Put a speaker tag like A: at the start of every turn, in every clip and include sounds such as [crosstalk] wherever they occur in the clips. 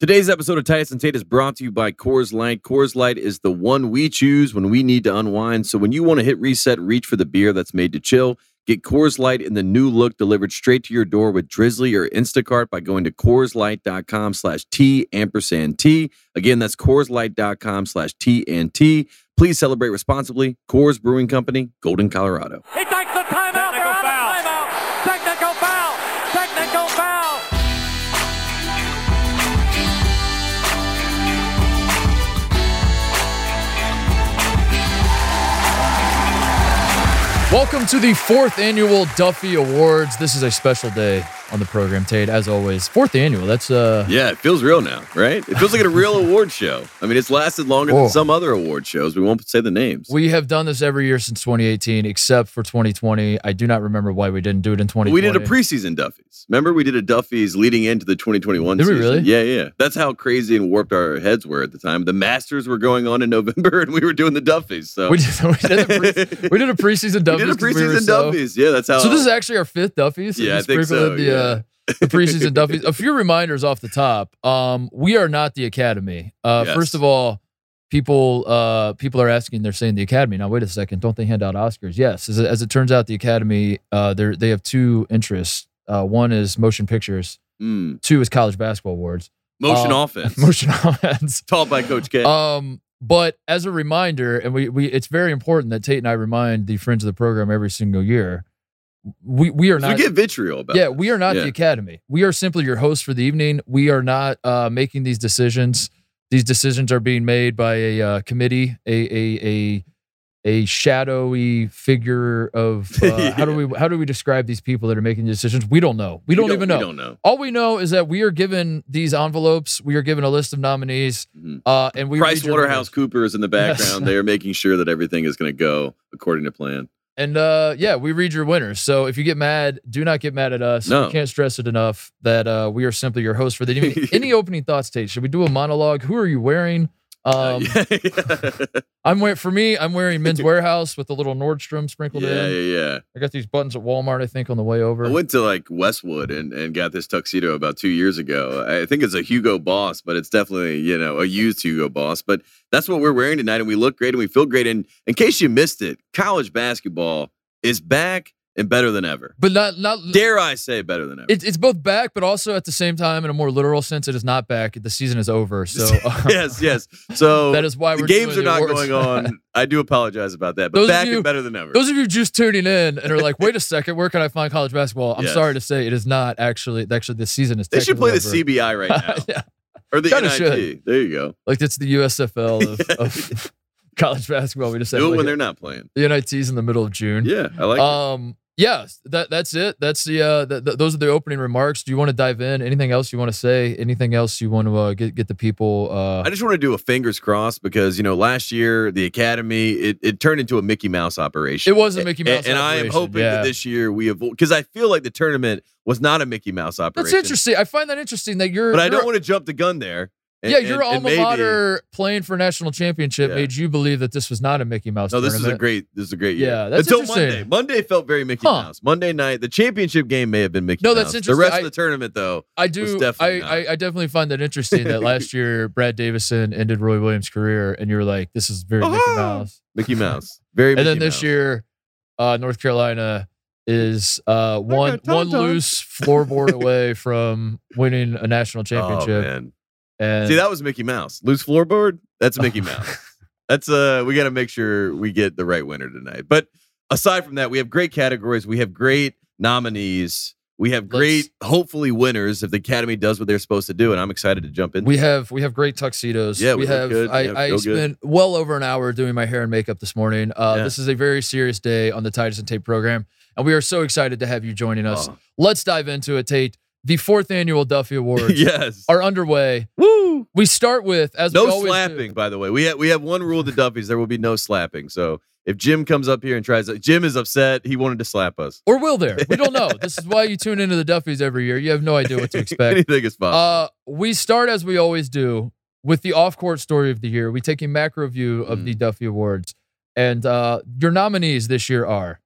A: Today's episode of Titus and Tate is brought to you by Coors Light. Coors Light is the one we choose when we need to unwind. So when you want to hit reset, reach for the beer that's made to chill. Get Coors Light in the new look delivered straight to your door with Drizzly or Instacart by going to CoorsLight.com slash T ampersand T. Again, that's CoorsLight.com slash T and T. Please celebrate responsibly. Coors Brewing Company, Golden, Colorado.
B: He takes the timeout. They're out of timeout. Technical foul. Technical foul.
C: Welcome to the fourth annual Duffy Awards. This is a special day on the program, Tate, as always. Fourth annual. That's uh
A: Yeah, it feels real now, right? It feels like a real award show. I mean, it's lasted longer
C: Whoa.
A: than some other award shows. We won't say the names.
C: we have done this every year since 2018, except for 2020. I do not remember why we didn't do it in 2020.
A: We did a preseason Duffy's. Remember, we did a Duffy's leading into the 2021
C: Did we
A: season.
C: really?
A: Yeah, yeah. That's how crazy and warped our heads were at the time. The Masters were going on in November, [laughs] and we were doing the Duffy's. So
C: we did, [laughs] we did a pre- we did a preseason
A: [laughs] We did a
C: Duffy's. 'cause we were
A: preseason
C: so-
A: Duffy's. Yeah, that's how.
C: So this is actually our fifth Duffy's.
A: Yeah,
C: We
A: I think so,
C: sprinkled in The,
A: yeah.
C: uh, the
A: [laughs]
C: preseason Duffy's. A few reminders off the top. Um, we are not the Academy. Uh,
A: Yes.
C: First of all, people uh, people are asking. They're saying the Academy. Now wait a second. Don't they hand out Oscars? Yes. As, it- as it turns out, the Academy uh, they they have two interests. Uh, one is motion pictures.
A: Mm.
C: Two is college basketball awards.
A: motion
C: Uh,
A: offense.
C: [laughs] Motion offense.
A: Taught by Coach K.
C: Um, but as a reminder, and we we it's very important that Tate and I remind the friends of the program every single year. We we are
A: we
C: not
A: get vitriol about.
C: yeah
A: it.
C: we are not
A: Yeah.
C: the academy. We are simply your hosts for the evening. We are not uh, making these decisions. These decisions are being made by a uh, committee, a a a a shadowy figure of
A: [laughs]
C: uh, how do we how do we describe these people that are making the decisions? We don't know. We don't, even know.
A: We don't know.
C: All we know is that we are given these envelopes. We are given a list of nominees,
A: Mhm.
C: uh, and we read
A: Price
C: your
A: Waterhouse Cooper is in the
C: Yes.
A: background. They are making sure that everything is going to go according to plan.
C: And uh, yeah, we read your winners. So if you get mad, do not get mad at us.
A: No.
C: We can't stress it enough that uh, we are simply your host for the
A: [laughs]
C: evening. Any opening thoughts, Tate? Should we do a monologue? Who are you wearing? Um,
A: Uh, [laughs] yeah, yeah.
C: I'm wearing for me. I'm wearing
A: [laughs]
C: Men's Warehouse with a little Nordstrom sprinkled
A: yeah, yeah,
C: in.
A: yeah.
C: I got these buttons at Walmart. I think on the way over.
A: I went to like Westwood and, and got this tuxedo about two years ago. I think it's a Hugo Boss, but it's definitely, you know, a used Hugo Boss. But that's what we're wearing tonight, and we look great and we feel great. And in case you missed it, college basketball is back and better than ever.
C: but not not.
A: Dare I say better than ever.
C: Mm. It's it's both back, but also at the same time, in a more literal sense, it is not back. The season is over.
A: [laughs]
C: So uh,
A: [laughs] yes, yes. So
C: [laughs] that is why
A: the
C: we're
A: games
C: doing
A: are not
C: awards.
A: going
C: [laughs]
A: on. I do apologize about that, but
C: Those of
A: back
C: you-
A: and better than ever.
C: Those of you just tuning in and are
A: [laughs]
C: like, wait a second, where can I find college basketball? I'm
A: Yes.
C: sorry to say it is not actually actually this season is
A: they should play the
C: technically
A: CBI
C: [laughs]
A: right
C: over.
A: now
C: yeah.
A: or the
C: Kinda
A: NIT.
C: should.
A: There you go.
C: Like it's the USFL
A: [laughs]
C: of, of [laughs] college basketball. We just said
A: Do it
C: like,
A: when they're not playing.
C: the NIT's in the middle of June.
A: Yeah, I like it.
C: um yes, that that's it. That's the uh th- th- those are the opening remarks. Do you want to dive in? Anything else you want to say? Anything else you want to uh, get get the people uh
A: I just want to do a fingers crossed because you know last year the academy it, it turned into a Mickey Mouse operation.
C: It was a Mickey Mouse
A: and, and I am
C: operation,
A: hoping
C: yeah.
A: that this year we avoid because I feel like the tournament was not a Mickey Mouse operation.
C: That's interesting. I find that interesting that you're
A: but I
C: you're-
A: don't want to jump the gun there. And-
C: yeah,
A: and-
C: your
A: and
C: alma
A: maybe-
C: mater playing for national championship
A: Yeah.
C: made you believe that this was not a Mickey Mouse.
A: No, this is a
C: tournament.
A: great this is a great year.
C: Yeah, that's
A: Until
C: interesting.
A: Monday. Monday felt very Mickey
C: Huh.
A: Mouse. Monday night, the championship game may have been Mickey
C: No,
A: Mouse.
C: that's
A: The
C: interesting.
A: rest of
C: I-
A: the tournament though,
C: I
A: was
C: do. I,
A: definitely not.
C: I I definitely find that interesting that
A: [laughs]
C: last year Brad Davison ended Roy Williams' career, and you were like, "This is very Mickey
A: Ah!
C: Mouse." [laughs]
A: Mickey Mouse. Very
C: And
A: Mickey
C: then this
A: Mouse.
C: year, uh, North Carolina is uh, one
A: got
C: one
A: Tom-Tom.
C: loose floorboard away from winning a
A: [laughs]
C: national
A: Oh,
C: championship.
A: man.
C: and
A: See, that was Mickey Mouse. Loose floorboard?
C: [laughs]
A: That's Mickey Mouse. That's uh we gotta make sure we get the right winner tonight. But aside from that, we have great categories, we have great nominees, we have great, hopefully winners if the Academy does what they're supposed to do, and I'm excited to jump in.
C: We have we have great tuxedos.
A: Yeah, we
C: we
A: look
C: have.
A: good.
C: I,
A: Yeah,
C: I
A: feel good.
C: spent well over an hour doing my hair and makeup this morning. Uh,
A: Yeah.
C: This is a very serious day on the Titus and Tate program, and we are so excited to have you joining
A: [laughs]
C: us.
A: Oh.
C: Let's dive into it, Tate. The fourth annual
A: [laughs]
C: Duffy Awards
A: yes.
C: are underway.
A: Woo!
C: We start with as we
A: No
C: always do-
A: slapping, by the way. We have we have one rule at the Duffy's, there will be no slapping. So if Jim comes up here and tries Jim is upset, he wanted to slap us.
C: or will there? We don't know.
A: [laughs]
C: this is why you tune into the Duffys every year. You have no idea what to expect.
A: Anything is possible.
C: Uh, we start as we always do with the off-court story of the year. We take a macro view of
A: Mm.
C: the Duffy Awards, and uh, your nominees this year are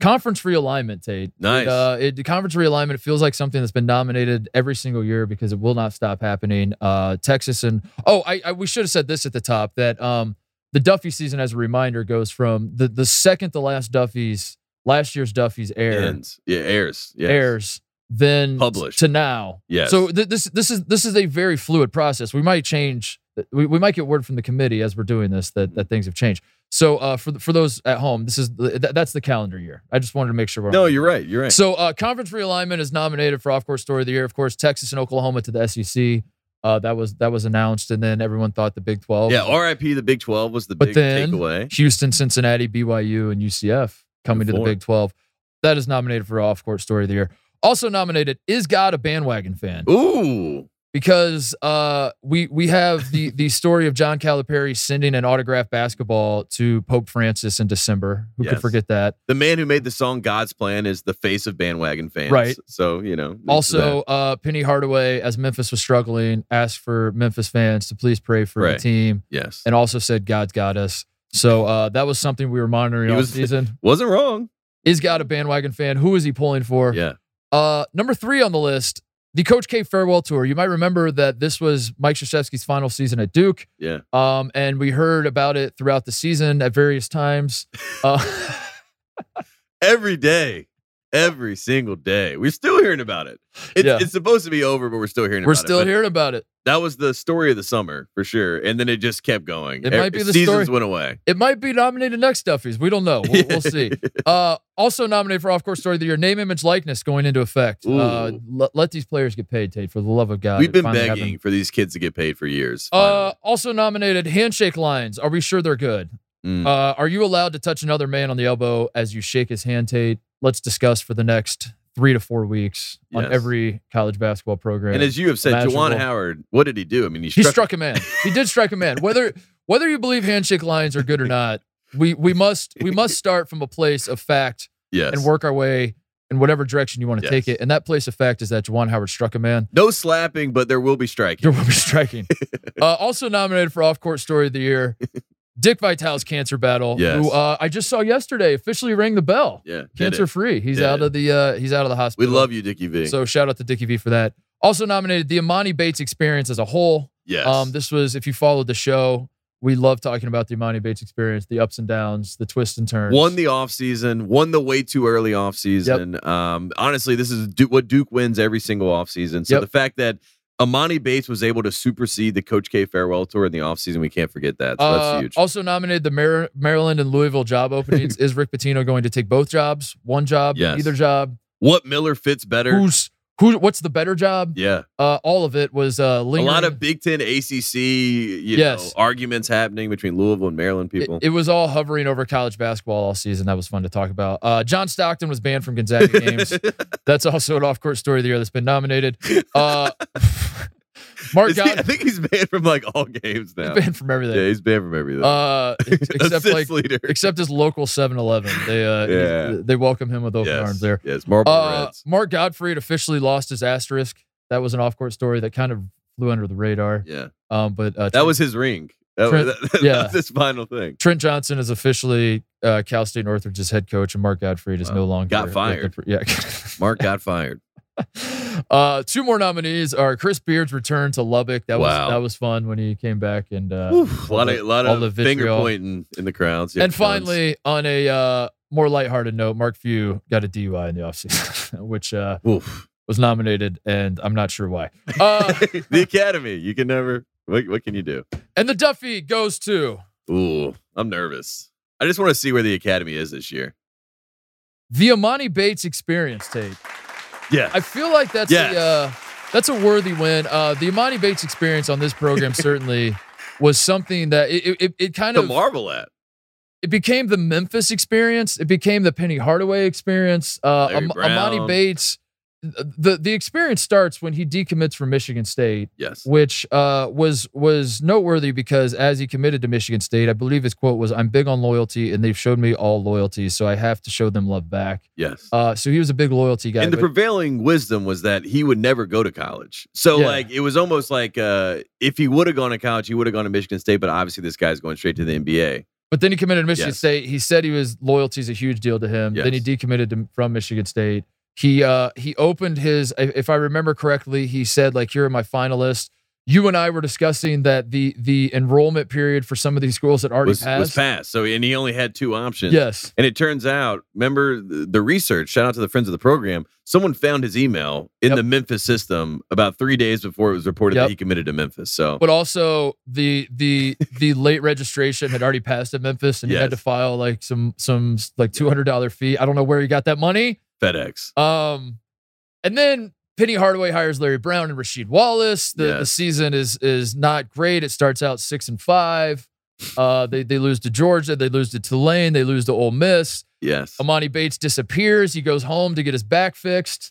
C: Conference realignment, Tate.
A: Nice.
C: It, uh, it, the conference realignment feels like something that's been nominated every single year because it will not stop happening. Uh, Texas and oh, I, I we should have said this at the top that um, the Duffy season, as a reminder, goes from the the second to last Duffy's last year's Duffy's air
A: Ends. Yeah, airs. Yes.
C: airs then
A: Published.
C: to now.
A: Yes.
C: So th- this this is this is a very fluid process. We might change. We, we might get word from the committee as we're doing this that,
A: Mm-hmm.
C: that things have changed. So uh, for th- for those at home, this is th- that's the calendar year. I just wanted to make sure we're on
A: No, you're right. You're right.
C: so, uh, conference realignment is nominated for Off Course Story of the Year. Of course, Texas and Oklahoma to the SEC. Uh, that was that was announced, and then everyone thought the Big Twelve.
A: yeah, R.I.P. The Big Twelve was the
C: But
A: big
C: then-
A: takeaway.
C: Houston, Cincinnati, BYU, and UCF coming to the
A: Four.
C: Big Twelve. That is nominated for Off Course Story of the Year. Also nominated is God a bandwagon fan
A: Ooh,
C: because uh, we we have
A: [laughs]
C: the the story of John Calipari sending an autographed basketball to Pope Francis in December. Who could
A: Yes.
C: forget that?
A: the man who made the song "God's Plan" is the face of bandwagon fans.
C: Right.
A: So you know. it's
C: Also,
A: that.
C: uh, Penny Hardaway, as Memphis was struggling, asked for Memphis fans to please pray for
A: Right.
C: the team,
A: yes,
C: and also said God's got us. So uh, that was something we were monitoring
A: He
C: all
A: was- [laughs]
C: season.
A: wasn't wrong.
C: Is God a bandwagon fan? Who is he pulling for?
A: Yeah.
C: Uh, number three on the list, the Coach K farewell tour. You might remember that this was Mike Krzyzewski's final season at Duke.
A: Yeah.
C: Um, and we heard about it throughout the season at various times.
A: [laughs]
C: [laughs] Uh,
A: Every day, every single day, we're still hearing about it. It's,
C: Yeah.
A: it's supposed to be over, but we're still hearing.
C: we're
A: about
C: still
A: it. But
C: hearing about it.
A: That was the story of the summer for sure, and then it just kept going.
C: It
A: Every-
C: might be the
A: seasons
C: story-
A: went away.
C: It might be nominated next Duffy's. We don't know. We'll,
A: [laughs]
C: we'll see. Uh, also nominated for Off Course Story of the Year, name, image, likeness going into effect. Uh,
A: Ooh.
C: let, let these players get paid, Tate, for the love of God.
A: We've
C: It
A: been
C: finally
A: begging
C: happened.
A: for these kids to get paid for years.
C: Uh, also nominated, handshake lines. Are we sure they're good?
A: finally. Mm.
C: Uh, are you allowed to touch another man on the elbow as you shake his hand, Tate? Let's discuss for the next three to four weeks on
A: Yes.
C: every college basketball program.
A: and as you have said, Jawan
C: imaginable.
A: Howard, what did he do? I mean, he
C: he
A: struck,
C: struck a man. He did strike a man. Whether whether you believe handshake lines are good or not, we we must we must start from a place of fact
A: yes.
C: and work our way in whatever direction you want to
A: Yes.
C: take it. And that place of fact is that Juwan Howard struck a man.
A: No slapping, but there will be striking.
C: There will
A: [laughs]
C: be striking. uh, also nominated for Off Court Story of the Year, Dick Vitale's cancer battle.
A: Yes.
C: Who uh, I just saw yesterday officially rang the bell.
A: Yeah, did
C: Cancer
A: it.
C: free. He's
A: Did
C: out
A: it.
C: of the uh, he's out of the
A: We
C: hospital.
A: love you, Dickie V.
C: So shout out to Dickie V for that. Also nominated the Imani Bates experience as a whole.
A: yes,
C: Um, this was if you followed the show, we love talking about the Imani Bates experience, the ups and downs, the twists and turns.
A: won the offseason, won the way too early offseason. Um, honestly, this is Du- what Duke wins every single offseason. So
C: Yep.
A: the fact that Amani Bates was able to supersede the Coach K farewell tour in the offseason, we can't forget that. So
C: Uh,
A: that's huge.
C: Also nominated the Mar- Maryland and
A: [laughs]
C: Louisville job openings. is Rick Pitino going to take both jobs? One job,
A: Yes.
C: either job?
A: what Miller fits better?
C: Who's who? What's the better job?
A: yeah,
C: Uh, all of it was uh,
A: a
C: lingering.
A: lot of Big Ten, ACC, you
C: Yes.
A: know, arguments happening between Louisville and Maryland
C: It,
A: people.
C: it was all hovering over college basketball all season. That was fun to talk about. Uh, John Stockton was banned
A: [laughs]
C: from Gonzaga games. That's also an off-court story of the year that's been nominated. Uh, [laughs]
A: [laughs]
C: Mark
A: Is he- I
C: Godwin
A: think he's banned from like all games now.
C: banned from
A: Yeah,
C: everything,
A: he's banned from everything. [laughs]
C: uh, except
A: Assist
C: like
A: leader.
C: except his local 7-Eleven.
A: [laughs]
C: They uh,
A: Yeah.
C: they welcome him with open
A: yes,
C: arms there.
A: Yes, Marble
C: Uh,
A: Reds.
C: Mark Godfrey had officially lost his asterisk. That was an off-court story that kind of flew under the radar.
A: Yeah,
C: Um, but uh,
A: that
C: Trent,
A: was his ring. That,
C: Trent-
A: was [laughs] that, that
C: yeah.
A: was his final thing.
C: Trent Johnson is officially uh, Cal State Northridge's head coach, and Mark Godfrey is
A: Wow.
C: no longer
A: Got
C: with the-
A: fired.
C: yeah. [laughs]
A: Mark got fired.
C: uh, two more nominees are Chris Beard's return to Lubbock. That
A: Wow.
C: was that was fun when he came back, and uh,
A: Oof, a lot
C: the-
A: of, lot
C: all
A: of
C: the
A: finger
C: vitriol.
A: pointing in the crowds. Yeah,
C: and
A: tons.
C: finally on a uh, more lighthearted note, Mark Few got a DUI in the offseason, [laughs] which uh,
A: Oof.
C: was nominated, and I'm not sure why. Uh,
A: [laughs] the academy. You can never. What, what can you do?
C: and the Duffy goes to.
A: Ooh, I'm nervous. I just want to see where the academy is this year.
C: The Amani Bates experience, Tate.
A: Yeah,
C: I feel like that's
A: Yes.
C: a uh, that's a worthy win. Uh, the Amani Bates experience on
A: [laughs]
C: this program certainly was something that it it, it kind
A: to
C: of
A: marvel at.
C: it became the Memphis experience. It became the Penny Hardaway experience. Uh,
A: Larry
C: Am- Amani
A: Brown.
C: Bates. The the experience starts when he decommits from Michigan State,
A: Yes.
C: which uh, was was noteworthy because as he committed to Michigan State, I believe his quote was, "I'm big on loyalty, and they've showed me all loyalty, so I have to show them love back."
A: Yes.
C: Uh, so he was a big loyalty guy.
A: and the
C: but-
A: prevailing wisdom was that he would never go to college. So
C: Yeah.
A: like it was almost like uh, if he would have gone to college, he would have gone to Michigan State. But obviously, this guy's going straight to the NBA.
C: But then he committed to Michigan
A: Yes.
C: State. He said he was loyalty is a huge deal to him. Then he
A: Yes.
C: decommitted to, from Michigan State. He uh, he opened his, if if I remember correctly, he said like, "Here are my finalists." You and I were discussing that the the enrollment period for some of these schools had already
A: was,
C: passed.
A: was fast. So and he only had two options.
C: Yes,
A: And it turns out, remember the the research, shout out to the friends of the program, someone found his email in
C: Yep.
A: the Memphis system about three days before it was reported
C: Yep.
A: that he committed to Memphis. So
C: but also the the the late registration had already passed at Memphis, and he had
A: Yes.
C: to file like some some like two hundred dollar fee. I don't know where he got that money.
A: FedEx.
C: Um, and then Penny Hardaway hires Larry Brown and Rasheed Wallace. The, the
A: Yes.
C: season is is not great. It starts out six and five. Uh, they they lose to Georgia. They lose to Tulane. They lose to Ole Miss.
A: Yes.
C: Amani Bates disappears. He goes home to get his back fixed.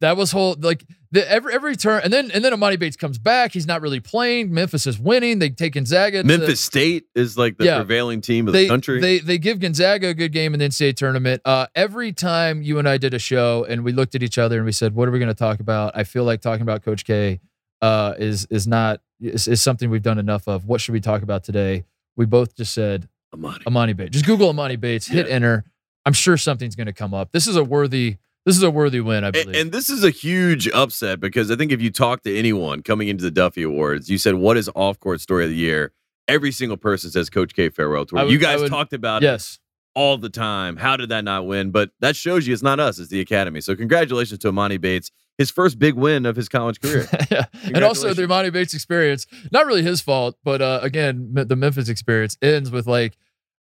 C: That was whole like the every every turn, and then and then Amani Bates comes back. He's not really playing. Memphis is winning. They take Gonzaga. to-
A: Memphis State is like the
C: Yeah.
A: prevailing team of
C: they,
A: the country.
C: They they give Gonzaga a good game in the NCAA tournament. Uh, every time you and I did a show and we looked at each other and we said, "What are we going to talk about?" I feel like talking about Coach K uh, is is not is, is something we've done enough of. What should we talk about today? We both just said
A: Amani.
C: Amani Bates. Just Google Amani Bates, hit
A: Yeah.
C: enter. I'm sure something's going to come up. This is a worthy. This is a worthy win. I believe.
A: And, and this is a huge upset because I think if you talk to anyone coming into the Duffy Awards, you said, What is off court story of the year? Every single person says Coach K farewell tour.
C: I would-
A: you
C: I
A: guys
C: would-
A: talked about it
C: yes.
A: all the time. How did that not win? But that shows you it's not us, it's the Academy. So congratulations to Amani Bates, his first big win of his college
C: [laughs]
A: career.
C: and also the
A: Congratulations.
C: Imani Bates experience, not really his fault, but uh, again, Me- the Memphis experience ends with like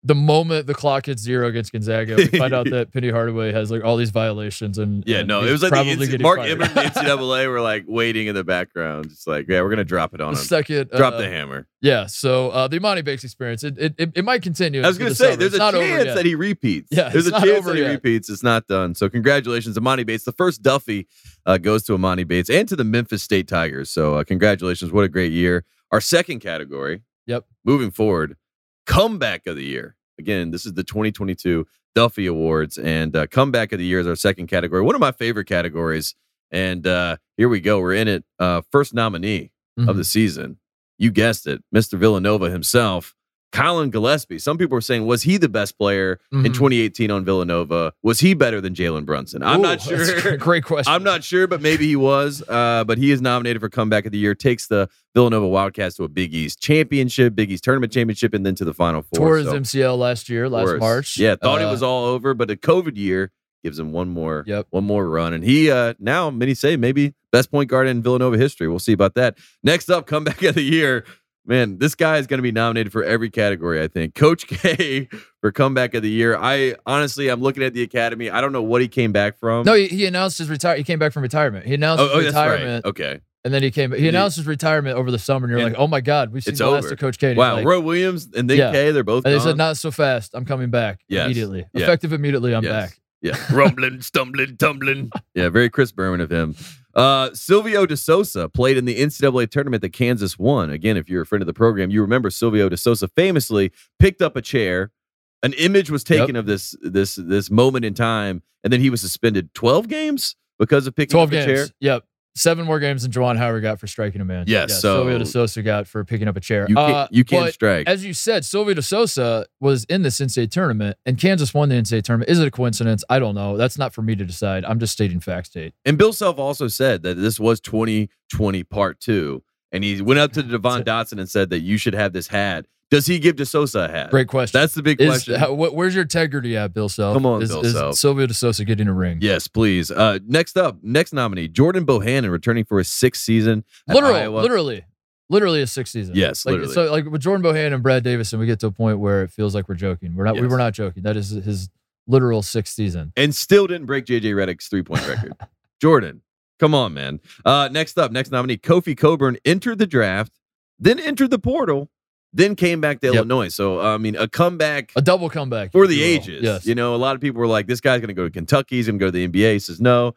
C: the moment the clock hits zero against Gonzaga, we
A: [laughs]
C: find out that Penny Hardaway has like all these violations and
A: yeah,
C: and
A: no,
C: he's
A: it was like
C: probably
A: the NC-
C: getting
A: Mark
C: fired.
A: Emmert and the
C: [laughs]
A: NCAA were like waiting in the background. It's like, yeah, we're gonna drop it on
C: the
A: him.
C: second
A: Drop
C: uh,
A: the hammer.
C: Yeah, so uh, the Imani Bates experience, it it, it, it might continue.
A: I was
C: into
A: gonna
C: the
A: say,
C: summer.
A: there's
C: It's
A: a
C: not over
A: chance
C: yet.
A: that he repeats.
C: Yeah,
A: there's
C: it's
A: a
C: not
A: chance
C: over
A: that he
C: yet.
A: repeats. It's not done. So congratulations, Amani Bates. The first Duffy uh, goes to Amani Bates and to the Memphis State Tigers. So uh, congratulations, what a great year. Our second category.
C: Yep.
A: Moving forward, comeback of the year. Again, this is the 2022 Duffy Awards, and uh, comeback of the year is our second category. One of my favorite categories. And uh, here we go. We're in it. Uh, first nominee
C: Mhm.
A: of the season. You guessed it, Mr. Villanova himself, Colin Gillespie. Some people are saying, was he the best player in
C: Mhm.
A: 2018 on Villanova? Was he better than Jalen Brunson? I'm not
C: Ooh, that's a
A: sure.
C: Great question.
A: [laughs] I'm not sure, but maybe he was. Uh, but he is nominated for comeback of the year. Takes the Villanova Wildcats to a Big East championship, Big East tournament championship, and then to the Final Four.
C: Tore his
A: So,
C: MCL last year, last
A: course.
C: March.
A: Yeah, thought it
C: Uh,
A: was all over, but the COVID year gives him one more
C: Yep.
A: one more run. And he uh now many say maybe best point guard in Villanova history. We'll see about that. Next up, [laughs] comeback of the year. Man, this guy is going to be nominated for every category, I think. Coach [laughs] K for comeback of the year. I honestly, I'm looking at the academy. I don't know what he came back from.
C: No, he, he announced his retire. He came back from retirement. He announced
A: Um, oh, oh,
C: his
A: that's right.
C: retirement
A: Okay.
C: And then he came. He
A: Yeah.
C: announced his retirement over the summer, and you're
A: And
C: like, "Oh my God, we've seen
A: it's
C: the last
A: over.
C: of Coach K." And he's
A: Wow.
C: like-
A: Roy Williams and then
C: Yeah.
A: K, they're both.
C: and they said,
A: gone?
C: "Not so fast. I'm coming back
A: Yes.
C: immediately,
A: Yeah.
C: effective immediately. I'm
A: Yes.
C: back." [laughs]
A: Yeah. Rumbling, stumbling, tumbling. Yeah, very Chris Berman of him. Uh, Silvio De Sosa played in the NCAA tournament that Kansas won. Again, if you're a friend of the program, you remember Silvio De Sosa famously picked up a chair. An image was taken of this this this moment in time, and then he was suspended 12 games because of picking
C: Twelve
A: up a
C: games.
A: chair.
C: Yep, seven more games than Jawan Howard got for striking a man.
A: Yes, so-
C: Silvio De Sosa got for picking up a chair.
A: You can't,
C: Uh,
A: you can't
C: but
A: strike.
C: As you said, Silvio De Sosa was in this NCAA tournament, and Kansas won the NCAA tournament. Is it a coincidence? I don't know. That's not for me to decide. I'm just stating facts, Tate.
A: And Bill Self also said that this was 2020 part two. And he went
C: [laughs]
A: up to Devon Dotson and said that you should have this hat. Does he give DeSosa a hat?
C: Great question.
A: Uh, That's the big
C: is
A: question.
C: how- wh- where's your integrity at, Bill Self?
A: Come on,
C: is,
A: Bill
C: is
A: Self.
C: Silvio De Sosa getting a ring?
A: Yes, please. Uh, next up, next nominee, Jordan Bohannon, returning for his sixth season at
C: literally,
A: Iowa.
C: literally, literally a six season.
A: Yes,
C: like,
A: literally.
C: So, like with Jordan Bohan and Brad Davison, we get to a point where it feels like we're joking. We're not. We
A: Yes.
C: were not joking. That is his literal sixth season.
A: And still didn't break JJ Reddick's three point
C: [laughs]
A: record. Jordan, come on, man. Uh, next up, next nominee, Kofi Coburn entered the draft, then entered the portal, then came back to
C: Yep.
A: Illinois. So, I mean, a comeback
C: A double comeback
A: for
C: if
A: the
C: you will.
A: ages.
C: Yes.
A: You know, a lot of people were like, this guy's going to go to Kentucky. He's going to go to the NBA. He says, no,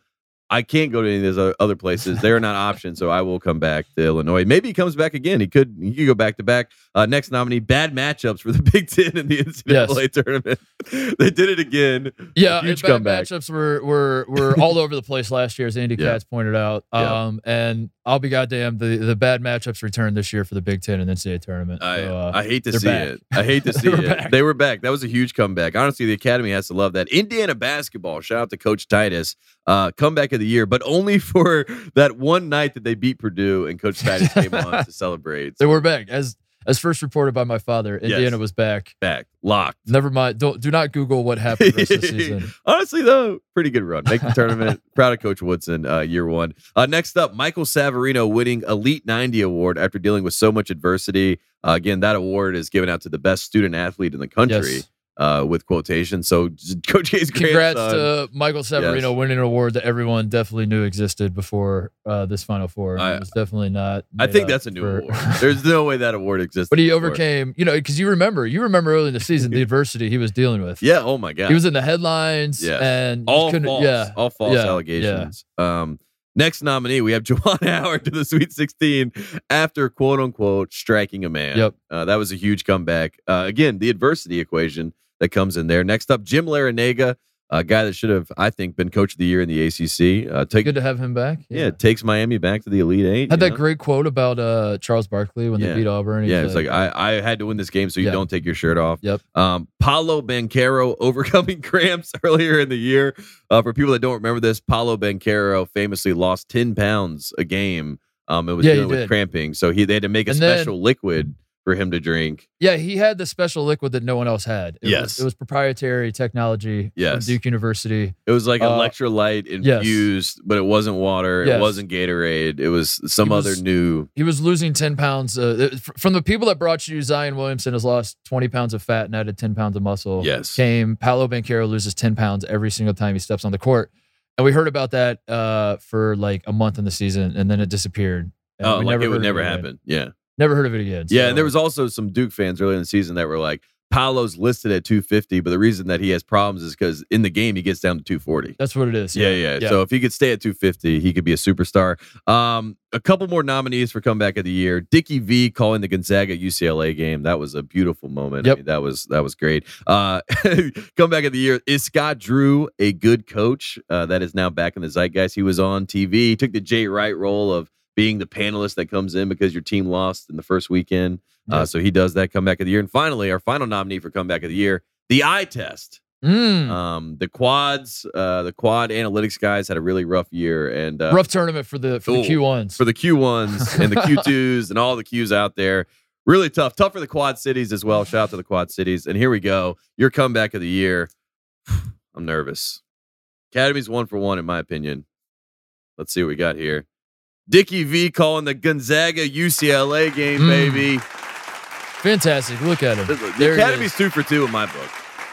A: I can't go to any of those other- other places. They're not options, so I will come back to Illinois. Maybe he comes back again. He could. He could go back to back. Uh, next nominee: bad matchups for the [laughs] Big Ten in the NCAA tournament. [laughs] they did it again.
C: Yeah,
A: huge
C: huge bad
A: comeback.
C: matchups were were
A: [laughs]
C: were all over the place last year, as Andy
A: Yeah.
C: Katz pointed out.
A: Yeah.
C: Um, and I'll be goddamn the the bad matchups returned this year for the Big Ten and NCAA tournament.
A: I,
C: So, uh,
A: I hate to
C: they're
A: see
C: back.
A: it. I hate to
C: [laughs] They
A: see
C: were
A: it.
C: back.
A: They were back. That was a huge comeback. Honestly, the academy has to love that. Indiana basketball. Shout out to Coach Titus. Uh, comeback of the year, but only [laughs] for that one night that they beat Purdue and Coach Titus came on
C: [laughs]
A: to celebrate.
C: they were back as as first reported by my father. Indiana was back.
A: back locked.
C: Never mind. Don't do not Google what happened the
A: [laughs]
C: rest of the season.
A: Honestly, though, pretty good run. Make the
C: [laughs]
A: tournament. Proud of Coach Woodson, uh, year one. Uh, next up, Michael Savarino winning Elite 90 Award after dealing with so much adversity. Uh, again, that award is given out to the best student athlete in the country
C: Yes.
A: uh, with quotation. So, [laughs] Coach Hayes,
C: Congrats
A: grandson,
C: to Michael Severino
A: Yes.
C: winning an award that everyone definitely knew existed before uh, this Final Four.
A: I-
C: it was definitely not.
A: I
C: made
A: think
C: up
A: that's a new
C: for- [laughs]
A: award. There's no way that award exists.
C: but he overcame, you know, because you remember, you remember early in the
A: [laughs]
C: season the adversity he was dealing with.
A: Yeah. Oh my God.
C: He was in the headlines
A: Yes.
C: and you
A: all
C: couldn't-
A: false,
C: yeah.
A: all false
C: yeah,
A: allegations. Um, next nominee, we have [laughs] Jawan Howard to the Sweet 16 after quote unquote striking a man.
C: Yep.
A: uh, that was a huge comeback. Uh, again, the adversity equation that comes in there. Next up, Jim Larinaga, a guy that should have, I think, been coach of the year in the ACC. Uh, take
C: Good to have him back.
A: yeah. takes Miami back to the Elite Eight.
C: Had
A: you
C: that
A: know?
C: great quote about uh, Charles Barkley when
A: Yeah.
C: they beat Auburn. He
A: Yeah, it's
C: was
A: like I, I had to win this game, so you
C: Yeah.
A: don't take your shirt off.
C: Yep.
A: Um, Paulo Banquero [laughs] overcoming cramps [laughs] earlier in the year. Uh, for people that don't remember this, Paulo Banquero famously lost ten pounds a game. Um, it was
C: Yeah, he
A: dealing with
C: did.
A: cramping, so he they had to make a
C: And then-
A: special liquid for him to drink.
C: yeah, he had the special liquid that no one else had. It
A: Yes.
C: was, it was proprietary technology
A: Yes.
C: from Duke University.
A: It was like
C: Uh,
A: electrolyte
C: yes.
A: infused, but it wasn't water. It
C: Yes.
A: wasn't Gatorade. It was some
C: He
A: other
C: was-
A: new.
C: He was losing ten pounds uh, f- from the people that brought you. Zion Williamson has lost twenty pounds of fat and added ten pounds of muscle.
A: Yes.
C: Came Paolo Banquero loses ten pounds every single time he steps on the court, and we heard about that uh, for like a month in the season, and then it disappeared. And
A: Oh,
C: we
A: like it
C: heard
A: would
C: of
A: never
C: again.
A: happen. Yeah.
C: Never heard of it again.
A: Yeah,
C: so-
A: and there was also some Duke fans early in the season that were like, Paolo's listed at 250, but the reason that he has problems is because in the game he gets down to 240.
C: That's what it is.
A: Yeah, yeah, So if he could stay at 250, he could be a superstar. Um, a couple more nominees for comeback of the year. Dickie V calling the Gonzaga UCLA game. That was a beautiful moment. I
C: Yep.
A: mean, that was that was great. Uh, [laughs] comeback of the year is Scott Drew a good coach? Uh, that is now back in the zeitgeist. He was on TV. He took the Jay Wright role of being the panelist that comes in because your team lost in the first weekend. Uh,
C: Yep.
A: so he does that comeback of the year. And finally, our final nominee for comeback of the year, the eye test.
C: Mm,
A: Um, the quads, uh, the quad analytics guys had a really rough year, and uh,
C: rough tournament for the for
A: ooh,
C: the Q ones.
A: for the Q
C: [laughs]
A: ones and the Q twos and all the Qs out there. Really tough, tough for the Quad Cities as well. Shout out to the Quad Cities, and here we go. Your comeback of the year. [sighs] I'm nervous. Academy's one for one, in my opinion. Let's see what we got here. Dickie V calling the Gonzaga UCLA game,
C: Mm.
A: baby.
C: Fantastic. Look at him.
A: The, the
C: There it
A: Academy's
C: is.
A: two for two in my book.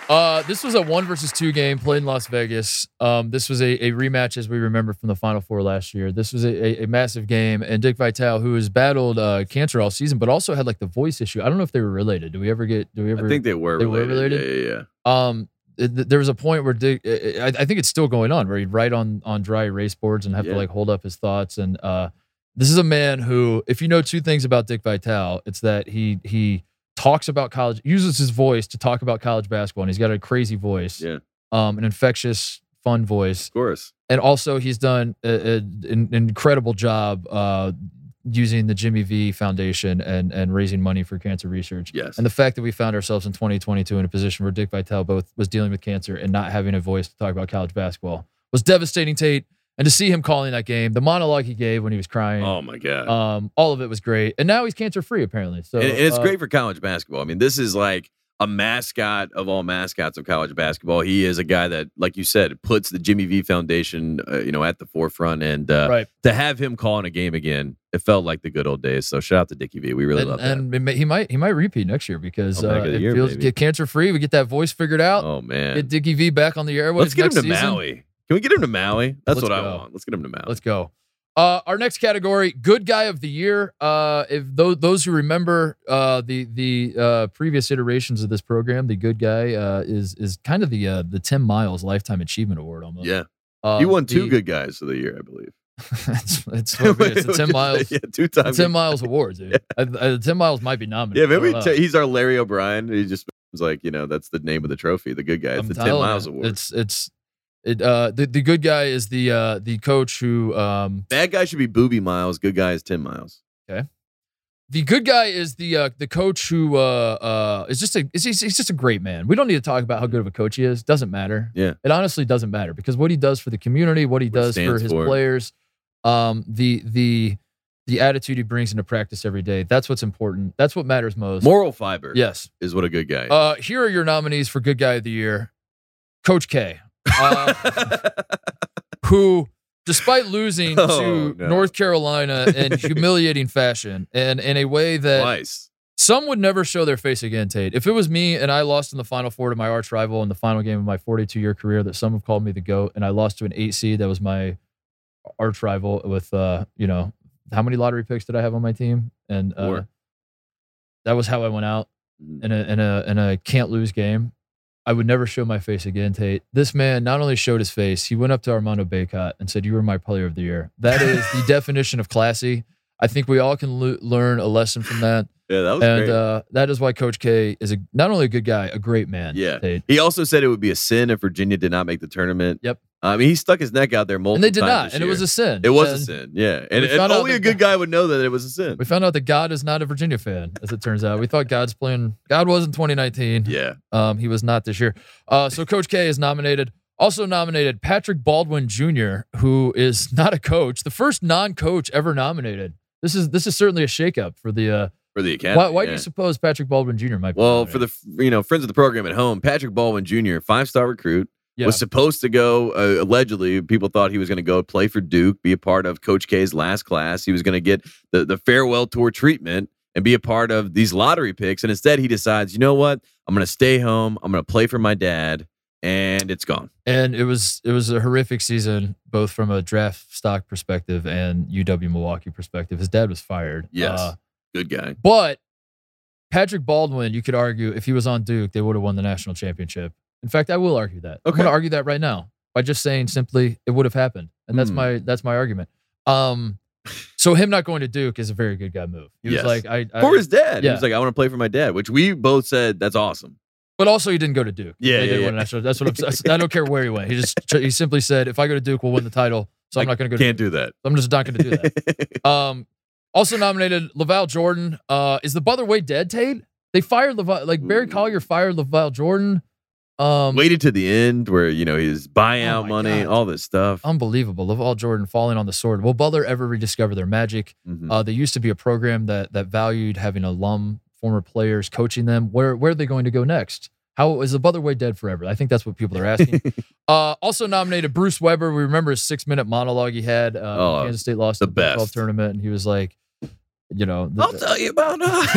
C: Uh, this was a one versus two game played in Las Vegas. Um, this was a, a rematch as we remember from the Final Four last year. This was a, a, a massive game, and Dick Vitale, who has battled uh, cancer all season, but also had like the voice issue. I don't know if they were related. Do we ever get? Do we ever?
A: I think they were
C: they were
A: related.
C: related?
A: Yeah, yeah, yeah.
C: um, th- th- there was a point where Dick. uh, I, I- I think it's still going on, where he'd write on on dry erase boards and have
A: Yeah.
C: to like hold up his thoughts. And uh, this is a man who, if you know two things about Dick Vitale, it's that he he talks about college, uses his voice to talk about college basketball, and he's got a crazy voice.
A: Yeah.
C: Um, an infectious, fun voice,
A: Of course.
C: and also he's done a, a- an incredible job uh, using the Jimmy V Foundation and and raising money for cancer research.
A: Yes.
C: And the fact that we found ourselves in 2022 in a position where Dick Vitale both was dealing with cancer and not having a voice to talk about college basketball was devastating, Tate. And to see him calling that game, the monologue he gave when he was crying,
A: oh my god.
C: um, all of it was great. And now he's cancer free, apparently. So
A: and, and it's
C: uh,
A: great for college basketball. I mean, this is like a mascot of all mascots of college basketball. He is a guy that, like you said, puts the Jimmy V Foundation, uh, you know, at the forefront. And uh,
C: Right.
A: to have him calling a game again, it felt like the good old days. So shout out to Dickie V. We really
C: and
A: love that.
C: and it may- he might he might repeat next year because
A: Comeback
C: uh,
A: of the
C: it
A: year,
C: feels
A: baby.
C: get cancer free. We get that voice figured out.
A: oh
C: get
A: man,
C: Dickie V back on the airways.
A: let's get him
C: next
A: to
C: season.
A: Maui. Can we get him to Maui? That's
C: Let's
A: what I
C: go.
A: want. Let's get him to Maui.
C: Let's go. Uh, our next category, good guy of the year. Uh, if those those who remember uh, the the uh, previous iterations of this program, the good guy uh, is is kind of the uh, the Tim Miles Lifetime Achievement Award almost.
A: yeah,
C: Um,
A: you won two
C: [laughs] the-
A: good guys of the year, I believe.
C: that's, that's what
A: [laughs]
C: it is. The Tim Miles.
A: yeah, two times.
C: Tim Miles
A: [laughs]
C: Award, dude. I, I, the Tim Miles might be
A: yeah,
C: nominated. I
A: maybe
C: don't know.
A: t- he's our Larry O'Brien. He just was like, you know, that's the name of the trophy. The good guy. It's
C: I'm
A: the Tim
C: telling
A: Miles
C: you,
A: Award.
C: It's it's it. Uh, the the good guy is the uh the coach who um
A: Bad guy should be Booby Miles. Good guy is Tim Miles.
C: the good guy is the uh the coach who uh uh is just a is he's, he's just a great man. We don't need to talk about how good of a coach he is. Doesn't matter.
A: Yeah.
C: it honestly doesn't matter because what he does for the community, what he
A: What he
C: does for
A: stands
C: his
A: for.
C: players, um the the the attitude he brings into practice every day. That's what's important. That's what matters most.
A: Moral fiber
C: yes.
A: is what a good guy. Is. [laughs]
C: Uh, here are your nominees for Good Guy of the Year Coach K,
A: [laughs]
C: uh, who, despite losing
A: Oh,
C: to
A: no.
C: North Carolina in humiliating fashion and in a way that
A: Twice.
C: some would never show their face again, Tate. If it was me and I lost in the Final Four to my arch rival in the final game of my 42 year career, that some have called me the GOAT, and I lost to an eight seed that was my arch rival with, uh, you know, how many lottery picks did I have on my team? And uh,
A: Four.
C: that was how I went out
A: Mm-hmm.
C: in a in a in a can't lose game. I would never show my face again, Tate. This man not only showed his face, he went up to Armando Baycott and said, "You were my player of the year." That is the definition of classy. I think we all can lo- learn a lesson from that,
A: Yeah, that was
C: and
A: great.
C: uh, that is why Coach K is a, not only a good guy, a great man.
A: Yeah.
C: Tate.
A: he also said it would be a sin if Virginia did not make the tournament.
C: Yep.
A: I mean, he stuck his neck out there multiple
C: and they did
A: times
C: not,
A: this
C: and it was
A: year.
C: a sin.
A: It was
C: And
A: a sin, yeah. And,
C: we
A: and
C: found out
A: only
C: that-
A: a good guy would know that it was a sin.
C: We found out that God is not a Virginia fan, as it turns out. We thought God's playing. God was in 2019.
A: Yeah.
C: Um, he was not this year. Uh, so Coach K is nominated. Also nominated Patrick Baldwin Jr., who is not a coach, the first non-coach ever nominated. This is this is certainly a shakeup for the. Uh,
A: For the academy.
C: why why do
A: yeah.
C: you suppose Patrick Baldwin Jr. might? Be
A: Well, for
C: nominated?
A: the you know friends of the program at home, Patrick Baldwin Jr., five star recruit,
C: Yeah.
A: was supposed to go uh, allegedly. People thought he was going to go play for Duke, be a part of Coach K's last class. He was going to get the the farewell tour treatment and be a part of these lottery picks. And instead, he decides, you know what? I'm going to stay home. I'm going to play for my dad, and it's gone.
C: and it was it was a horrific season, both from a draft stock perspective and UW Milwaukee perspective. His dad was fired.
A: Yes.
C: Uh,
A: Good guy.
C: but Patrick Baldwin, you could argue, if he was on Duke, they would have won the national championship. In fact, I will argue that. I'm
A: Okay.
C: going to argue that right now by just saying simply it would have happened, and that's
A: Hmm.
C: my that's my argument. Um, so him not going to Duke is a very good guy move. He
A: Yes.
C: was like, I, I-
A: For his dad, he
C: Uh, yeah.
A: was like, I want to play for my dad, which we both said that's awesome.
C: but also he didn't go to Duke.
A: Yeah,
C: they
A: yeah,
C: did
A: yeah.
C: win a national. That's what I'm.
A: [laughs]
C: that's- I don't care where he went. He just he simply said, if I go to Duke, we'll win the title. So I'm
A: I
C: not going to go. To,
A: Can't do that.
C: I'm just not going to
A: [laughs]
C: do that. Um, also nominated Laval Jordan. Uh, is the Butler way dead, Tate? They fired Laval. Like Barry
A: Ooh.
C: Collier fired Laval Jordan. Um,
A: Waited to the end where you know his buyout
C: Oh my
A: money,
C: God. Um,
A: all this stuff.
C: unbelievable. Laval Jordan falling on the sword. Will Butler ever rediscover their magic?
A: Mhm.
C: Uh, they used to be a program that that valued having alum former players coaching them. Where where are they going to go next? How is the Butler way dead forever? I think that's what people are asking.
A: [laughs]
C: uh, also nominated Bruce Weber. We remember his six minute monologue he had. Uh,
A: Oh,
C: Kansas State lost
A: the
C: in the Big 12
A: best.
C: tournament, and he was like, you know, the-
A: I'll tell you about uh,
C: [laughs]
A: [laughs]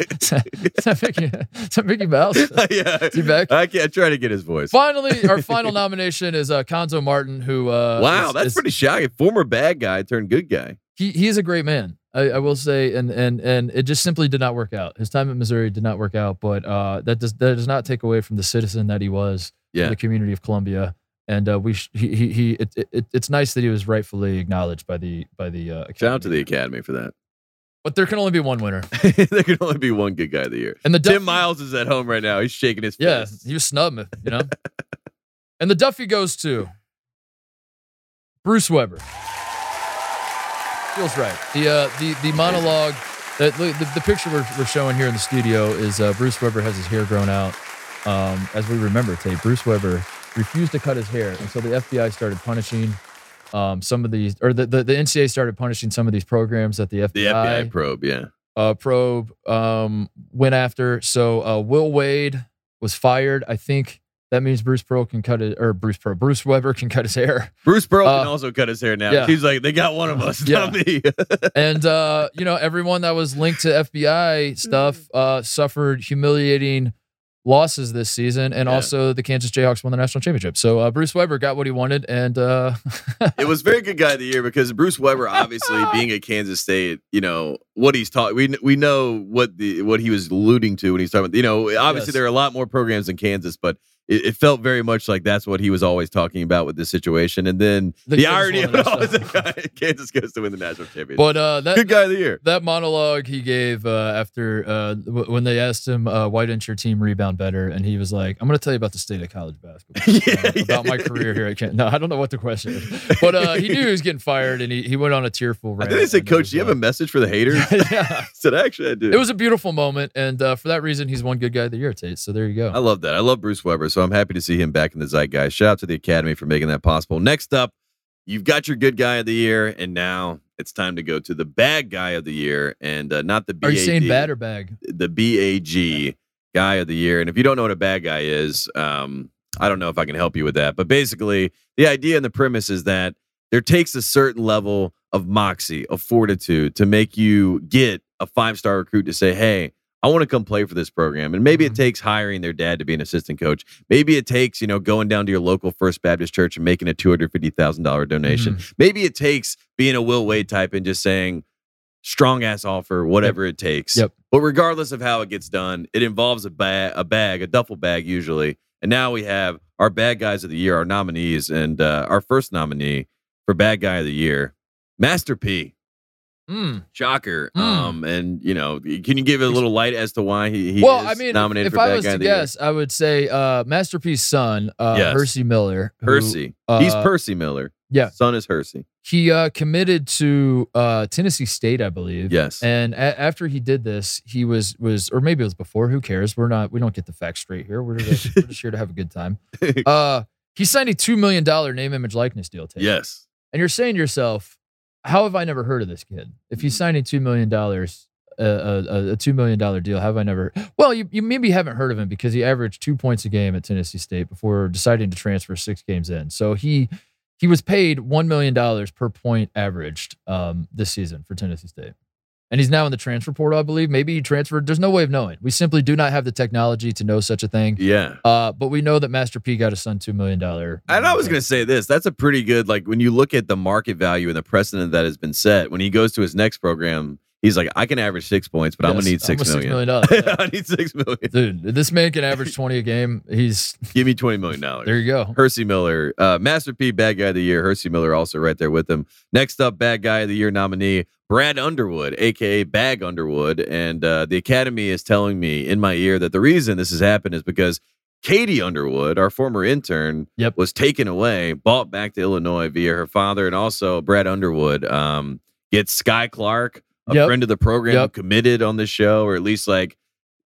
A: it.
C: is that is that Mickey, is that Mickey Mouse?
A: [laughs] yeah.
C: he back?
A: I can't try to get his voice.
C: Finally, our final nomination is uh, Conzo Martin, who uh,
A: wow,
C: is-
A: that's
C: is-
A: pretty shocking. Former bad guy turned good guy.
C: He he is a great man. I, I will say, and and and it just simply did not work out. His time at Missouri did not work out, but uh, that does that does not take away from the citizen that he was in
A: Yeah.
C: the community of Columbia. And uh, we sh- he he, he it, it- it, it's nice that he was rightfully acknowledged by the by the uh,
A: Shout out to the
C: academy.
A: academy for that. [laughs]
C: But there can only be one winner,
A: there can only be one good guy of the year.
C: and the
A: Tim
C: Duffy-
A: Miles is at home right now. He's shaking his
C: Yeah,
A: fist.
C: he was snubbing, you know. and the Duffy goes to Bruce Weber. Feels right. The uh, the the monologue, that the, the, the picture we're, we're showing here in the studio is uh, Bruce Weber has his hair grown out. Um, as we remember, Tate Bruce Weber refused to cut his hair, and so the FBI started punishing um, some of these, or the, the the NCAA started punishing some of these programs that the FBI,
A: The FBI probe, yeah.
C: uh, probe um, went after. So uh, Will Wade was fired. I think that means Bruce Pearl can cut it, or Bruce Pearl, Bruce Weber can cut his hair.
A: Bruce Pearl can
C: Uh,
A: also cut his hair now.
C: yeah. Uh,
A: He's like, they got one of us, [laughs]
C: Yeah.
A: not me.
C: and uh, you know, everyone that was linked to FBI stuff uh, suffered humiliating losses this season, and
A: Yeah.
C: also the Kansas Jayhawks won the national championship. So uh, Bruce Weber got what he wanted, and uh,
A: it was very good guy of the year because Bruce Weber,
C: [laughs]
A: obviously being at Kansas State, you know what he's taught. We we know what the what he was alluding to when he's talking. About, you know, obviously
C: Yes.
A: there are a lot more programs in Kansas, but it, it felt very much like that's what he was always talking about with this situation. And then
C: The
A: the,
C: Kansas
A: irony
C: won
A: of
C: the
A: it all is
C: national-
A: that Kansas goes to win the national championship.
C: But uh, that
A: Good guy of the
C: [laughs]
A: year.
C: that monologue he gave uh, after uh, w- when they asked him, uh, "Why didn't your team rebound better?" and he was like, "I'm going to tell you about the state of college
A: [laughs]
C: basketball,
A: Yeah,
C: uh, about my
A: yeah.
C: career here at Kent." No, I don't know what the question is, but uh, he knew he was getting fired, and he, he went on a tearful
A: I
C: rant.
A: think they said,
C: and it
A: Coach,
C: was,
A: do you have
C: uh,
A: a message for the
C: [laughs]
A: haters? I [laughs]
C: yeah,
A: said, actually, I do.
C: it was a beautiful moment, and uh, for that reason, he's one good guy of the year, Tate. So there you
A: I
C: go.
A: love that. I love Bruce Weber, so I'm happy to see him back in the zeitgeist. Shout out to the Academy for making that possible. Next up, you've got your good guy of the year, and now it's time to go to the bad guy of the year, and uh, not the BAD,
C: Are you saying bad or bag?
A: the BAG guy of the year. And if you don't know what a bad guy is, um, I don't know if I can help you with that. But basically, the idea and the premise is that there takes a certain level of moxie, of fortitude to make you get a five star recruit to say, hey, I want to come play for this program. And maybe
C: Mhm.
A: it takes hiring their dad to be an assistant coach. Maybe it takes, you know, going down to your local First Baptist church and making a $250,000 donation.
C: Mm-hmm.
A: Maybe it takes being a Will Wade type and just saying strong ass offer, whatever it takes.
C: Yep.
A: But regardless of how it gets done, it involves a bag, a bag, a duffel bag usually. And now we have our bad guys of the year, our nominees, and uh, our first nominee for bad guy of the year, Master P.
C: Mm.
A: Shocker.
C: Hmm.
A: Um, and you know, can you give a little light as to why he, he
C: well,
A: is
C: I mean, if-
A: nominated
C: if,
A: for
C: I
A: bad
C: was
A: guy
C: to
A: of the year?
C: guess, I would say uh, Masterpiece Son, uh,
A: Yes.
C: Hersey Miller. who,
A: Hersey.
C: uh,
A: He's Percy Miller.
C: yeah.
A: Son is Hersey.
C: He uh, committed to uh, Tennessee State, I believe.
A: Yes.
C: And a- after he did this, he was was, or maybe it was before. Who cares? We're not. We don't get the facts straight here. We're just, we're just here to have a good time. Uh, he signed a two million dollar name, image, likeness deal. Tate.
A: yes.
C: And you're saying to yourself, how have I never heard of this kid? If he's signing two million dollars, uh, a, a two million dollar deal, how have I never? Well, you, you maybe haven't heard of him because he averaged two points a game at Tennessee State before deciding to transfer six games in. So he he was paid one million dollars per point averaged um, this season for Tennessee State. And he's now in the transfer portal, I believe. Maybe he transferred. There's no way of knowing. We simply do not have the technology to know such a thing.
A: Yeah.
C: Uh, but we know that Master P got his son two million dollar. uh,
A: And I was going to say this. That's a pretty good, like, when you look at the market value and the precedent that has been set, when he goes to his next program, he's like, I can average six points, but I'm going to need six [laughs]
C: six
A: million.
C: million dollars.
A: I need six million.
C: Dude, this man can
A: [laughs]
C: average 20 a game. He's
A: Give me $20 million.
C: there you go.
A: Hersey Miller, uh, Master P, Bad Guy of the Year. Hersey Miller also right there with him. Next up, Bad Guy of the Year nominee, Brad Underwood, aka Bag Underwood. And uh, the Academy is telling me in my ear that the reason this has happened is because Katie Underwood, our former intern,
C: Yep.
A: was taken away, bought back to Illinois via her father, and also Brad Underwood um, gets Sky Clark, a
C: Yep.
A: friend of the program,
C: Yep.
A: who committed on the show, or at least like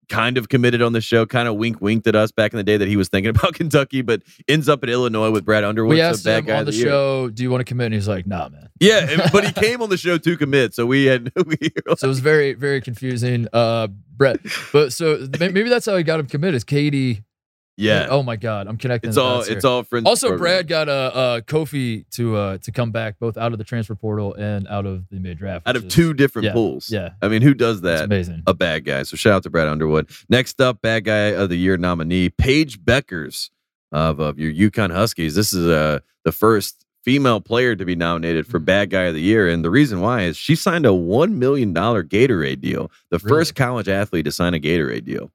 A: kind of committed on the show, kind of wink winked at us back in the day that he was thinking [laughs] about Kentucky, but ends up in Illinois with Brad Underwood.
C: We
A: so
C: asked him on
A: of
C: the,
A: year.
C: show, "Do you want to commit?" And he's like, "Nah, man."
A: Yeah, and- but he came on the show to commit, so we had [laughs] we were
C: So it was very, very confusing, uh, Brett. But so may- maybe that's how he got him committed. Is Katie?
A: yeah.
C: Oh my God, I'm connecting.
A: it's
C: the
A: all
C: dots here.
A: it's all friends.
C: Also,
A: program.
C: Brad got a uh, uh, Kofi to uh, to come back both out of the transfer portal and out of the mid draft.
A: out of two different
C: yeah,
A: pools.
C: yeah,
A: I mean, who does
C: it's
A: that?
C: amazing.
A: a bad guy. So shout out to Brad Underwood. Next up, bad guy of the year nominee, Paige Beckers of, of your Yukon Huskies. This is uh, the first female player to be nominated for bad guy of the year. And the reason why is she signed a $1 million Gatorade deal, the
C: Really?
A: first college athlete to sign a Gatorade deal.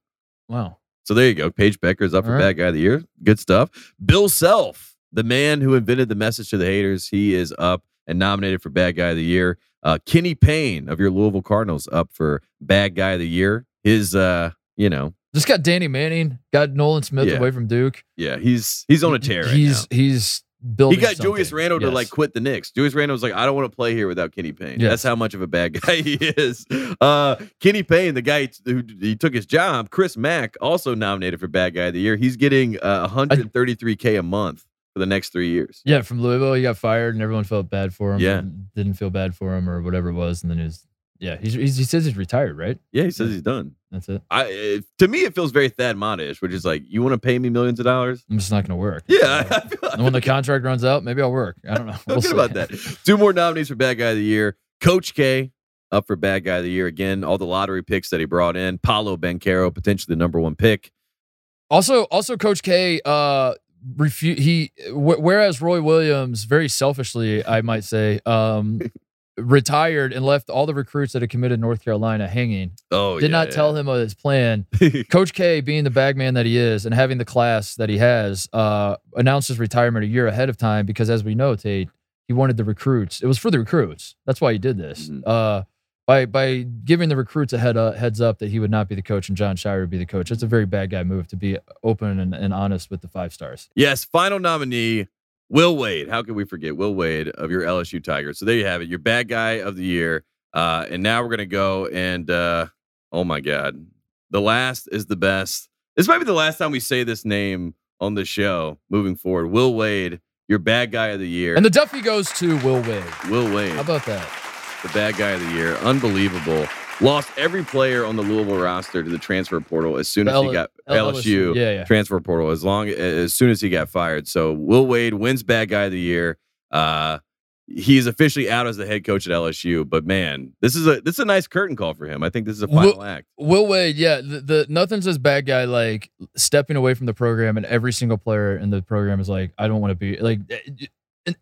C: Wow.
A: So there you go. Paige Becker's up for
C: All right.
A: bad guy of the year. Good stuff. Bill Self, the man who invented the message to the haters, he is up and nominated for bad guy of the year. Uh, Kenny Payne of your Louisville Cardinals up for bad guy of the year. His, uh, you know,
C: Just got Danny Manning, got Nolan Smith
A: Yeah.
C: away from Duke.
A: yeah, he's he's on a tear right
C: he's he's
A: now.
C: building.
A: He got Julius
C: something.
A: Randle to
C: Yes.
A: like quit the Knicks. Julius Randle was like, I don't want to play here without Kenny Payne.
C: Yes.
A: That's how much of a bad [laughs] guy he is. Uh, Kenny Payne, the guy who he took his job, Chris Mack, also nominated for bad guy of the year. He's getting uh, 133k a month for the next three years.
C: Yeah, from Louisville, he got fired, and everyone felt bad for him.
A: Yeah.
C: and didn't feel bad for him or whatever it was, and then he's yeah, he's, he's he says he's retired, right?
A: Yeah, he says he's done.
C: That's it.
A: I it, to me, it feels very Thad Modish, which is like, you want to pay me millions of dollars?
C: I'm just not gonna work.
A: Yeah, [laughs] I,
C: So,
A: I feel, I
C: and when the contract runs out, maybe I'll work. I
A: [laughs]
C: don't know.
A: feel
C: We'll
A: good
C: see.
A: about that. Two more nominees for bad guy of the year: Coach K up for bad guy of the year again. All the lottery picks that he brought in: Paolo Banquero, potentially the number one pick.
C: Also, also, Coach K, uh,
A: [laughs]
C: refu- he wh- whereas Roy Williams, very selfishly, I might say, um, retired and left all the recruits that had committed North Carolina hanging.
A: Oh,
C: Did
A: yeah, [laughs]
C: not tell him of his plan. Coach K, being the bag man that he is and having the class that he has, uh, announced his retirement a year ahead of time because, as we know, Tate, he wanted the recruits. It was for the recruits. That's why he did this.
A: Mhm.
C: Uh, by by giving the recruits a head uh, heads up that he would not be the coach and John Shire would be the coach. That's a very bad guy move to be open and, and honest with the five stars.
A: Yes, final nominee, Will Wade. How can we forget Will Wade of your LSU Tigers? So there you have it, your bad guy of the year. Uh, and now we're gonna go and uh, oh my god, the last is the best. This might be the last time we say this name on the show moving forward. Will Wade, your bad guy of the year.
C: And the Duffy goes to Will Wade.
A: Will Wade,
C: How about that?
A: the bad guy of the year, unbelievable. Lost every player on the Louisville roster to the transfer portal as soon as he
C: L-
A: got
C: L-
A: LSU
C: Yeah, yeah.
A: transfer portal as long as soon as he got fired. So Will Wade wins bad guy of the year. Uh he's officially out as the head coach at LSU, but man, this is a this is a nice curtain call for him. I think this is a final
C: Will-
A: act.
C: Will Wade, yeah, the, the nothing says bad guy like stepping away from the program, and every single player in the program is like, I don't want to be like eh, an,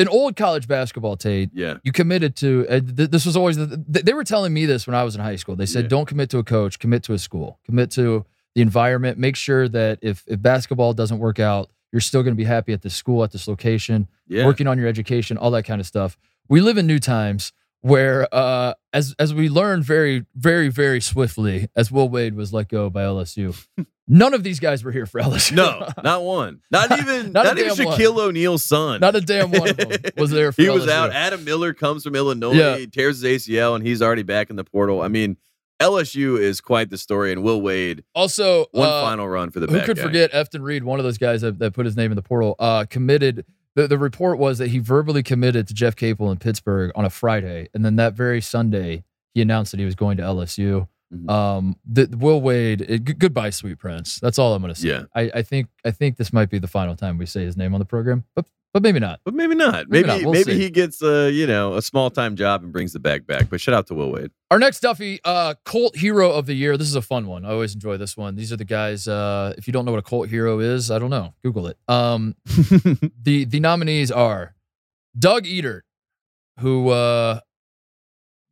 C: an old college basketball Tate.
A: Yeah.
C: You committed to uh, th- this was always the, th- they were telling me this when I was in high school. They said,
A: Yeah.
C: don't commit to a coach, commit to a school, commit to the environment. Make sure that if if basketball doesn't work out, you're still going to be happy at this school, at this location
A: Yeah.
C: working on your education, all that kind of stuff. We live in new times where, uh, as as we learned very, very, very swiftly, as Will Wade was let go
A: [laughs]
C: by LSU, none of these guys were here for LSU. [laughs]
A: No, not one. Not even not,
C: Not a
A: even
C: damn one.
A: Shaquille O'Neal's son.
C: not a damn one of them was there. For
A: he was
C: LSU.
A: out. Adam Miller comes from Illinois,
C: Yeah.
A: he tears his ACL, and he's already back in the portal. I mean, LSU is quite the story, and Will Wade
C: Also,
A: one
C: uh,
A: final run for the
C: who
A: bad
C: could
A: guy.
C: forget Efton Reed, one of those guys that, that put his name in the portal, uh, committed. The, the report was that he verbally committed to Jeff Capel in Pittsburgh on a Friday, and then that very Sunday he announced that he was going to LSU.
A: Mhm.
C: Um, the, Will Wade, it, g- goodbye, sweet prince. That's all I'm going to say.
A: Yeah.
C: I, I think I think this might be the final time we say his name on the program, but but maybe not.
A: But maybe not. Maybe
C: Maybe
A: maybe,
C: not. We'll see.
A: he gets uh, you know a small time job and brings the bag back. But shout out to Will
C: [laughs]
A: Wade.
C: Our next Duffy, uh, cult hero of the year. This is a fun one. I always enjoy this one. These are the guys. Uh, if you don't know what a cult hero is, I don't know. Google it. Um, the the nominees are Doug Eater, who uh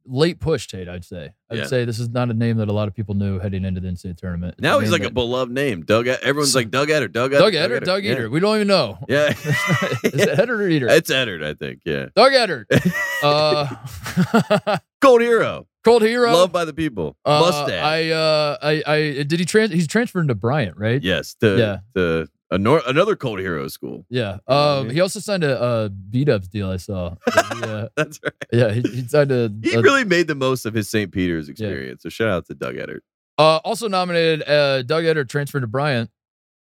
C: late push Tate, I'd say. I'd
A: Yeah.
C: say this is not a name that a lot of people knew heading into the NCAA tournament. It's
A: now he's
C: name
A: like a
C: that-
A: beloved name. Doug. E, Everyone's like Doug Eddard. Doug Eddard.
C: Doug Eddard, Doug Eater. We don't even know.
A: Yeah.
C: [laughs] is
A: [laughs]
C: it Eddard or Eater?
A: it's Eddard, I think. Yeah.
C: Doug Eddard.
A: [laughs]
C: Uh [laughs]
A: Cold hero.
C: Cold Hero.
A: Loved by the people.
C: uh,
A: Mustache.
C: I uh I I did he trans he's transferring to Bryant, right?
A: yes. To
C: Yeah.
A: to a nor- another cold hero school. [laughs]
C: Yeah.
A: You know what I
C: Um,
A: mean?
C: he also signed a, uh beat ups deal I saw.
A: [laughs]
C: yeah,
A: That's right.
C: yeah. He, he signed a,
A: He
C: a
A: really made the most of his St. Peter's experience. So shout out to Doug Eddard.
C: Uh, also nominated, uh, Doug Eddard transferred to Bryant.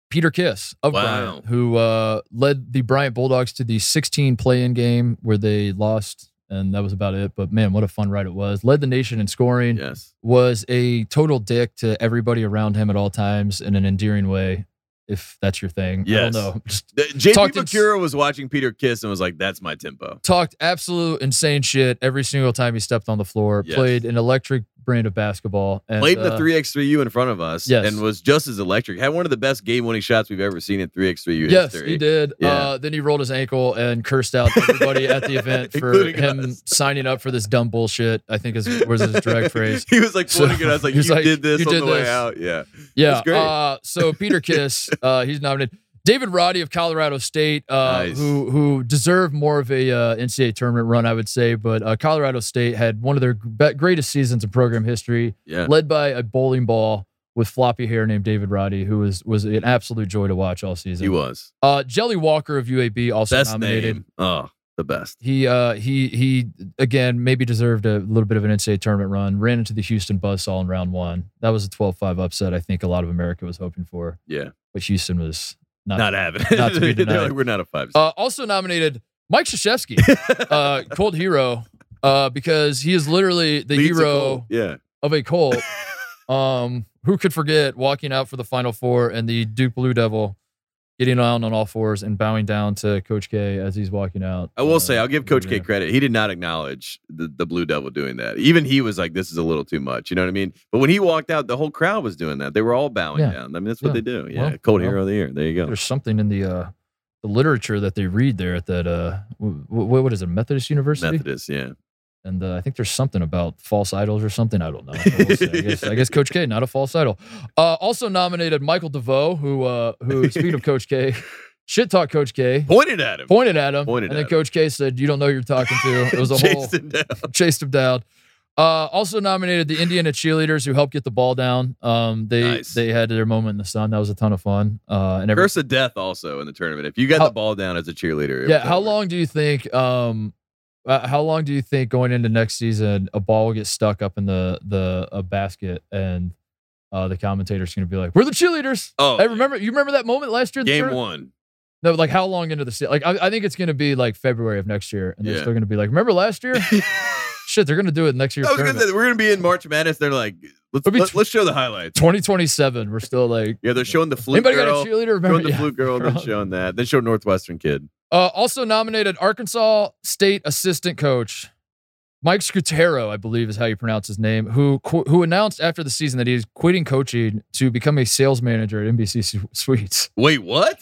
C: Peter Kiss of
A: Wow.
C: Bryant, who uh, led the Bryant Bulldogs to the 16 play-in game where they lost, and that was about it. But man, what a fun ride it was! Led the nation in scoring.
A: Yes.
C: Was a total dick to everybody around him at all times in an endearing way, if that's your thing. I
A: Yes.
C: don't know. [laughs] Just
A: The- JP
C: Talked in-
A: McCura was watching Peter Kiss and was like, "That's my tempo."
C: talked absolute insane shit every single time he stepped on the floor.
A: Yes.
C: Played an electric brand of basketball. And,
A: played in
C: uh,
A: the three x three U in front of us,
C: Yes.
A: and was just as electric. Had one of the best game winning shots we've ever seen in three x three U
C: Yes,
A: history.
C: he did.
A: Yeah.
C: Uh, then he rolled his ankle and cursed out everybody at
A: [laughs]
C: the event for
A: Including
C: him
A: us.
C: signing up for this dumb bullshit. I think is was his
A: [laughs]
C: direct phrase.
A: he was like
C: So,
A: pointing at us, like
C: he
A: you
C: was like,
A: did this
C: "You
A: on
C: did
A: the way
C: this."
A: out. Yeah,
C: Yeah.
A: That's great.
C: Uh, so
A: [laughs]
C: Peter Kiss, uh, he's nominated. David Roddy of Colorado State, uh,
A: Nice.
C: who who deserved more of a uh, NCAA tournament run, I would say, but uh, Colorado State had one of their be- greatest seasons in program history,
A: yeah.
C: led by a bowling ball with floppy hair named David Roddy, who was was an absolute joy to watch all season.
A: He was
C: Uh, Jelly Walker of UAB also
A: best
C: nominated.
A: name. Oh, the best.
C: He uh he he again maybe deserved a little bit of an NCAA tournament run. Ran into the Houston buzzsaw in round one. That was a 12-5 upset. I think a lot of America was hoping for,
A: Yeah,
C: but Houston was not.
A: not having.
C: not to
A: [laughs]
C: be
A: They're
C: denied.
A: like, We're not a five.
C: uh, also nominated Mike Krzyzewski,
A: [laughs]
C: uh, cold hero, uh, because he is literally the
A: Leads a
C: hero Oh,
A: goal. Yeah,
C: of a Colt. um, who could forget walking out for the Final Four and the Duke Blue Devil getting on on all fours and bowing down to Coach K as he's walking out?
A: I will
C: Uh,
A: say I'll give Coach
C: yeah.
A: K credit. He did not acknowledge the, the Blue Devil doing that. Even he was like, "This is a little too much." You know what I mean? But when he walked out, the whole crowd was doing that. They were all bowing
C: Yeah.
A: down. I mean, that's what
C: Yeah.
A: they do. Yeah,
C: Well,
A: Cold
C: well.
A: Hero of the Year. There you go.
C: there's something in the uh the literature that they read there at that uh what, what is it Methodist University
A: Methodist. Yeah,
C: And uh, I think there's something about false idols or something. I don't know. I, will say. I, guess, I guess Coach K, not a false idol. Uh, also nominated Michael DeVoe, who, uh,
A: [laughs]
C: who speaking of Coach K, shit talk Coach K,
A: Pointed at him.
C: pointed at him.
A: Pointed
C: and
A: at
C: then
A: him.
C: Coach K said, You don't know who you're talking to.
A: [laughs]
C: It was a whole
A: Chased him down.
C: chased him down. Uh, also nominated the Indiana cheerleaders who helped get the ball down. Um, they
A: Nice.
C: they had their moment in the sun. That was a ton of fun. Uh, and [laughs] every,
A: Curse of death also in the tournament. If you got
C: How-
A: the ball down as a cheerleader, it
C: yeah.
A: was
C: How
A: over.
C: long do you think? Um, uh, how long do you think going into next season a ball will get stuck up in the the a basket and uh, the commentators going to be like, "We're the cheerleaders."
A: Oh,
C: I remember you remember that moment last year. in the
A: game
C: tournament? [laughs]
A: one.
C: No, like how long into the season? Like I, I think it's going to be like February of next year, and
A: Yeah.
C: they're still going to be like, "Remember
A: [laughs]
C: last year?" Shit, they're going to do it next year.
A: I was gonna say we're gonna be in March Madness. They're like, let's
C: It'll be
A: let,
C: tw-
A: us show the highlights.
C: 2027, we're still like.
A: Yeah, they're showing the flute
C: Anybody
A: girl,
C: got a cheerleader? Remember?
A: showing the
C: [laughs] yeah.
A: flute girl, then showing that, then show Northwestern kid.
C: Uh, also nominated Arkansas State assistant coach Mike Scutero, I believe is how you pronounce his name, who qu- who announced after the season that he's quitting coaching to become a sales manager at NBC Su- Suites.
A: Wait, what?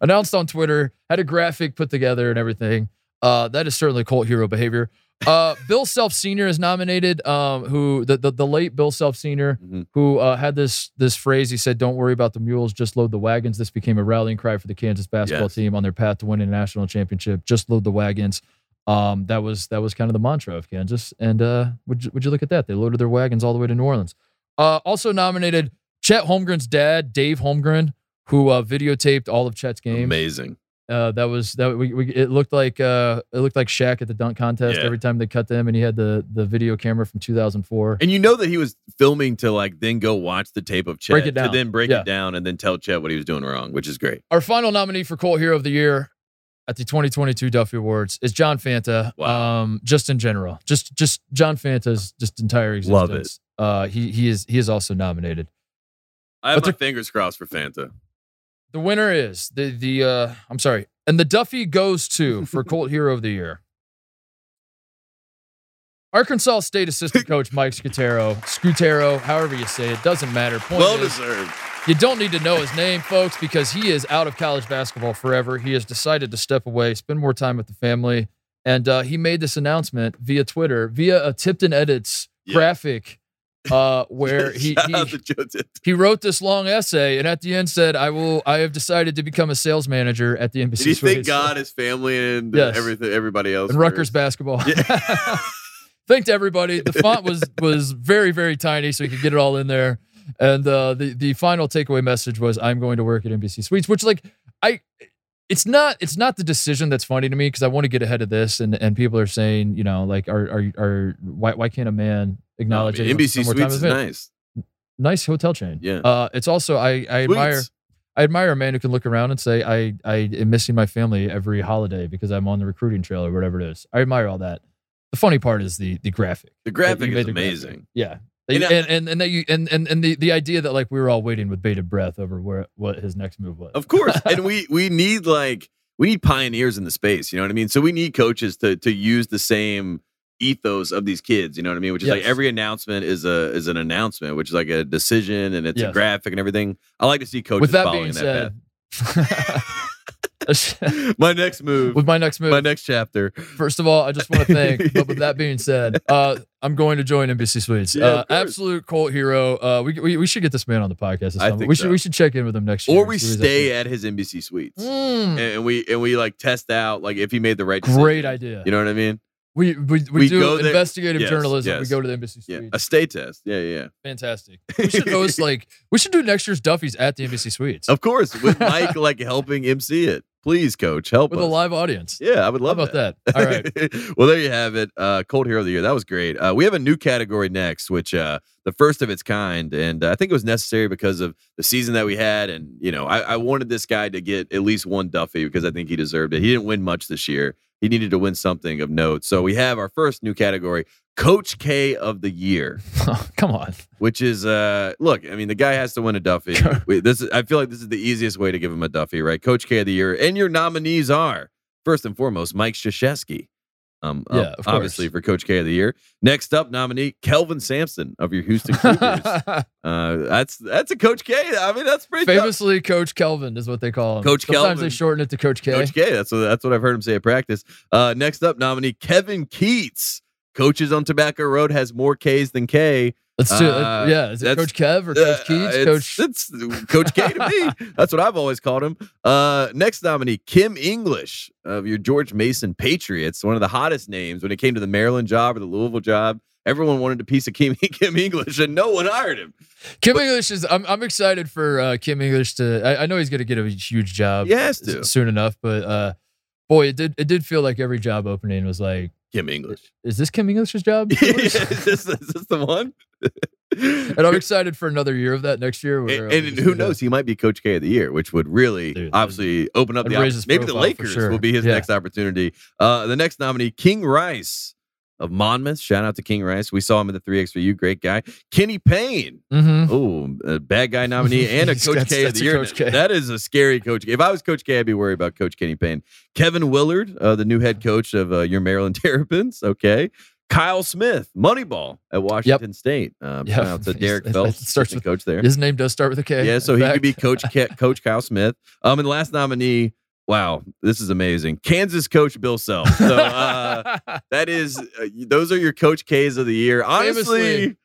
C: announced on Twitter, had a graphic put together and everything. Uh, that is certainly cult hero behavior. Uh, Bill Self Sr. is nominated, um, who the, the the late Bill Self Sr.
A: Mhm.
C: who uh, had this this phrase. He said, "Don't worry about the mules, just load the wagons." This became a rallying cry for the Kansas basketball
A: Yes.
C: team on their path to winning a national championship. Just load the wagons. Um, that was that was kind of the mantra of Kansas. And uh, would you, would you look at that? They loaded their wagons all the way to New Orleans. Uh, also nominated Chet Holmgren's dad, Dave Holmgren, who uh, videotaped all of Chet's games.
A: Amazing.
C: Uh, that was that we, we it looked like uh it looked like Shaq at the dunk contest
A: Yeah.
C: every time they cut them and he had the the video camera from 2004.
A: And you know that he was filming to like then go watch the tape of Chet
C: Break it down.
A: to then break
C: Yeah.
A: it down and then tell Chet what he was doing wrong, which is great.
C: Our final nominee for Colt Hero of the Year at the 2022 Duffy Awards is John Fanta.
A: Wow.
C: Um just in general. Just just John Fanta's just entire
A: Love it.
C: existence. Uh he he is he is also nominated.
A: I have
C: What's
A: my fingers crossed for Fanta.
C: The winner is the the uh I'm sorry. And the Duffy goes
A: [laughs]
C: to for Colt Hero of the Year. Arkansas
A: [laughs]
C: State assistant coach Mike Scutero, Scutero, however you say it, doesn't matter. Point
A: Well
C: is,
A: deserved.
C: you don't need to know his name, folks, because he is out of college basketball forever. He has decided to step away, spend more time with the family, and uh, he made this announcement via Twitter, via a Tipton Edits
A: Yeah.
C: graphic,
A: [laughs]
C: uh, where he,
A: Shout
C: he
A: out to Joe Tipton.
C: he wrote this long essay and at the end said, "I will. I have decided to become a sales manager at the
A: Did
C: embassy."
A: he thank
C: Suites
A: God, his family, and
C: Yes.
A: everything, everybody else?
C: and
A: for-
C: Rutgers basketball. [laughs]
A: Yeah.
C: Thank to everybody. The font was was very very tiny, so you could get it all in there. And uh, the the final takeaway message was, "I'm going to work at NBC Suites," which like I. It's not. It's not the decision that's funny to me because I want to get ahead of this, and, and people are saying, you know, like, are are are why why can't a man
A: No, I
C: acknowledge
A: mean,
C: anyone
A: NBC
C: spend more time
A: Suites is
C: with me?
A: nice.
C: nice hotel chain.
A: Yeah.
C: Uh, it's also I I admire
A: Suites.
C: I admire a man who can look around and say, I, I am missing my family every holiday because I'm on the recruiting trail or whatever it is. I admire all that. The funny part is the the graphic.
A: The
C: that you
A: graphic
C: made
A: is
C: the graphic.
A: amazing.
C: Yeah.
A: And
C: And
A: I-
C: and, and that you and, and and the the idea that like we were all waiting with bated breath over where what his next move was.
A: Of
C: [laughs]
A: course. and we we need like we need pioneers in the space, you know what I mean? So we need coaches to to use the same ethos of these kids, you know what I mean? Which is like
C: Yes.
A: every announcement is a is an announcement, which is like a decision and it's a
C: Yes.
A: graphic and everything. I like to see coaches
C: With that
A: following
C: being
A: that
C: said, [laughs]
A: [laughs]
C: with
A: path. My next move,
C: my next move,
A: my next chapter.
C: First of all, I just want to
A: [laughs]
C: thank. but with that being said, uh, I'm going to join NBC Suites.
A: Yeah, of
C: uh,
A: course.
C: absolute cult hero. Uh, we, we we should get this man on the podcast.
A: I
C: I
A: think
C: we
A: so.
C: should we should check in with him next year.
A: Or
C: and
A: we
C: see what he's up
A: stay at his NBC suites.
C: to.
A: And
C: Mm,
A: and we and we like test out like if he made the right
C: great
A: decision.
C: idea.
A: You know what I mean?
C: we, we, we
A: we
C: do
A: go there-
C: investigative
A: yes,
C: journalism.
A: yes.
C: We go to the NBC Suites.
A: Yeah. A stay test. Yeah, yeah, yeah.
C: Fantastic. We should
A: [laughs]
C: host like we should do next year's Duffy's at the NBC Suites
A: Of course, with Mike like helping MC it. Please, coach, help
C: with
A: us.
C: a live audience.
A: Yeah, I would
C: How
A: love
C: about
A: that.
C: that?
A: [laughs]
C: All right. [laughs]
A: well, there you have it. Uh, Cold Hero of the Year. That was great. Uh, we have a new category next, which uh, the first of its kind, and uh, I think it was necessary because of the season that we had. And you know, I, I wanted this guy to get at least one Duffy because I think he deserved it. He didn't win much this year. He needed to win something of note. So we have our first new category, Coach K of the Year
C: Come on.
A: which is uh look i mean the guy has to win a
C: [laughs]
A: duffy we, this is, i feel like this is the easiest way to give him a duffy right coach k of the year and your nominees are first and foremost mike sheshewski Um,
C: Yeah,
A: ob-
C: of course.
A: obviously for Coach K of the year. Next up, nominee Kelvin Sampson of your Houston
C: [laughs]
A: Cougars. uh, that's that's a Coach K. I mean, that's pretty tough.
C: Famously, Coach Kelvin is what they call him.
A: Coach
C: Sometimes
A: Kelvin.
C: they shorten it to Coach K.
A: Coach K. That's what that's what I've heard him say at practice. Uh, next up, nominee Kevin Keats. Coaches on Tobacco Road has more K's than K.
C: Let's do
A: Uh,
C: it. Yeah, is it
A: that's-
C: Coach Kev or
A: Uh,
C: Coach Keats?
A: it's-
C: Coach
A: it's Coach K to
C: [laughs]
A: me. That's what I've always called him. Uh, next nominee, Kim English of your George Mason Patriots. One of the hottest names when it came to the Maryland job or the Louisville job. Everyone wanted a piece of Kim, [laughs] Kim English, and no one hired him.
C: Kim English is. I'm, I'm excited for uh, Kim English to. I, I know he's going to get a huge job
A: He has to.
C: s- soon enough, but uh, boy, it did. It did feel like every job opening was like,
A: Kim [laughs] English.
C: is this Kim English's
A: [laughs]
C: job?
A: is, this, is this the one?
C: [laughs] and I'm excited for another year of that next year. where
A: And,
C: I'm
A: and
C: just
A: who
C: gonna-
A: knows? He might be Coach K of the year, which would really
C: Dude,
A: obviously open up
C: that'd
A: the opportunity.
C: raise his
A: Maybe the
C: profile for
A: Lakers
C: sure.
A: will be his
C: Yeah.
A: next opportunity. Uh, the next nominee, King Rice of Monmouth. Shout out to King Rice. We saw him in the 3X3U. Great guy. Kenny
C: [laughs]
A: Payne.
C: Mhm.
A: Oh, a bad guy
C: [laughs]
A: nominee and a
C: He's
A: Coach
C: got-
A: K of
C: that's
A: the
C: a
A: year.
C: Coach K.
A: That is a scary Coach K. If I was Coach K, I'd be worried about Coach Kenny Payne. Kevin Willard, uh, the new head coach of uh, your Maryland [laughs] Terrapins. Okay. Kyle Smith, Moneyball at Washington State. Um,
C: Yep.
A: shout out
C: [laughs]
A: to Derek
C: It
A: Phelps,
C: starts
A: assistant
C: with-
A: coach there.
C: His name does start with a K.
A: Yeah,
C: in
A: so he could
C: fact. [laughs]
A: be Coach Ke- Coach Kyle Smith. Um, and the last nominee. Wow, this is amazing. Kansas coach Bill Self. So
C: [laughs]
A: uh, that is uh, those are your Coach K's of the year. Honestly,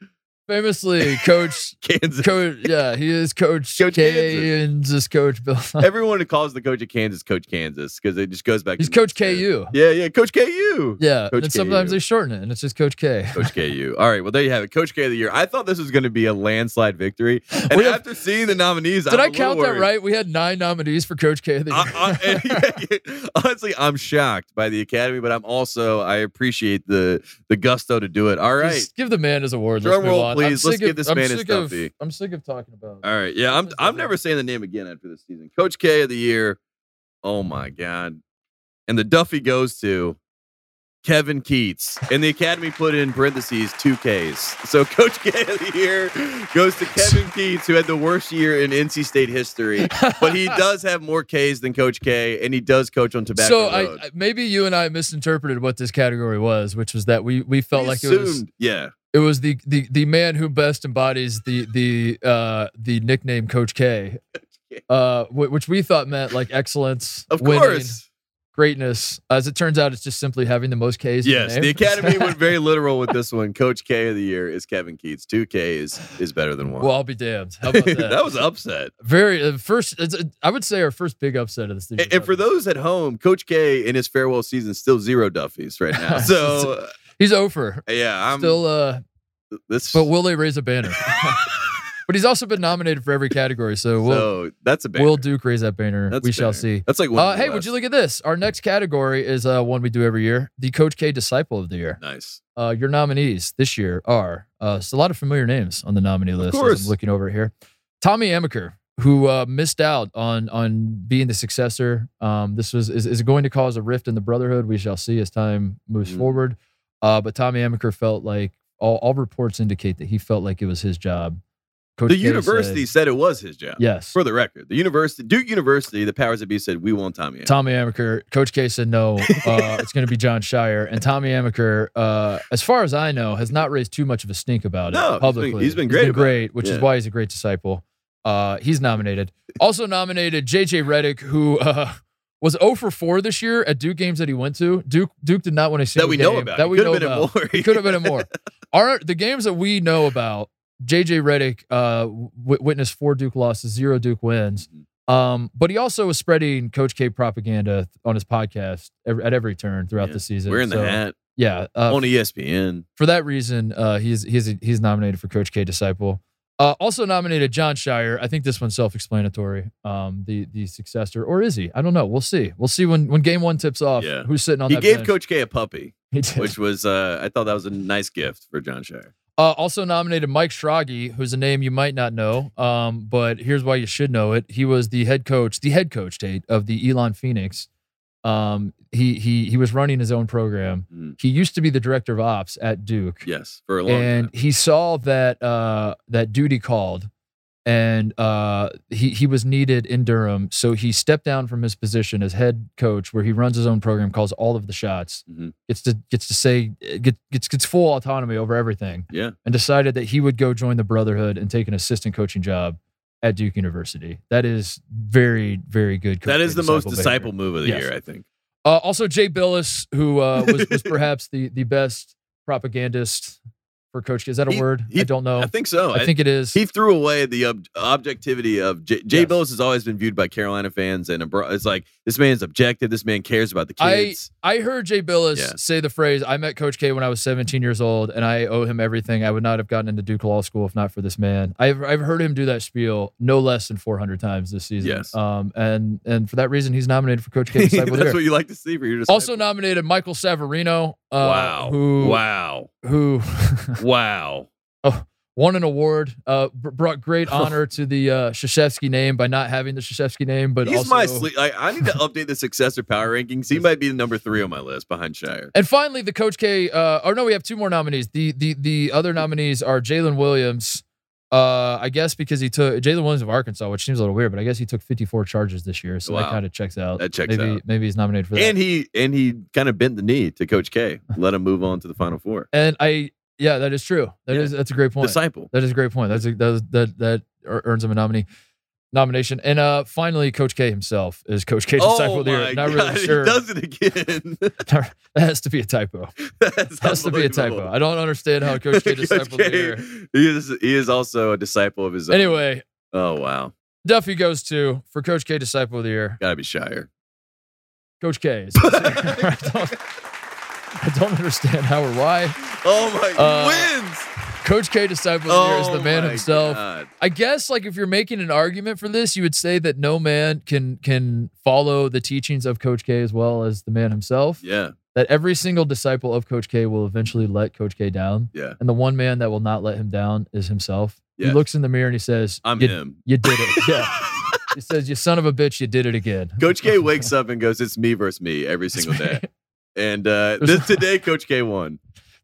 C: famously, Coach.
A: [laughs] Kansas.
C: Coach, yeah, he is Coach,
A: Coach
C: K and this Coach Bill.
A: Everyone who calls the coach of Kansas Coach Kansas because it just goes back.
C: He's
A: to-
C: Coach KU.
A: Yeah, yeah, Coach KU.
C: Yeah,
A: Coach
C: and sometimes
A: KU.
C: they shorten it, and it's just
A: [laughs]
C: Coach K.
A: Coach KU. All right, well there you have it, Coach K of the year. I thought this was going to be a landslide victory, and
C: We have-
A: after seeing the Uh, nominees,
C: Did
A: i
C: I count that right? We had nine nominees for Coach K. Of the year. [laughs]
A: I- [laughs] I- honestly, I'm shocked by the academy, but I'm also I appreciate the the gusto to do it. All right,
C: Just give the man his award.
A: Drum
C: Let's move
A: roll,
C: on.
A: please.
C: I'm
A: Let's
C: sick
A: give
C: of-
A: this
C: I'm
A: man his
C: sick of,
A: stuffy.
C: I'm sick of talking about.
A: all right. Yeah, I'm I'm never saying the name again after this season. Coach K of the year. Oh my god, and the Duffy goes to. Kevin Keats and the Academy put in parentheses two Ks. So [laughs] Coach K of the year goes
C: [laughs]
A: to Kevin Keats, who had the worst year in NC State history, but
C: [laughs]
A: he does have more Ks than Coach K, and he does coach on tobacco.
C: So I,
A: Road.
C: I- maybe you and I misinterpreted what this category was, which was that we we felt
A: We
C: like it was
A: assumed- yeah.
C: it was the the the man who best embodies the the uh the nickname
A: [laughs]
C: Coach K,
A: K.
C: uh wh- which we thought meant like excellence,
A: Of
C: winning,
A: course.
C: greatness. As it turns out, it's just simply having the most K's. in
A: Yes.
C: name.
A: The Academy
C: [laughs]
A: went very literal with this one. Coach K of the year is Kevin Keats. Two K is is better than one. [laughs]
C: well, I'll be damned. How about that?
A: was an upset.
C: Very uh, first, it's, uh, I would say our first big upset of the season.
A: And, and for those at home, Coach K in his farewell season still zero Duffies right
C: [laughs]
A: now. So
C: he's over.
A: uh, yeah, I'm
C: Still, uh,
A: this.
C: but will they raise
A: [laughs]
C: a banner? but he's also been nominated for every category, so will
A: so that's a bad.
C: will Duke raise that banner?
A: That's
C: we
A: a
C: shall
A: banner.
C: see.
A: That's like one.
C: Uh, hey, would you look at this? Our next category is uh, one we do every year: the Coach K Disciple of the Year.
A: Nice.
C: Uh, your nominees this year are uh, it's a lot of familiar names on the nominee list. as
A: course.
C: I'm looking over here. Tommy Amaker, who uh, missed out on on being the successor. Um, this was is, is going to cause a rift in the brotherhood. We shall see as time moves
A: Mm.
C: forward. Uh, but Tommy Amaker felt like all, all reports indicate that he felt like it was his job. Coach
A: The
C: K
A: university
C: said-
A: said it was his job.
C: yes.
A: For the record, the university, Duke University, the powers that be said we want Tommy. Amaker."
C: Tommy Amaker, Coach K said no.
A: [laughs]
C: Uh, it's going to be John Shire, and Tommy Amaker, uh, as far as I know, has not raised too much of a stink about
A: No, he's
C: it
A: been-
C: publicly.
A: he's been great about it.
C: great, which
A: Yeah.
C: is why he's a great disciple. Uh, he's nominated. Also nominated JJ Reddick, who uh, was 0 for 4 this year at Duke games that he went to. Duke Duke did not win a
A: that
C: single
A: we
C: game
A: know about.
C: That we
A: could
C: know
A: have been at
C: about.
A: more.
C: He could have
A: [laughs]
C: been in more. Our the games that we know about, JJ Reddick uh, w- witnessed four Duke losses, zero Duke wins. Um, but he also was spreading Coach K propaganda on his podcast ev- at every turn throughout
A: Yeah,
C: the season.
A: Wearing the
C: So,
A: hat
C: Yeah. Uh,
A: on E ESPN.
C: for that reason, uh, he's he's he's nominated for Coach K disciple. Uh, also nominated John Shire. I think this one's self-explanatory. Um, the the successor, or is he? I don't know. We'll see. We'll see when when game one tips off.
A: Yeah.
C: Who's sitting on
A: He
C: that
A: gave
C: bench.
A: Coach K a puppy,
C: [laughs] He did.
A: which was uh, I thought that was a nice gift for John Shire.
C: Uh, also nominated Mike Schragi, who's a name you might not know, um, but here's why you should know it. He was the head coach, the head coach, Tate, of the Elon Phoenix. Um, he he he was running his own program.
A: Mm.
C: He used to be the director of ops at Duke,
A: Yes, for a long
C: and
A: time.
C: he saw that uh, that duty called, and uh, he he was needed in Durham, so he stepped down from his position as head coach, where he runs his own program, calls all of the shots,
A: Mhm.
C: gets to gets to say gets gets gets full autonomy over everything,
A: Yeah.
C: and decided that he would go join the Brotherhood and take an assistant coaching job at Duke University. That is very very good.
A: That is the most
C: disciple.
A: disciple move of the
C: Yes.
A: year, I think.
C: Uh, also, Jay Billis,
A: [laughs]
C: who uh, was, was perhaps the, the best propagandist for Coach. Is that a
A: He-
C: word?
A: he-
C: I don't know.
A: I think so.
C: I think it is.
A: he threw away the ob- objectivity of J- Jay
C: Yes.
A: Billis has always been viewed by Carolina fans and abro- it's like this man's objective. This man cares about the
C: I-
A: kids.
C: I heard Jay Billis
A: Yeah.
C: say the phrase, I met Coach K when I was 17 years old, and I owe him everything. I would not have gotten into Duke Law School if not for this man. I've, I've heard him do that spiel no less than 400 times this season.
A: Yes.
C: Um, and, and for that reason, he's nominated for
A: [laughs]
C: Coach K [laughs] Disciple of the
A: That's
C: Year.
A: what you like to see for your disciple.
C: Also nominated Michael Savarino, uh,
A: wow,
C: who
A: wow,
C: who [laughs]
A: wow.
C: won an award, uh, br-
A: [laughs]
C: brought great
A: Oh.
C: honor to the uh, Krzyzewski name by not having the Krzyzewski name, [laughs] but
A: He's
C: also
A: my sleep. I, I need to update the successor power rankings. He might be the number three on my list behind Shire.
C: And finally, the Coach K. Uh, or no, we have two more nominees. The the the other nominees are Jalen Williams. Uh, I guess because he took Jalen Williams of Arkansas, which seems a little weird, but I guess he took 54 charges this year, so that
A: Wow.
C: kind of checks out.
A: That checks
C: maybe
A: out.
C: maybe he's nominated for that.
A: And he and he kind of bent the knee to Coach
C: [laughs]
A: K. Let him move on to the Final Four.
C: And I yeah, that is true. That is
A: Yeah.
C: that's a great point.
A: Disciple.
C: That is a great point. That's a, that that that ear- earns him a nominee nomination. And uh, finally, Coach K himself is Coach K. Disciple
A: Oh
C: of the Year.
A: my
C: Not
A: god!
C: really sure.
A: He
C: [laughs]
A: does it again. [laughs]
C: that has to be a typo.
A: That's
C: Has to be a
A: unbelievable.
C: typo. I don't understand how Coach K.
A: [laughs] Coach
C: Disciple of the
A: K,
C: Year.
A: He is he is also a disciple of his own.
C: Anyway,
A: Oh wow.
C: Duffy goes to for Coach K disciple of the year.
A: Gotta be Shire.
C: Coach
A: [laughs]
C: K. Is, [laughs] I, don't, I don't understand how or why.
A: Oh my
C: Uh,
A: wins.
C: Coach K disciple of the year
A: Oh
C: is the man
A: my
C: himself.
A: God.
C: I guess like if you're making an argument for this, you would say that no man can can follow the teachings of Coach K as well as the man himself.
A: Yeah.
C: That every single disciple of Coach K will eventually let Coach K down.
A: Yeah.
C: And the one man that will not let him down is himself. He
A: Yes.
C: looks in the mirror and he says,
A: I'm
C: you,
A: him.
C: you did it. [laughs] Yeah. he says, You son of a bitch, you did it again.
A: [laughs] Coach K wakes up and goes, "It's me versus me every single
C: [laughs]
A: day." And uh,
C: There's-
A: this today, Coach K won.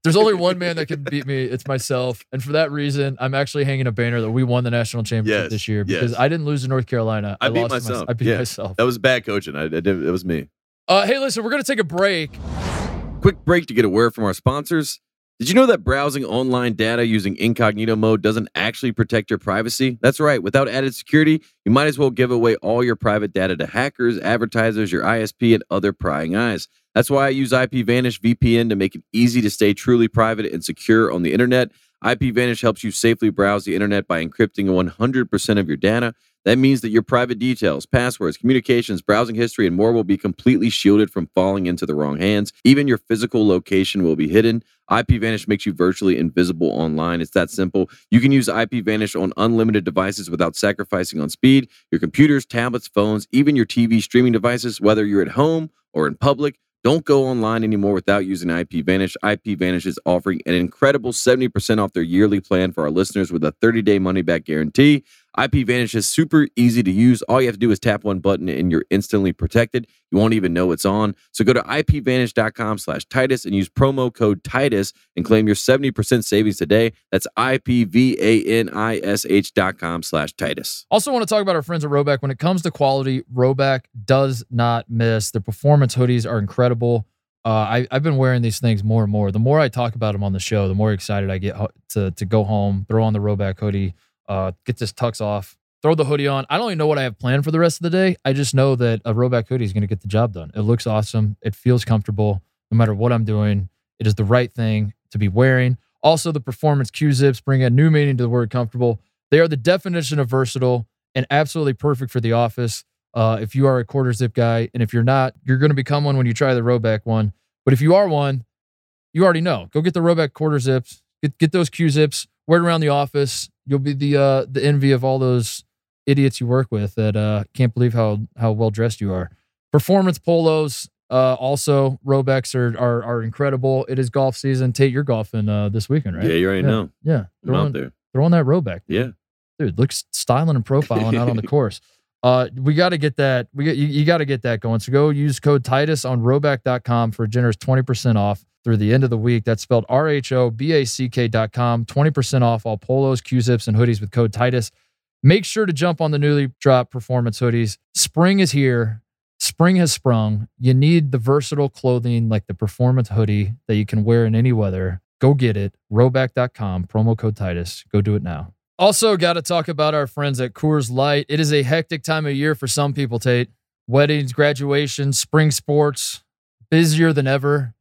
C: There's only one man that can beat me. It's myself. And for that reason, I'm actually hanging a banner that we won the national championship
A: Yes,
C: this year because
A: yes.
C: I didn't lose to North Carolina.
A: I beat
C: lost to
A: myself,
C: I beat
A: yeah.
C: myself.
A: That was bad coaching. I, I did, it was me.
C: Uh, hey, listen, we're going to take a break.
A: Quick break to get a word from our sponsors. Did you know that browsing online data using incognito mode doesn't actually protect your privacy? That's right. Without added security, you might as well give away all your private data to hackers, advertisers, your ISP, and other prying eyes. That's why I use IPVanish VPN to make it easy to stay truly private and secure on the internet. IPVanish helps you safely browse the internet by encrypting 100% of your data. That means that your private details, passwords, communications, browsing history, and more will be completely shielded from falling into the wrong hands. Even your physical location will be hidden. IPVanish makes you virtually invisible online. It's that simple. You can use IPVanish on unlimited devices without sacrificing on speed. Your computers, tablets, phones, even your TV streaming devices, whether you're at home or in public. Don't go online anymore without using IPVanish. IPVanish is offering an incredible 70% off their yearly plan for our listeners with a 30-day money-back guarantee. IPVanish is super easy to use. All you have to do is tap one button and you're instantly protected. You won't even know it's on. So go to IPVanish.com slash Titus and use promo code Titus and claim your 70% savings today. That's IPVANISH dot com slash Titus.
C: Also, want to talk about our friends at Roback. When it comes to quality, Roback does not miss. Their performance hoodies are incredible. Uh, I, I've been wearing these things more and more. The more I talk about them on the show, the more excited I get ho- to to go home, throw on the Roback hoodie, uh, get this tux off, throw the hoodie on. I don't even know what I have planned for the rest of the day. I just know that a Roback hoodie is going to get the job done. It looks awesome. It feels comfortable no matter what I'm doing. It is the right thing to be wearing. Also, the performance Q zips bring a new meaning to the word comfortable. They are the definition of versatile and absolutely perfect for the office. Uh, if you are a quarter zip guy, and if you're not, you're going to become one when you try the Roback one. But if you are one, you already know. Go get the Roback quarter zips. Get get those Q zips. Wear it around the office. You'll be the uh, the envy of all those idiots you work with that uh, can't believe how how well dressed you are. Performance polos. Uh, also, Robecks are, are are incredible. It is golf season. Tate, you're golfing uh, this weekend, right?
A: Yeah, you already
C: Yeah.
A: know.
C: yeah.
A: I'm
C: Throw
A: out
C: on,
A: there.
C: throw on that Robeck
A: Yeah.
C: dude, look s- styling and profiling out on the course. Uh, we got to get that. We got you, you got to get that going. So go use code Titus on Roback.com for a generous twenty percent off through the end of the week. That's spelled R H O B A C K.com. Twenty percent off all polos, Q zips, and hoodies with code Titus. Make sure to jump on the newly dropped performance hoodies. Spring is here. Spring has sprung. You need the versatile clothing like the performance hoodie that you can wear in any weather. Go get it. Roback.com, promo code Titus. Go do it now. Also, got to talk about our friends at Coors Light. It is a hectic time of year for some people, Tate. Weddings, graduations, spring sports, busier than ever.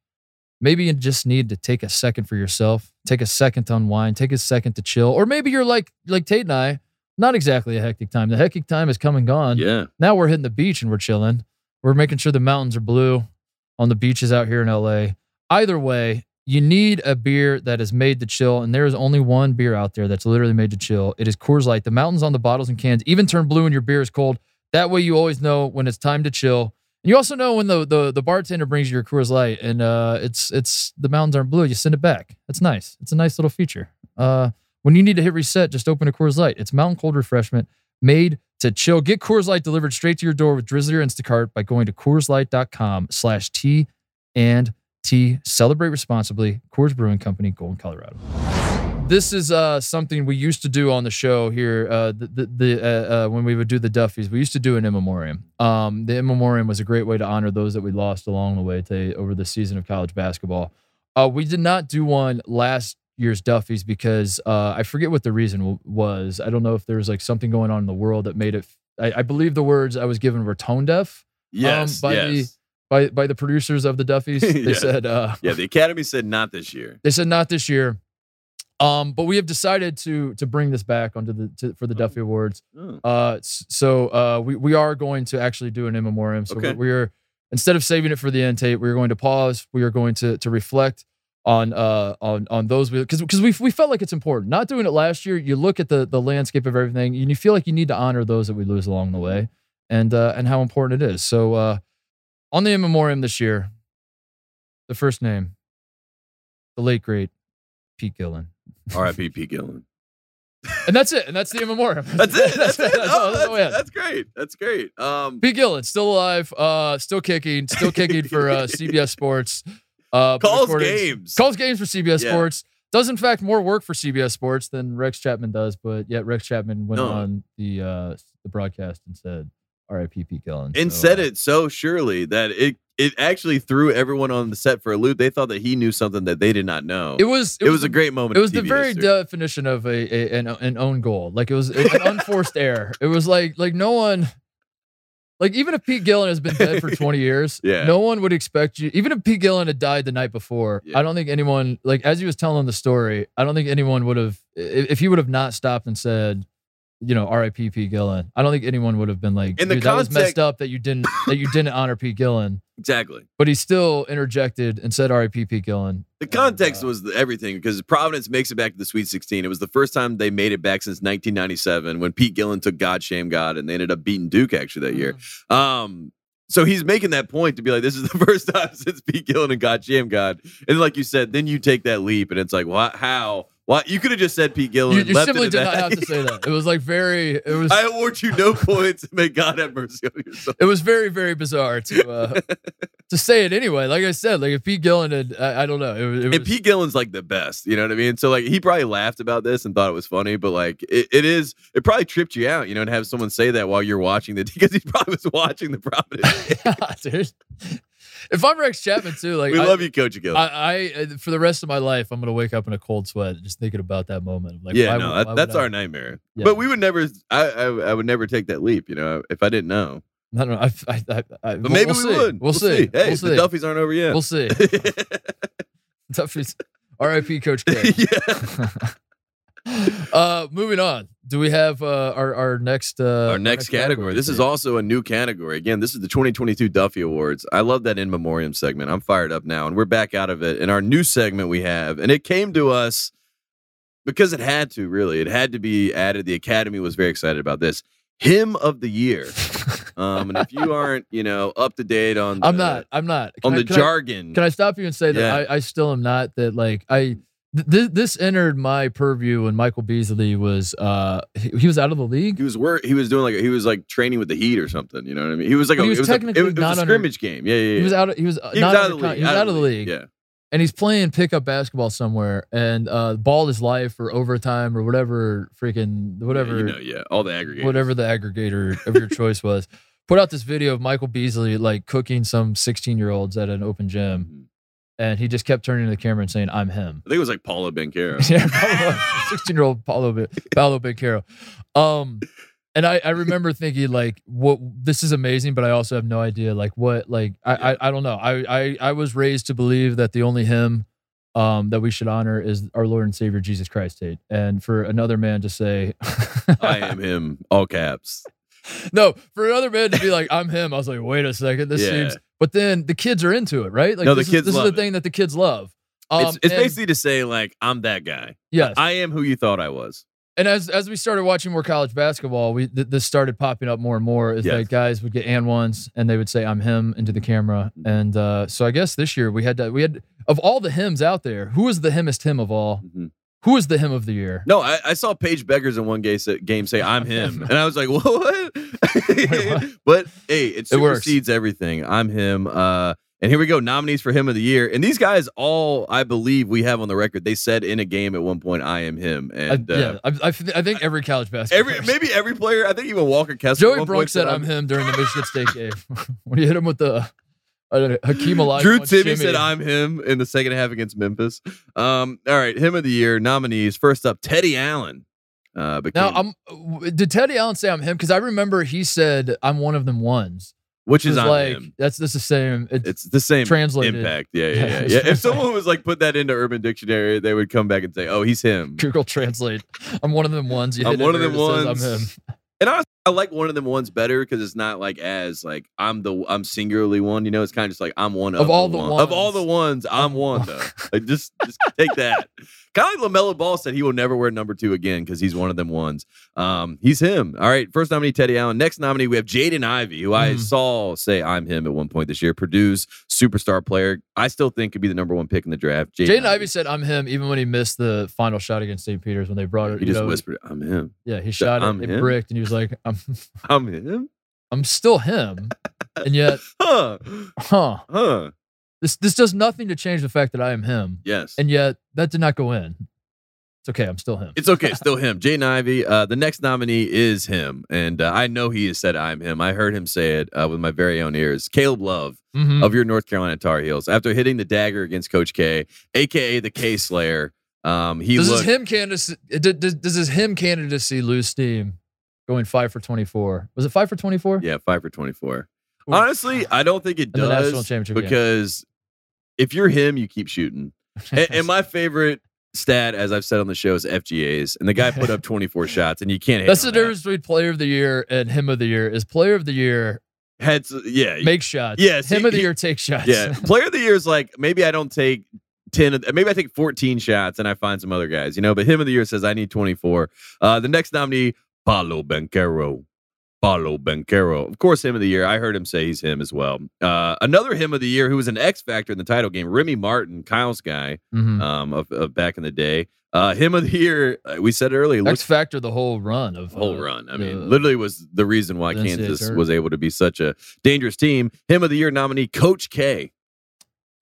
C: Maybe you just need to take a second for yourself, take a second to unwind, take a second to chill. Or maybe you're like like Tate and I, not exactly a hectic time. The hectic time is come and gone.
A: Yeah.
C: Now we're hitting the beach and we're chilling. We're making sure the mountains are blue on the beaches out here in LA. Either way, you need a beer that is made to chill, and there is only one beer out there that's literally made to chill. It is Coors Light. The mountains on the bottles and cans even turn blue when your beer is cold. That way, you always know when it's time to chill. And you also know when the the, the bartender brings you your Coors Light, and uh, it's it's the mountains aren't blue. You send it back. That's nice. It's a nice little feature. Uh, when you need to hit reset, just open a Coors Light. It's mountain cold refreshment made to chill. Get Coors Light delivered straight to your door with Drizzly or Instacart by going to CoorsLight.com slash T and T. Celebrate responsibly. Coors Brewing Company, Golden, Colorado. This is uh, something we used to do on the show here. Uh, the the, the uh, uh, when we would do the Duffys, we used to do an in memoriam. Um, the in memoriam was a great way to honor those that we lost along the way to, over the season of college basketball. Uh, we did not do one last year's Duffy's because uh, I forget what the reason w- was. I don't know if there was like something going on in the world that made it. f- I, I believe the words I was given were tone deaf
A: Yes.
C: by the-
A: yes.
C: by by the producers of the Duffy's. They
A: Yeah.
C: said, uh,
A: yeah. The Academy said not this year.
C: they said not this year. Um, but we have decided to to bring this back onto the to, for the
A: Oh.
C: Duffy Awards.
A: Oh.
C: Uh, s- so uh, we we are going to actually do an in memoriam. So
A: Okay.
C: we are instead of saving it for the end tape, we are going to pause. We are going to to reflect on uh on on those because because we we felt like it's important. Not doing it last year, you look at the the landscape of everything, and you feel like you need to honor those that we lose along the way, and uh, and how important it is. So uh, on the in memoriam this year, the first name, the late great Pete Gillen,
A: R.I.P. P. Gillen.
C: and that's it, and that's the in memoriam.
A: That's it. That's it.
C: all-
A: Oh,
C: [laughs] that's all we had.
A: that's, that's great. That's great. Um,
C: Pete Gillen still alive, uh, still kicking, still kicking for
A: [laughs]
C: uh, CBS Sports. Uh, but
A: calls
C: according-
A: games.
C: calls games for CBS
A: Yeah.
C: Sports. Does in fact more work for CBS Sports than Rex Chapman does, but yet Rex Chapman went
A: No.
C: on the uh, the broadcast and said, "R.I.P. Pete Gillen,"
A: and
C: So,
A: said
C: uh,
A: it so surely that it it actually threw everyone on the set for a loop. They thought that he knew something that they did not know.
C: It was
A: It was a great moment.
C: It
A: in
C: was the
A: TV
C: very
A: history.
C: definition of a, a an, an own goal. Like it was it was an
A: [laughs]
C: unforced error. It was like like no one, like even if Pete Gillen has been dead
A: [laughs]
C: for twenty years,
A: Yeah.
C: no one would expect you. Even if Pete Gillen had died the night before,
A: Yeah.
C: I don't think anyone like as he was telling the story, I don't think anyone would have i- if he would have not stopped and said. You know, R.I.P. Pete Gillen. I don't think anyone would have been like,
A: In the
C: "Dude, that was
A: context-
C: messed up that you didn't that you didn't honor Pete Gillen."
A: exactly.
C: But he still interjected and said, "R.I.P. Pete Gillen."
A: The
C: And,
A: context
C: uh,
A: was the, everything because Providence makes it back to the Sweet 16. It was the first time they made it back since 1997 when Pete Gillen took God Shame God and they ended up beating Duke actually that year.
C: Mm.
A: Um, so he's making that point to be like, this is the [laughs] first time since Pete Gillen and God Shame God. And like you said, then you take that leap and it's like, why? How? Why? You could have just said Pete Gillen.
C: You,
A: and
C: you
A: left
C: simply
A: it
C: did
A: at [laughs]
C: not
A: that.
C: have to say that. It was like very. It was.
A: [laughs] I award you no points. [laughs] May God have mercy on your soul.
C: it was very very bizarre
A: [laughs]
C: to uh, to say it anyway. Like I said, like if Pete Gillen had, I, I don't know. It was. It was
A: And Pete Gillen's like the best, you know what I mean? So like he probably laughed about this and thought it was funny, but like it, it is it probably tripped you out, you know, to have someone say that while you're watching the [laughs] because he probably was watching the Providence.
C: [laughs] dude. If I'm Rex Chapman too, like
A: we
C: I,
A: love you, Coach Gillen.
C: I, I, for the rest of my life, I'm gonna wake up in a cold sweat just thinking about that moment. Like,
A: yeah,
C: why
A: no,
C: would-
A: that-
C: why would
A: that's
C: I-
A: our nightmare.
C: Yeah.
A: But we would never. I, I I would never take that leap, you know, if I didn't know.
C: I don't know. I, I, I, I,
A: But maybe
C: we'll
A: we
C: see.
A: would.
C: We'll, see.
A: Hey,
C: we'll
A: the
C: see.
A: Duffys aren't over yet.
C: We'll see. [laughs]
A: [laughs]
C: Duffy's. R.I.P. Coach K.
A: yeah.
C: [laughs] uh, moving on. Do we have uh, our our next uh,
A: our next category. This is also a new category. Again, this is the 2022 Duffy Awards. I love that in memoriam segment. I'm fired up now, and we're back out of it. And our new segment we have, and it came to us because it had to. Really, it had to be added. The Academy was very excited about this hymn of the year. Um, and if
C: [laughs]
A: you aren't, you know, up to date on, the,
C: I'm not. I'm not. Can
A: on
C: I-
A: the
C: can I-
A: jargon.
C: Can I stop you and say that
A: Yeah.
C: I, I still am not that like I th- th- this entered my purview when Michael Beasley was uh he, he was out of the
A: he
C: league.
A: was wor- he was doing like he was like training with the Heat or something. You know what I mean? He was like
C: But
A: a,
C: he was
A: it was, like, it
C: technically
A: was- it was
C: not
A: a
C: under-
A: scrimmage game. Yeah, yeah, yeah.
C: He was out of he was,
A: He was out
C: not
A: of
C: under
A: the
C: con-
A: league.
C: He was out of the league.
A: Yeah.
C: and he's playing pickup basketball somewhere, and uh, ball is life or overtime or whatever freaking whatever
A: Yeah, you know, yeah, all the aggregators.
C: whatever the aggregator of your choice was. Put out this video of Michael Beasley like cooking some 16 year olds at an open gym,
A: Mhm.
C: and he just kept turning to the camera and saying, "I'm him." [laughs]
A: I think it was like Paulo Banquero.
C: yeah, sixteen-year-old Paulo Bi- Paulo Bencaro. Um, and I, I remember thinking like, what this is amazing, but I also have no idea like what like I
A: Yeah.
C: I, I don't know. I, I I was raised to believe that the only him um that we should honor is our Lord and Savior Jesus Christ. Tate. And for another man to say,
A: [laughs]
C: [laughs]
A: I am him, all caps.
C: no, for another man to be like, I'm him. I was like, wait a second, this
A: Yeah.
C: seems. But then the kids are into it, right? Like
A: No, the
C: this
A: kids
C: is, this
A: love
C: is
A: it.
C: the thing that the kids love. Um,
A: it's it's
C: and-
A: basically to say like I'm that guy.
C: yes.
A: I am who you thought I was.
C: and as as we started watching more college basketball, we th- this started popping up more and more. Is
A: Yes.
C: like guys would get and ones, and they would say, "I'm him" into the camera. And uh, so I guess this year we had to, we had of all the hymns out there, who is the hymnist hymn of all?
A: Mhm.
C: Who is the hymn of the year?
A: No, I, I saw Paige Beckers in one gay sa- game say I'm
C: [laughs]
A: him, and I was like, [laughs] what?
C: what?
A: but hey, it
C: It works.
A: supersedes everything. I'm him. Uh, and here we go, nominees for him of the year. And these guys, all I believe we have on the record, they said in a game at one point, "I am him."
C: I,
A: And uh,
C: yeah, I, I f- I think every college basketball.
A: every
C: player-
A: maybe every player, I think even Walker Kessler. at
C: Joey
A: one
C: Brunk
A: point
C: said, "I'm him" during the
A: [laughs]
C: Michigan State game [laughs] when he hit him with the I don't know, Hakeem Olajuwon.
A: Drew Timmy
C: shimmy.
A: said I'm him in the second half against Memphis. Um, all right, him of the year nominees. First up, Teddy Allen. Uh,
C: Now,
A: became,
C: I'm, w- did Teddy Allen say I'm him? Because I remember he said I'm one of them ones,
A: which is
C: It's
A: on
C: like
A: him.
C: that's that's the same. It's,
A: It's the same
C: translated.
A: impact. Yeah, yeah, yeah.
C: [laughs] Yeah.
A: yeah. If someone was like put that into Urban Dictionary, they would come back and say, "Oh, he's him."
C: Google Translate. [laughs] I'm one of them ones. You
A: I'm
C: hit
A: one of them
C: enter, it
A: ones.
C: says I'm him.
A: And honestly, I like one of them ones better because it's not like as like I'm the I'm singularly one. You know, it's kind of just like I'm one of,
C: Of all the
A: one.
C: ones.
A: of all the ones. I'm one though. Like just just take that. Kind of like Lamelo Ball said he will never wear number two again because he's one of them ones. Um, he's him. All right, first nominee Teddy Allen. Next nominee we have Jaden Ivey, who I
C: Mhm.
A: saw say I'm him at one point this year. Purdue's superstar player. I still think could be the number one pick in the draft.
C: Jaden Ivey said I'm him, even when he missed the final shot against St. Peter's when they brought it.
A: He
C: you
A: just
C: know,
A: whispered, "I'm him.
C: Yeah, he shot
A: I'm
C: it,
A: him.
C: it bricked, and he was like, "I'm,
A: I'm him."
C: I'm still him,"
A: [laughs]
C: and yet,
A: Huh?
C: huh?
A: Huh?
C: This this does nothing to change the fact that I am him,
A: Yes.
C: and yet that did not go in. It's okay, I'm still him.
A: It's okay, still him. Jaden Ivey. Uh, the next nominee is him, and uh, I know he has said I'm him. I heard him say it uh, with my very own ears. Caleb Love
C: Mhm.
A: of your North Carolina Tar Heels, after hitting the dagger against Coach K, aka the K Slayer, um, he
C: Does
A: looked.
C: his him candidacy does, does- does his him candidacy lose steam? Going five for twenty four. Was it five for twenty four?
A: yeah, five for twenty-four.
C: Oof.
A: Honestly, I don't think it
C: In the national
A: does
C: championship game.
A: because if you're him, you keep shooting.
C: [laughs]
A: and, and my favorite stat, as I've said on the show, is FGAs. And the guy put
C: [laughs]
A: up 24 shots, and you can't. hate
C: That's the
A: on
C: difference between player of the year and him of the year. Is player of the year
A: That. Had to- yeah,
C: make shots?
A: Yeah, see,
C: him of the
A: he-
C: year take shots. [laughs]
A: yeah. Player of the year is like maybe I don't take 10, of- maybe I take 14 shots, and I find some other guys, you know. But him of the year says I need 24. Uh, the next nominee, Paulo Banquero. Paulo Banquero. Of course, him of the year. I heard him say he's him as well. Uh, another him of the year who was an X factor in the title game, Remy Martin, Kyle's guy
C: Mhm.
A: um, of, of back in the day. Uh, him of the year, uh, we said earlier, looks
C: X factor the whole run of
A: whole
C: uh,
A: run. I mean,
C: the-
A: literally was the reason why
C: the NCAA
A: Kansas
C: tournament.
A: was able to be such a dangerous team. Him of the year nominee, Coach K.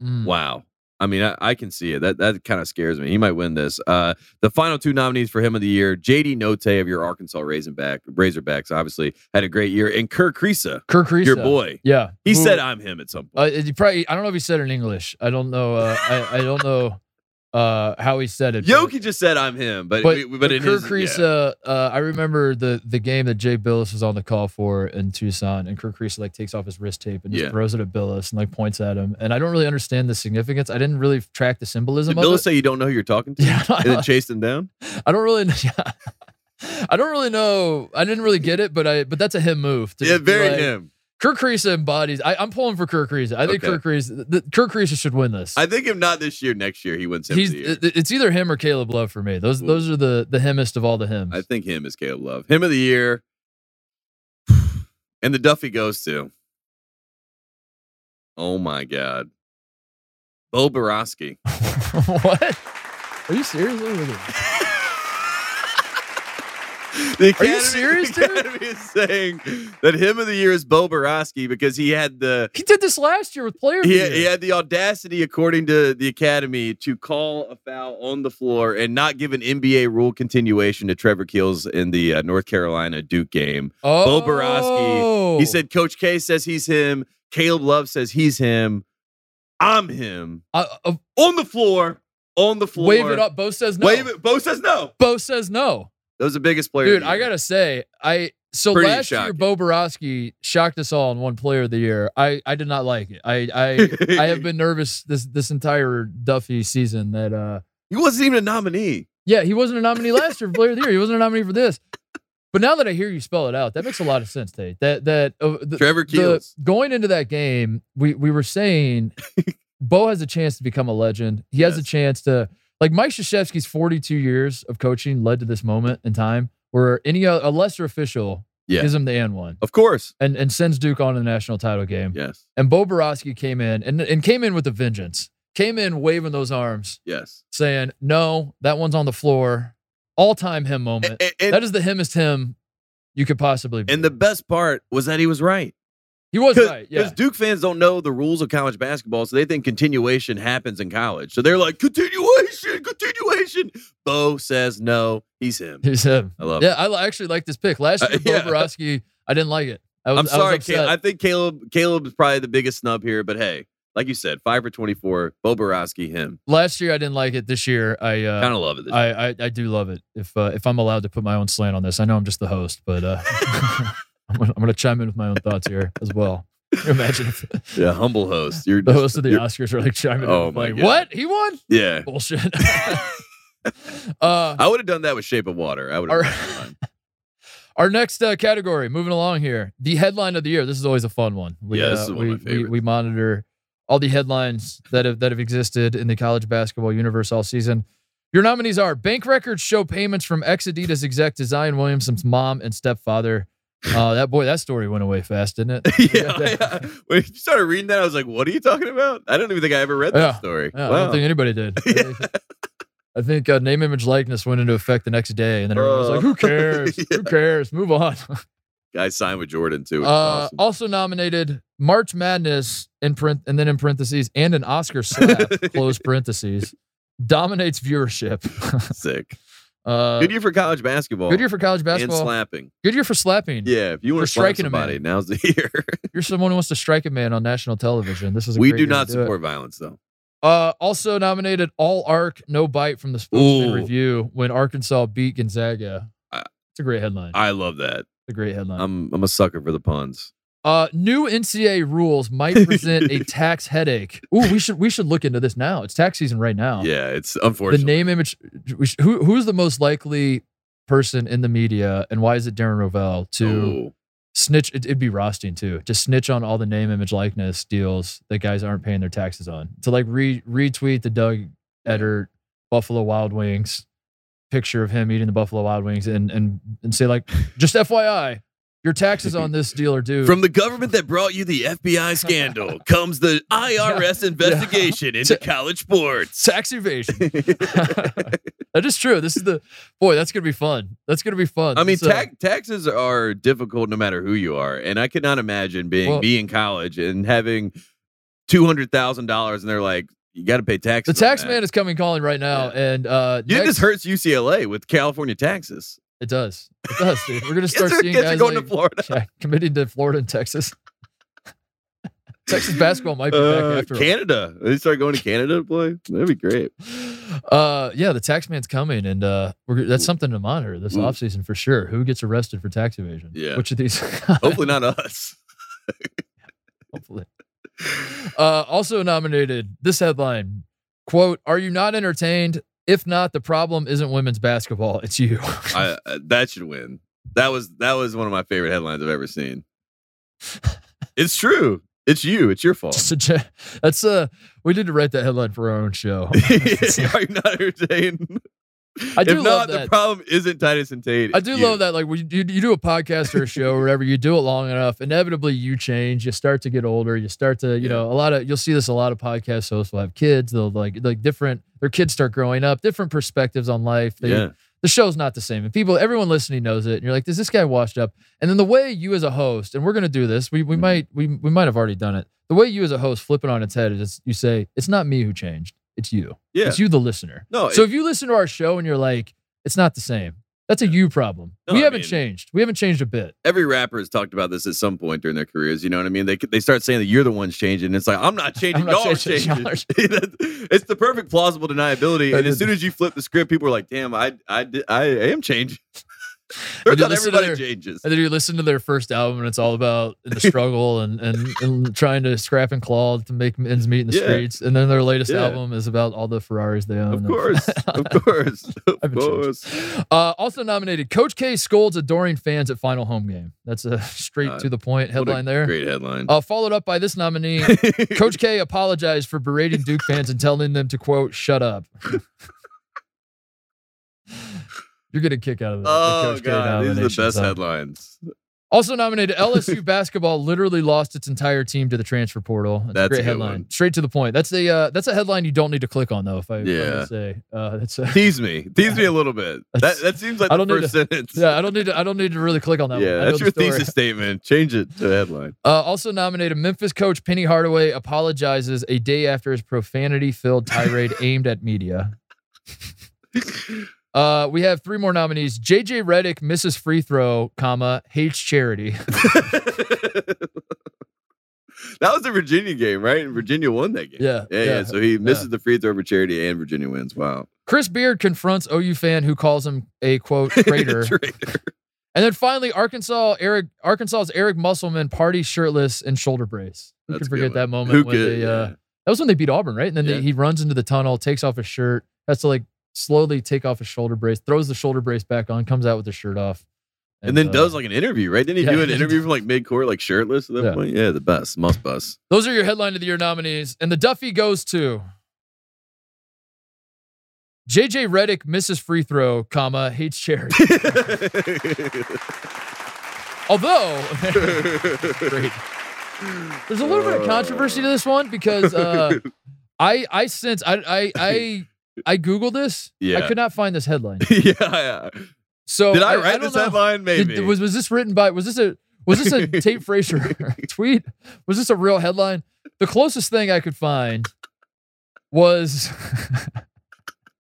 C: Mm.
A: Wow. I mean, I, I can see it. That that kind of scares me. He might win this. Uh, the final two nominees for him of the year, JD Note of your Arkansas Razorback, Razorbacks, obviously had a great year, and Kirk Creesa,
C: Kirk Reese,
A: your boy.
C: Yeah,
A: He
C: Who-
A: said, "I'm him" at some point.
C: uh, he probably. I don't know if he said it in English. I don't know. Uh, I, I don't know uh, how he said it. but-
A: Yoki just said, "I'm him," but
C: But,
A: we- but,
C: but
A: in
C: Kirk
A: his,
C: Creese,
A: yeah.
C: uh, uh, I remember the the game that Jay Billis was on the call for in Tucson, and Kirk Creese like takes off his wrist tape and
A: Yeah.
C: just throws it at Billis and like points at him. And I don't really understand the significance. I didn't really track the symbolism
A: did
C: of
A: Bill
C: it. [laughs]
A: say you don't know who you're talking to, [laughs]
C: yeah, I
A: and then
C: don't,
A: chased him down?
C: I don't really. [laughs] Yeah. I don't really know. I didn't really get it, but I but that's a him move. [laughs] to
A: Yeah,
C: be
A: very
C: like-
A: him.
C: Kirk Creese embodies. I, I'm pulling for Kirk Creese. I think
A: Okay.
C: Kirk Creese. The, Kirk Creese should win this.
A: I think if not this year, next year he wins him. of
C: He's.
A: the year.
C: it- It's either him or Caleb Love for me. Those
A: Ooh.
C: those are the the hymnist of all the hymns. [laughs]
A: I think him is Caleb Love. Him of the year. [sighs] And the Duffy goes to. Oh my God. Bo
C: [laughs]
A: Borowski.
C: what? Are you serious? Look at it.
A: The
C: Are you serious,
A: the
C: dude?
A: Academy is saying that him of the year is Bo Borowski because he had the
C: He did this last year with player.
A: he,
C: of the
A: he
C: year.
A: had the audacity, according to the Academy, to call a foul on the floor and not give an NBA rule continuation to Trevor Keels in the uh, North Carolina Duke game.
C: Oh,
A: Borowski, He said, "Coach K says he's him. Caleb Love says he's him. I'm him
C: uh, uh,
A: on the floor. On the floor.
C: "Wave it up." Bo says no.
A: Wave it. Bo says no.
C: Bo says no.
A: That was the biggest player.
C: Dude,
A: of the
C: I
A: year.
C: gotta say, I so
A: Pretty
C: last year
A: shocking.
C: Bo Borowski shocked us all in one Player of the Year. I I did not like it. I
A: [laughs]
C: I I have been nervous this this entire Duffy season that uh
A: He wasn't even a nominee.
C: yeah he wasn't a nominee last year for Player of the Year. He wasn't a nominee for this. But now that I hear you spell it out, that makes a lot of sense, Tate. That that uh, the,
A: Trevor
C: the-
A: Keels.
C: going into that game, we we were saying Bo has a chance to become a legend. He has a
A: Yes.
C: chance to like Mike Krzyzewski's 42 years of coaching led to this moment in time where any o- a lesser official
A: Yeah.
C: gives him the and one
A: Of course.
C: and, and sends Duke on to the national title game.
A: Yes.
C: And Bo Borowski came in and, and came in with a vengeance. Came in waving those arms,
A: Yes.
C: saying, No, that one's on the floor. All time him moment.
A: And, and-
C: that is the himest him you could possibly be.
A: and the best part was that he was right.
C: he was
A: Because
C: right. Yeah.
A: Duke fans don't know the rules of college basketball, so they think continuation happens in college. So they're like, continuation, continuation. Bo says no. He's him.
C: He's him.
A: I love it.
C: Yeah, I li- actually like this pick. Last
A: Uh,
C: year, Bo
A: yeah.
C: Borowski, I didn't like it. I was,
A: I'm
C: I
A: sorry,
C: was
A: Caleb. I
C: upset.
A: think Caleb Caleb's probably the biggest snub here, but hey, like you said, five for twenty four, Bo Borowski, him.
C: Last year, I didn't like it. This year, I uh,
A: Kind of love it. This
C: I, I I do love it. If uh, if I'm allowed to put my own slant on this, I know I'm just the host, but uh, [laughs] I'm, gonna, I'm gonna chime in with my own thoughts here as well. Can you Imagine
A: [laughs]
C: if
A: yeah, humble host. You're
C: the
A: just-
C: host of the
A: you're-
C: Oscars are like chiming in,
A: Oh
C: with,
A: my
C: like,
A: God.
C: what he won?
A: yeah.
C: Bullshit. [laughs] uh,
A: I would have done that with Shape of Water. I would
C: Our-
A: have. done that.
C: Our next uh, category, moving along here, the headline of the year. This is always a fun one.
A: Yeah, this is one of my
C: we, we- we,
A: favorites.
C: monitor all the headlines that have that have existed in the college basketball universe all season. Your nominees are bank records show payments from ex Adidas exec to Zion Williamson's mom and stepfather. Uh, that boy, that story went away fast, didn't [laughs]
A: [laughs] [laughs]
C: it?
A: yeah, yeah. When you started reading that, I was like, "What are you talking about?" I don't even think I ever read that
C: Yeah.
A: story.
C: Yeah, I
A: wow.
C: don't think anybody did.
A: [laughs] Yeah.
C: I think uh, name, image, likeness went into effect the next day, and then everyone was
A: Oh. [laughs]
C: like, "Who cares? Who cares? Move on."
A: Guy signed with Jordan too. It's
C: Uh,
A: awesome.
C: also nominated March Madness in print and then in parentheses and an
A: [laughs]
C: Oscar slap close parentheses dominates viewership. [laughs]
A: Sick.
C: Uh,
A: Good year for college basketball.
C: good year for college
A: and
C: basketball.
A: slapping.
C: Good year for slapping.
A: Yeah, if you want
C: For
A: to slap
C: striking a man.
A: somebody, now's the [laughs] year.
C: You're someone who wants to strike a man on national television. This is a
A: we
C: great
A: do
C: year to
A: not
C: do it.
A: support violence, though.
C: Uh, also nominated All Arc No Bite from the Sportsman
A: Ooh.
C: Review when Arkansas beat Gonzaga.
A: I-
C: It's a great headline.
A: I love that.
C: it's a great headline.
A: I'm I'm a sucker for the puns.
C: Uh, new NCA rules might
A: [laughs]
C: present a tax headache. Ooh, we should we should look into this now. It's tax season right now.
A: Yeah, it's
C: Oh. the
A: unfortunate.
C: name image. we should- Who who's the most likely person in the media, and why is it Darren Rovell to
A: Ooh.
C: snitch? It, would be Rosting too. To snitch on all the name image likeness deals that guys aren't paying their taxes on. To like re retweet the Doug Edert Buffalo Wild Wings picture of him eating the Buffalo Wild Wings and and and say like, just FYI, your taxes on this deal are due
A: From the government that brought you the
C: [laughs]
A: FBI scandal comes the IRS investigation into college sports. [laughs]
C: tax evasion. [laughs] that is true. This is the boy. That's gonna be fun. That's uh, gonna be fun.
A: I mean,
C: So-
A: tax taxes are difficult no matter who you are, and I could not imagine being
C: Well-
A: me in college and having two hundred thousand dollars, and they're like, "You got to pay
C: the
A: taxes." on
C: tax
A: that."
C: man is coming calling right now, and uh,
A: Yeah,
C: next-
A: this hurts UCLA with California taxes.
C: It does. It does,
A: [laughs]
C: dude. We're gonna
A: Kids are,
C: start seeing
A: kids are
C: guys
A: going
C: like,
A: to Florida.
C: [laughs] yeah, committing to Florida and Texas. [laughs] Texas basketball might be
A: Uh,
C: back after. all.
A: Canada. They start going to Canada to play. That'd be great.
C: Uh, yeah, the tax man's coming, and uh, we're, that's something to monitor this
A: Ooh.
C: off offseason for sure. Who gets arrested for tax evasion?
A: Yeah.
C: Which of these? [laughs]
A: Hopefully not us.
C: hopefully. Uh, also nominated this headline quote are you not entertained if not the problem isn't women's basketball it's you
A: I, uh, that should win. That was that was one of my favorite headlines I've ever seen. It's true. It's you. It's your fault. [laughs]
C: [laughs] Just a ge- that's uh we need to write that headline for our own show
A: Are you not entertained?
C: I do
A: if
C: love
A: not, the
C: that.
A: problem isn't Titus and Tate.
C: i
A: it's [laughs]
C: do
A: you.
C: love that like when you, you do a podcast or a show or whatever you do it long enough inevitably you change you start to get older you start to you
A: Yeah.
C: know a lot of you'll see this a lot of podcast hosts will have kids they'll like like different their kids start growing up different perspectives on life they
A: yeah.
C: the show's not the same. And people, everyone listening knows it. And you're like, is this guy washed up? And then the way you as a host, and we're gonna do this, we we
A: Mhm.
C: might we we might have already done it. The way you as a host flip it on its head is you say, it's not me who changed, it's you.
A: Yeah.
C: It's you, the listener.
A: No,
C: So
A: it-
C: if you listen to our show and you're like, it's not the same, that's a you problem.
A: No,
C: we
A: I
C: haven't
A: mean-
C: changed. We haven't changed a bit.
A: every rapper has talked about this at some point during their careers. You know what I mean? They they start saying that you're the one's changing. And it's like I'm not
C: [laughs]
A: changing.
C: not
A: y'all are
C: changing,
A: changing.
C: y'all
A: [laughs]
C: are-
A: it's the perfect plausible deniability.
C: That
A: And as
C: is-
A: soon as you flip the script, people are like, "Damn, I I di- I am changing." [laughs] Turns
C: you
A: out
C: listen to
A: everybody
C: their-
A: changes.
C: And then you listen to their first album, and it's all about the [laughs] struggle and, and, and trying to scrap and claw to make ends meet in the
A: Yeah.
C: streets. And then their latest
A: Yeah.
C: album is about all the Ferraris they own.
A: Of
C: [laughs]
A: course, of course, of
C: I've been changed.
A: course.
C: Uh, also nominated, Coach K scolds adoring fans at final home game. That's a [laughs] straight
A: Uh,
C: to the point
A: What a
C: headline there.
A: Great headline.
C: Uh, followed up by this nominee, Coach K apologized for berating Duke fans and telling them to quote, "Shut up." You're gonna kick out of that. the
A: oh
C: Coach K
A: god, these are the
C: nomination,
A: best
C: so.
A: headlines. [laughs]
C: Also nominated, LSU basketball literally lost its entire team to the transfer portal. That's,
A: That's
C: a great
A: a good
C: headline.
A: one.
C: Straight to the point. That's a uh, that's a headline you don't need to click on though. If I, if I may
A: Yeah.
C: say, uh, that's a, [laughs]
A: Tease me, tease me a little bit. That
C: That's-
A: that seems like
C: I
A: the
C: don't need
A: first sentence.
C: yeah. I don't need to. I don't need to really click on that.
A: Yeah,
C: one. I know
A: that's
C: the
A: your
C: story.
A: thesis statement. Change it to headline.
C: Uh, also nominated, Memphis coach Penny Hardaway apologizes a day after his
A: [laughs]
C: profanity-filled tirade aimed at media. Uh, we have three more nominees. JJ Reddick misses free throw, comma hates
A: [laughs]
C: charity.
A: that was the Virginia game, right? And Virginia won that game.
C: Yeah,
A: Yeah, yeah.
C: yeah,
A: So he misses the free throw for charity and Virginia wins. Wow. [laughs]
C: Chris Beard confronts OU fan who calls him
A: [laughs]
C: a quote traitor.
A: Traitor.
C: And then finally, Arkansas Eric Arkansas's Eric Musselman party shirtless and shoulder brace. Who
A: That's a
C: can
A: good
C: forget
A: one.
C: that moment
A: Who
C: when
A: could?
C: they, uh,
A: yeah.
C: that was when they beat Auburn, right? And then they-
A: Yeah.
C: he runs into the tunnel, takes off his shirt, has to like slowly take off his shoulder brace, throws the shoulder brace back on, comes out with his shirt off,
A: And then
C: uh,
A: does like an interview, right? Didn't he
C: yeah. [laughs]
A: do an interview from like mid court, like shirtless at that
C: Yeah.
A: point? Yeah, the best, must [laughs] bus.
C: Those are your headline of the year nominees. And the Duffy goes to JJ Reddick misses free throw, comma,
A: [laughs]
C: hates charity.
A: [laughs]
C: Although Great. There's a little bit of controversy to this one
A: [laughs]
C: because uh, I I since I I I I googled this. I
A: Yeah.
C: could not find this headline.
A: [laughs] yeah, yeah.
C: So
A: Did I
C: Oh, I
A: write
C: don't
A: this
C: know.
A: headline?
C: Did-
A: Maybe.
C: was was this written by was this a was
A: [laughs]
C: this a Tate Fraser [laughs] tweet? Was this a real headline? The closest thing I could find was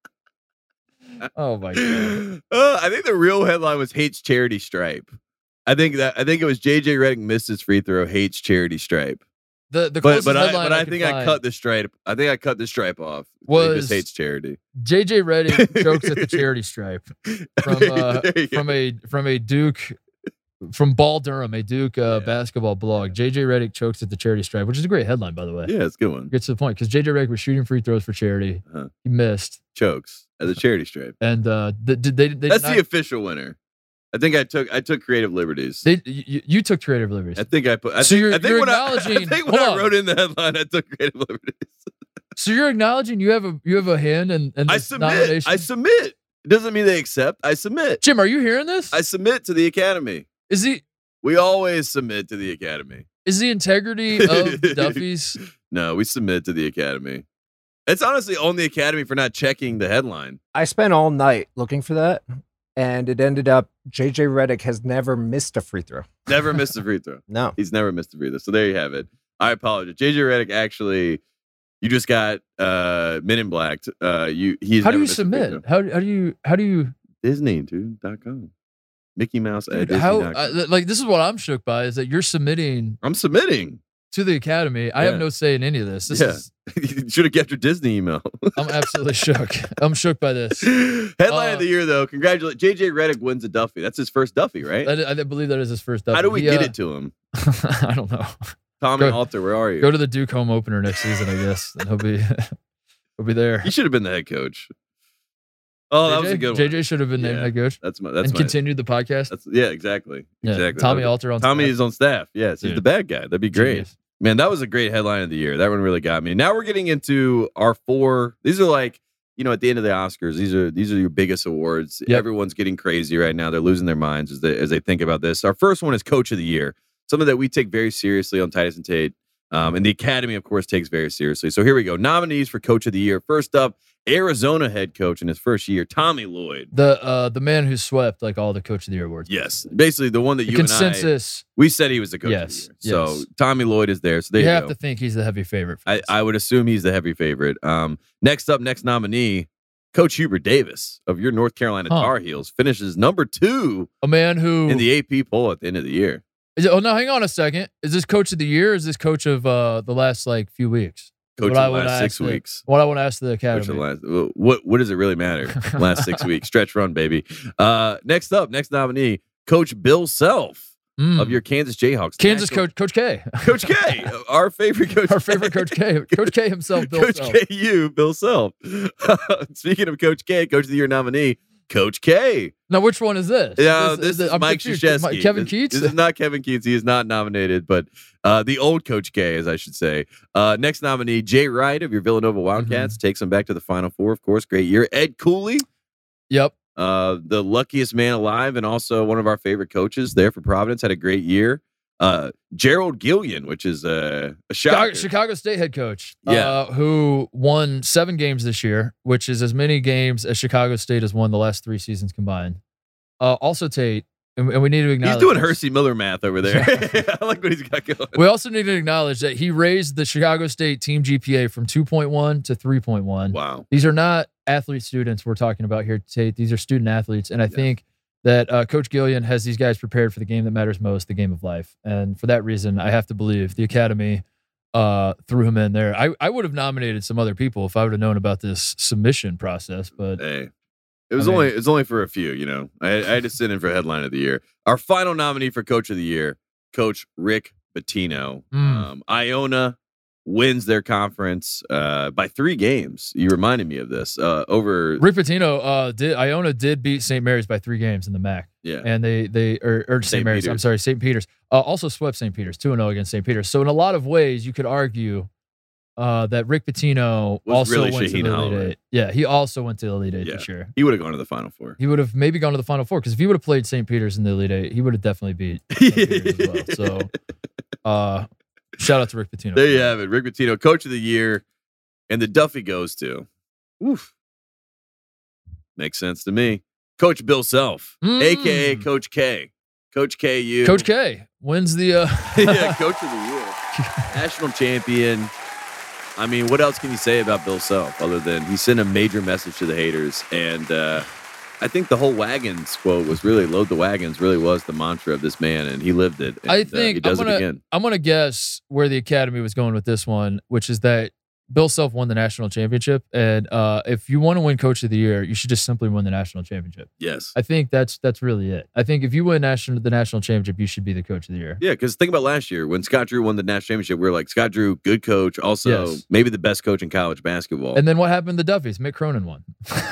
C: [laughs] Oh my god.
A: [gasps] Uh, I think the real headline was hates charity stripe. I think that I think it was JJ Redick missed his free throw, hates charity stripe.
C: The the
A: But
C: closest
A: but I
C: headline
A: but I,
C: could
A: think I
C: find
A: cut the stripe. I think I cut the stripe off. he
C: Was-
A: just hates charity. [laughs]
C: JJ Reddick jokes at the charity stripe. From, uh,
A: There you go.
C: from a from a Duke from Ball Durham, a Duke uh,
A: Yeah.
C: basketball blog. JJ Reddick chokes at the charity stripe, which is a great headline, by the way.
A: yeah, it's a good one.
C: Gets to the point because JJ Reddick was shooting free throws for charity.
A: Uh-huh.
C: He missed,
A: Chokes at
C: [laughs]
A: the charity stripe.
C: and uh, th- did they? they
A: That's
C: did not,
A: the official winner. I think I took I took creative liberties.
C: they, you, you took creative liberties.
A: I think I put. I
C: So
A: think,
C: you're-
A: I think
C: you're
A: when I- [laughs] I,
C: acknowledging-
A: think when
C: hold
A: I
C: on.
A: wrote in the headline, I took creative liberties.
C: so you're acknowledging you have a you have a hand in, in this
A: I submit.
C: nomination.
A: I submit. It doesn't mean they accept. I submit.
C: Jim, are you hearing this?
A: I submit to the academy.
C: is the
A: We always submit to the academy.
C: is the
A: [laughs]
C: integrity of Duffy's?
A: No, we submit to the academy. It's honestly on the academy for not checking the headline.
D: I spent all night looking for that, and it ended up JJ Reddick has never missed a free throw.
A: Never missed a free throw.
D: No.
A: He's never missed a free throw. So there you have it. I apologize. JJ Redick actually, you just got uh Men in Black. Uh, you he's
C: How
A: never
C: do you
A: missed a free throw.
C: submit? How, how do you how do you
A: Disney dude dot com. Mickey Mouse at
C: dude,
A: Disney.
C: how
A: dot com.
C: uh, like this is what I'm shook by is that you're submitting
A: I'm submitting. [laughs]
C: to the academy. I
A: Yeah.
C: have no say in any of this. This
A: Yeah.
C: is
A: you should have kept your Disney email. [laughs]
C: I'm absolutely shook. I'm shook by this.
A: Headline
C: Uh,
A: of the year though. Congratulate JJ Redick wins a Duffy. That's his first Duffy, right?
C: That, I believe that is his first. uh,
A: How do we get it to him?
C: [laughs] I don't know.
A: Tom and
C: go-
A: Alter, where are you?
C: Go to the Duke home opener next season, I guess, and he'll be [laughs] he'll be there.
A: You should have been the head coach. Oh, that was a
C: JJ
A: good one.
C: JJ should have been named
A: Yeah.
C: head coach
A: That's my. That's
C: and
A: my.
C: continued the podcast.
A: That's yeah, exactly.
C: Yeah,
A: Exactly.
C: Tommy
A: That was-
C: Alter on
A: Tommy
C: staff.
A: is on staff. Yes, he's
C: Dude.
A: the bad guy. That'd be great.
C: Genius.
A: Man, that was a great headline of the year. That one really got me. Now we're getting into our four. These are like, you know, at the end of the Oscars, these are these are your biggest awards.
C: Yep.
A: Everyone's getting crazy right now. They're losing their minds as they as they think about this. Our first one is Coach of the Year, something that we take very seriously on Titus and Tate. Um, and the Academy, of course, takes very seriously. So here we go. Nominees for Coach of the Year. First up Arizona head coach in his first year, Tommy Lloyd.
C: The uh, the man who swept like all the coach of the year awards.
A: Yes, basically the one that
C: The
A: you and I
C: consensus.
A: we said he was the coach.
C: Yes,
A: of the year. so
C: yes.
A: Tommy Lloyd is there. So there
C: you
A: you,
C: have
A: go.
C: to think he's the heavy favorite. For
A: I,
C: this.
A: I would assume he's the heavy favorite. Um, next up, next nominee, Coach Hubert Davis of your North Carolina
C: Huh.
A: Tar Heels finishes number two
C: a man who
A: in the AP poll at the end of the year.
C: Is it, oh no, hang on a second. Is this coach of the year? Or is this coach of uh, the last like few weeks?
A: Coach
C: What
A: of
C: I
A: the
C: would
A: last
C: ask
A: six
C: the-
A: weeks.
C: What I want to ask the
A: Coach of the
C: academy.
A: last, what what does it really
C: [laughs]
A: matter? Last six weeks stretch run, baby. Uh, next up, next nominee, Coach Bill Self
C: Mm.
A: of your Kansas Jayhawks.
C: Kansas
A: National-
C: coach,
A: [laughs]
C: Coach K, [laughs]
A: Coach K, our favorite coach.
C: our
A: [laughs]
C: favorite Coach K, Coach K himself, Bill
A: Coach
C: Self.
A: KU, Bill Self. [laughs] Speaking of Coach K, Coach of the Year nominee, Coach K.
C: Now, which one is this?
A: Yeah, this, is
C: I'm
A: Mike
C: confused.
A: Krzyzewski.
C: Kevin
A: This-
C: Keats.
A: This is not Kevin Keats. He is not nominated, but uh, the old Coach K, as I should say. Uh, next nominee, Jay Wright of your
C: Mm-hmm.
A: Villanova Wildcats, takes them back to the Final Four, of course. Great year. Ed Cooley,
C: yep.
A: uh, the luckiest man alive, and also one of our favorite coaches there for Providence, had a great year. Uh, Gerald Gillian, which is uh, a
C: Chicago,
A: shocker.
C: Chicago State head coach,
A: Yeah.
C: uh, who won seven games this year, which is as many games as Chicago State has won the last three seasons combined. Uh, also, Tate, and, and we need to acknowledge
A: He's doing
C: this.
A: Hersey Miller math over there. [laughs] I like what he's got going.
C: We also need to acknowledge that he raised the Chicago State team GPA from 2.1 to 3.1.
A: Wow.
C: These are not athlete students we're talking about here, Tate. These are student athletes. And I
A: Yes.
C: think that uh, Coach Gillian has these guys prepared for the game that matters most, the game of life. And for that reason, I have to believe the Academy uh, threw him in there. I, I would have nominated some other people if I would have known about this submission process, but
A: Hey. It was
C: I mean-
A: only it's only for a few, you know. I, I had to send in for headline of the year. Our final nominee for coach of the year, Coach Rick Bettino.
C: Mm.
A: Um, Iona wins their conference uh, by three games. You reminded me of this uh, over.
C: Rick Pitino, uh, did Iona did beat St. Mary's by three games in the MAC.
A: Yeah,
C: and they they or, or St.
A: St.
C: Mary's. I'm
A: Peter's.
C: sorry, St. Peter's. Uh, also swept St. Peter's two and zero against St. Peter's. So in a lot of ways, you could argue uh, that Rick Pitino
A: Was
C: also
A: really
C: went
A: Shaheen
C: to the Elite
A: Holloway.
C: Eight. Yeah, he also went to the Elite Eight
A: Yeah.
C: this year.
A: he would have gone to the final four.
C: He would have maybe gone to the Final Four because if he would have played St. Peter's in the Elite Eight, he would have definitely beat St. Peter's
A: [laughs]
C: as well. So, uh, shout out to Rick Pitino.
A: there you have it, Rick Bettino, coach of the year, and the Duffy goes to. Oof, makes sense to me. Coach Bill Self,
C: Mm.
A: aka Coach K, Coach KU,
C: Coach K wins the uh,
A: [laughs] yeah, coach of the year, national champion. I mean, what else can you say about Bill Self other than he sent a major message to the haters? And uh, I think the whole wagons quote was really load the wagons, really was the mantra of this man, and he lived it. And,
C: I
A: uh,
C: think
A: he does
C: I'm
A: it
C: gonna-
A: again.
C: I'm gonna guess where the academy was going with this one, which is that Bill Self won the national championship, and uh, if you want to win Coach of the Year, you should just simply win the national championship.
A: Yes.
C: I think that's that's really it. I think if you win national the national championship, you should be the Coach of the Year.
A: Yeah, because think about last year when Scott Drew won the national championship. We were like, Scott Drew, good coach, also
C: Yes.
A: maybe the best coach in college basketball.
C: And then what happened to Duffy's? Mick Cronin won.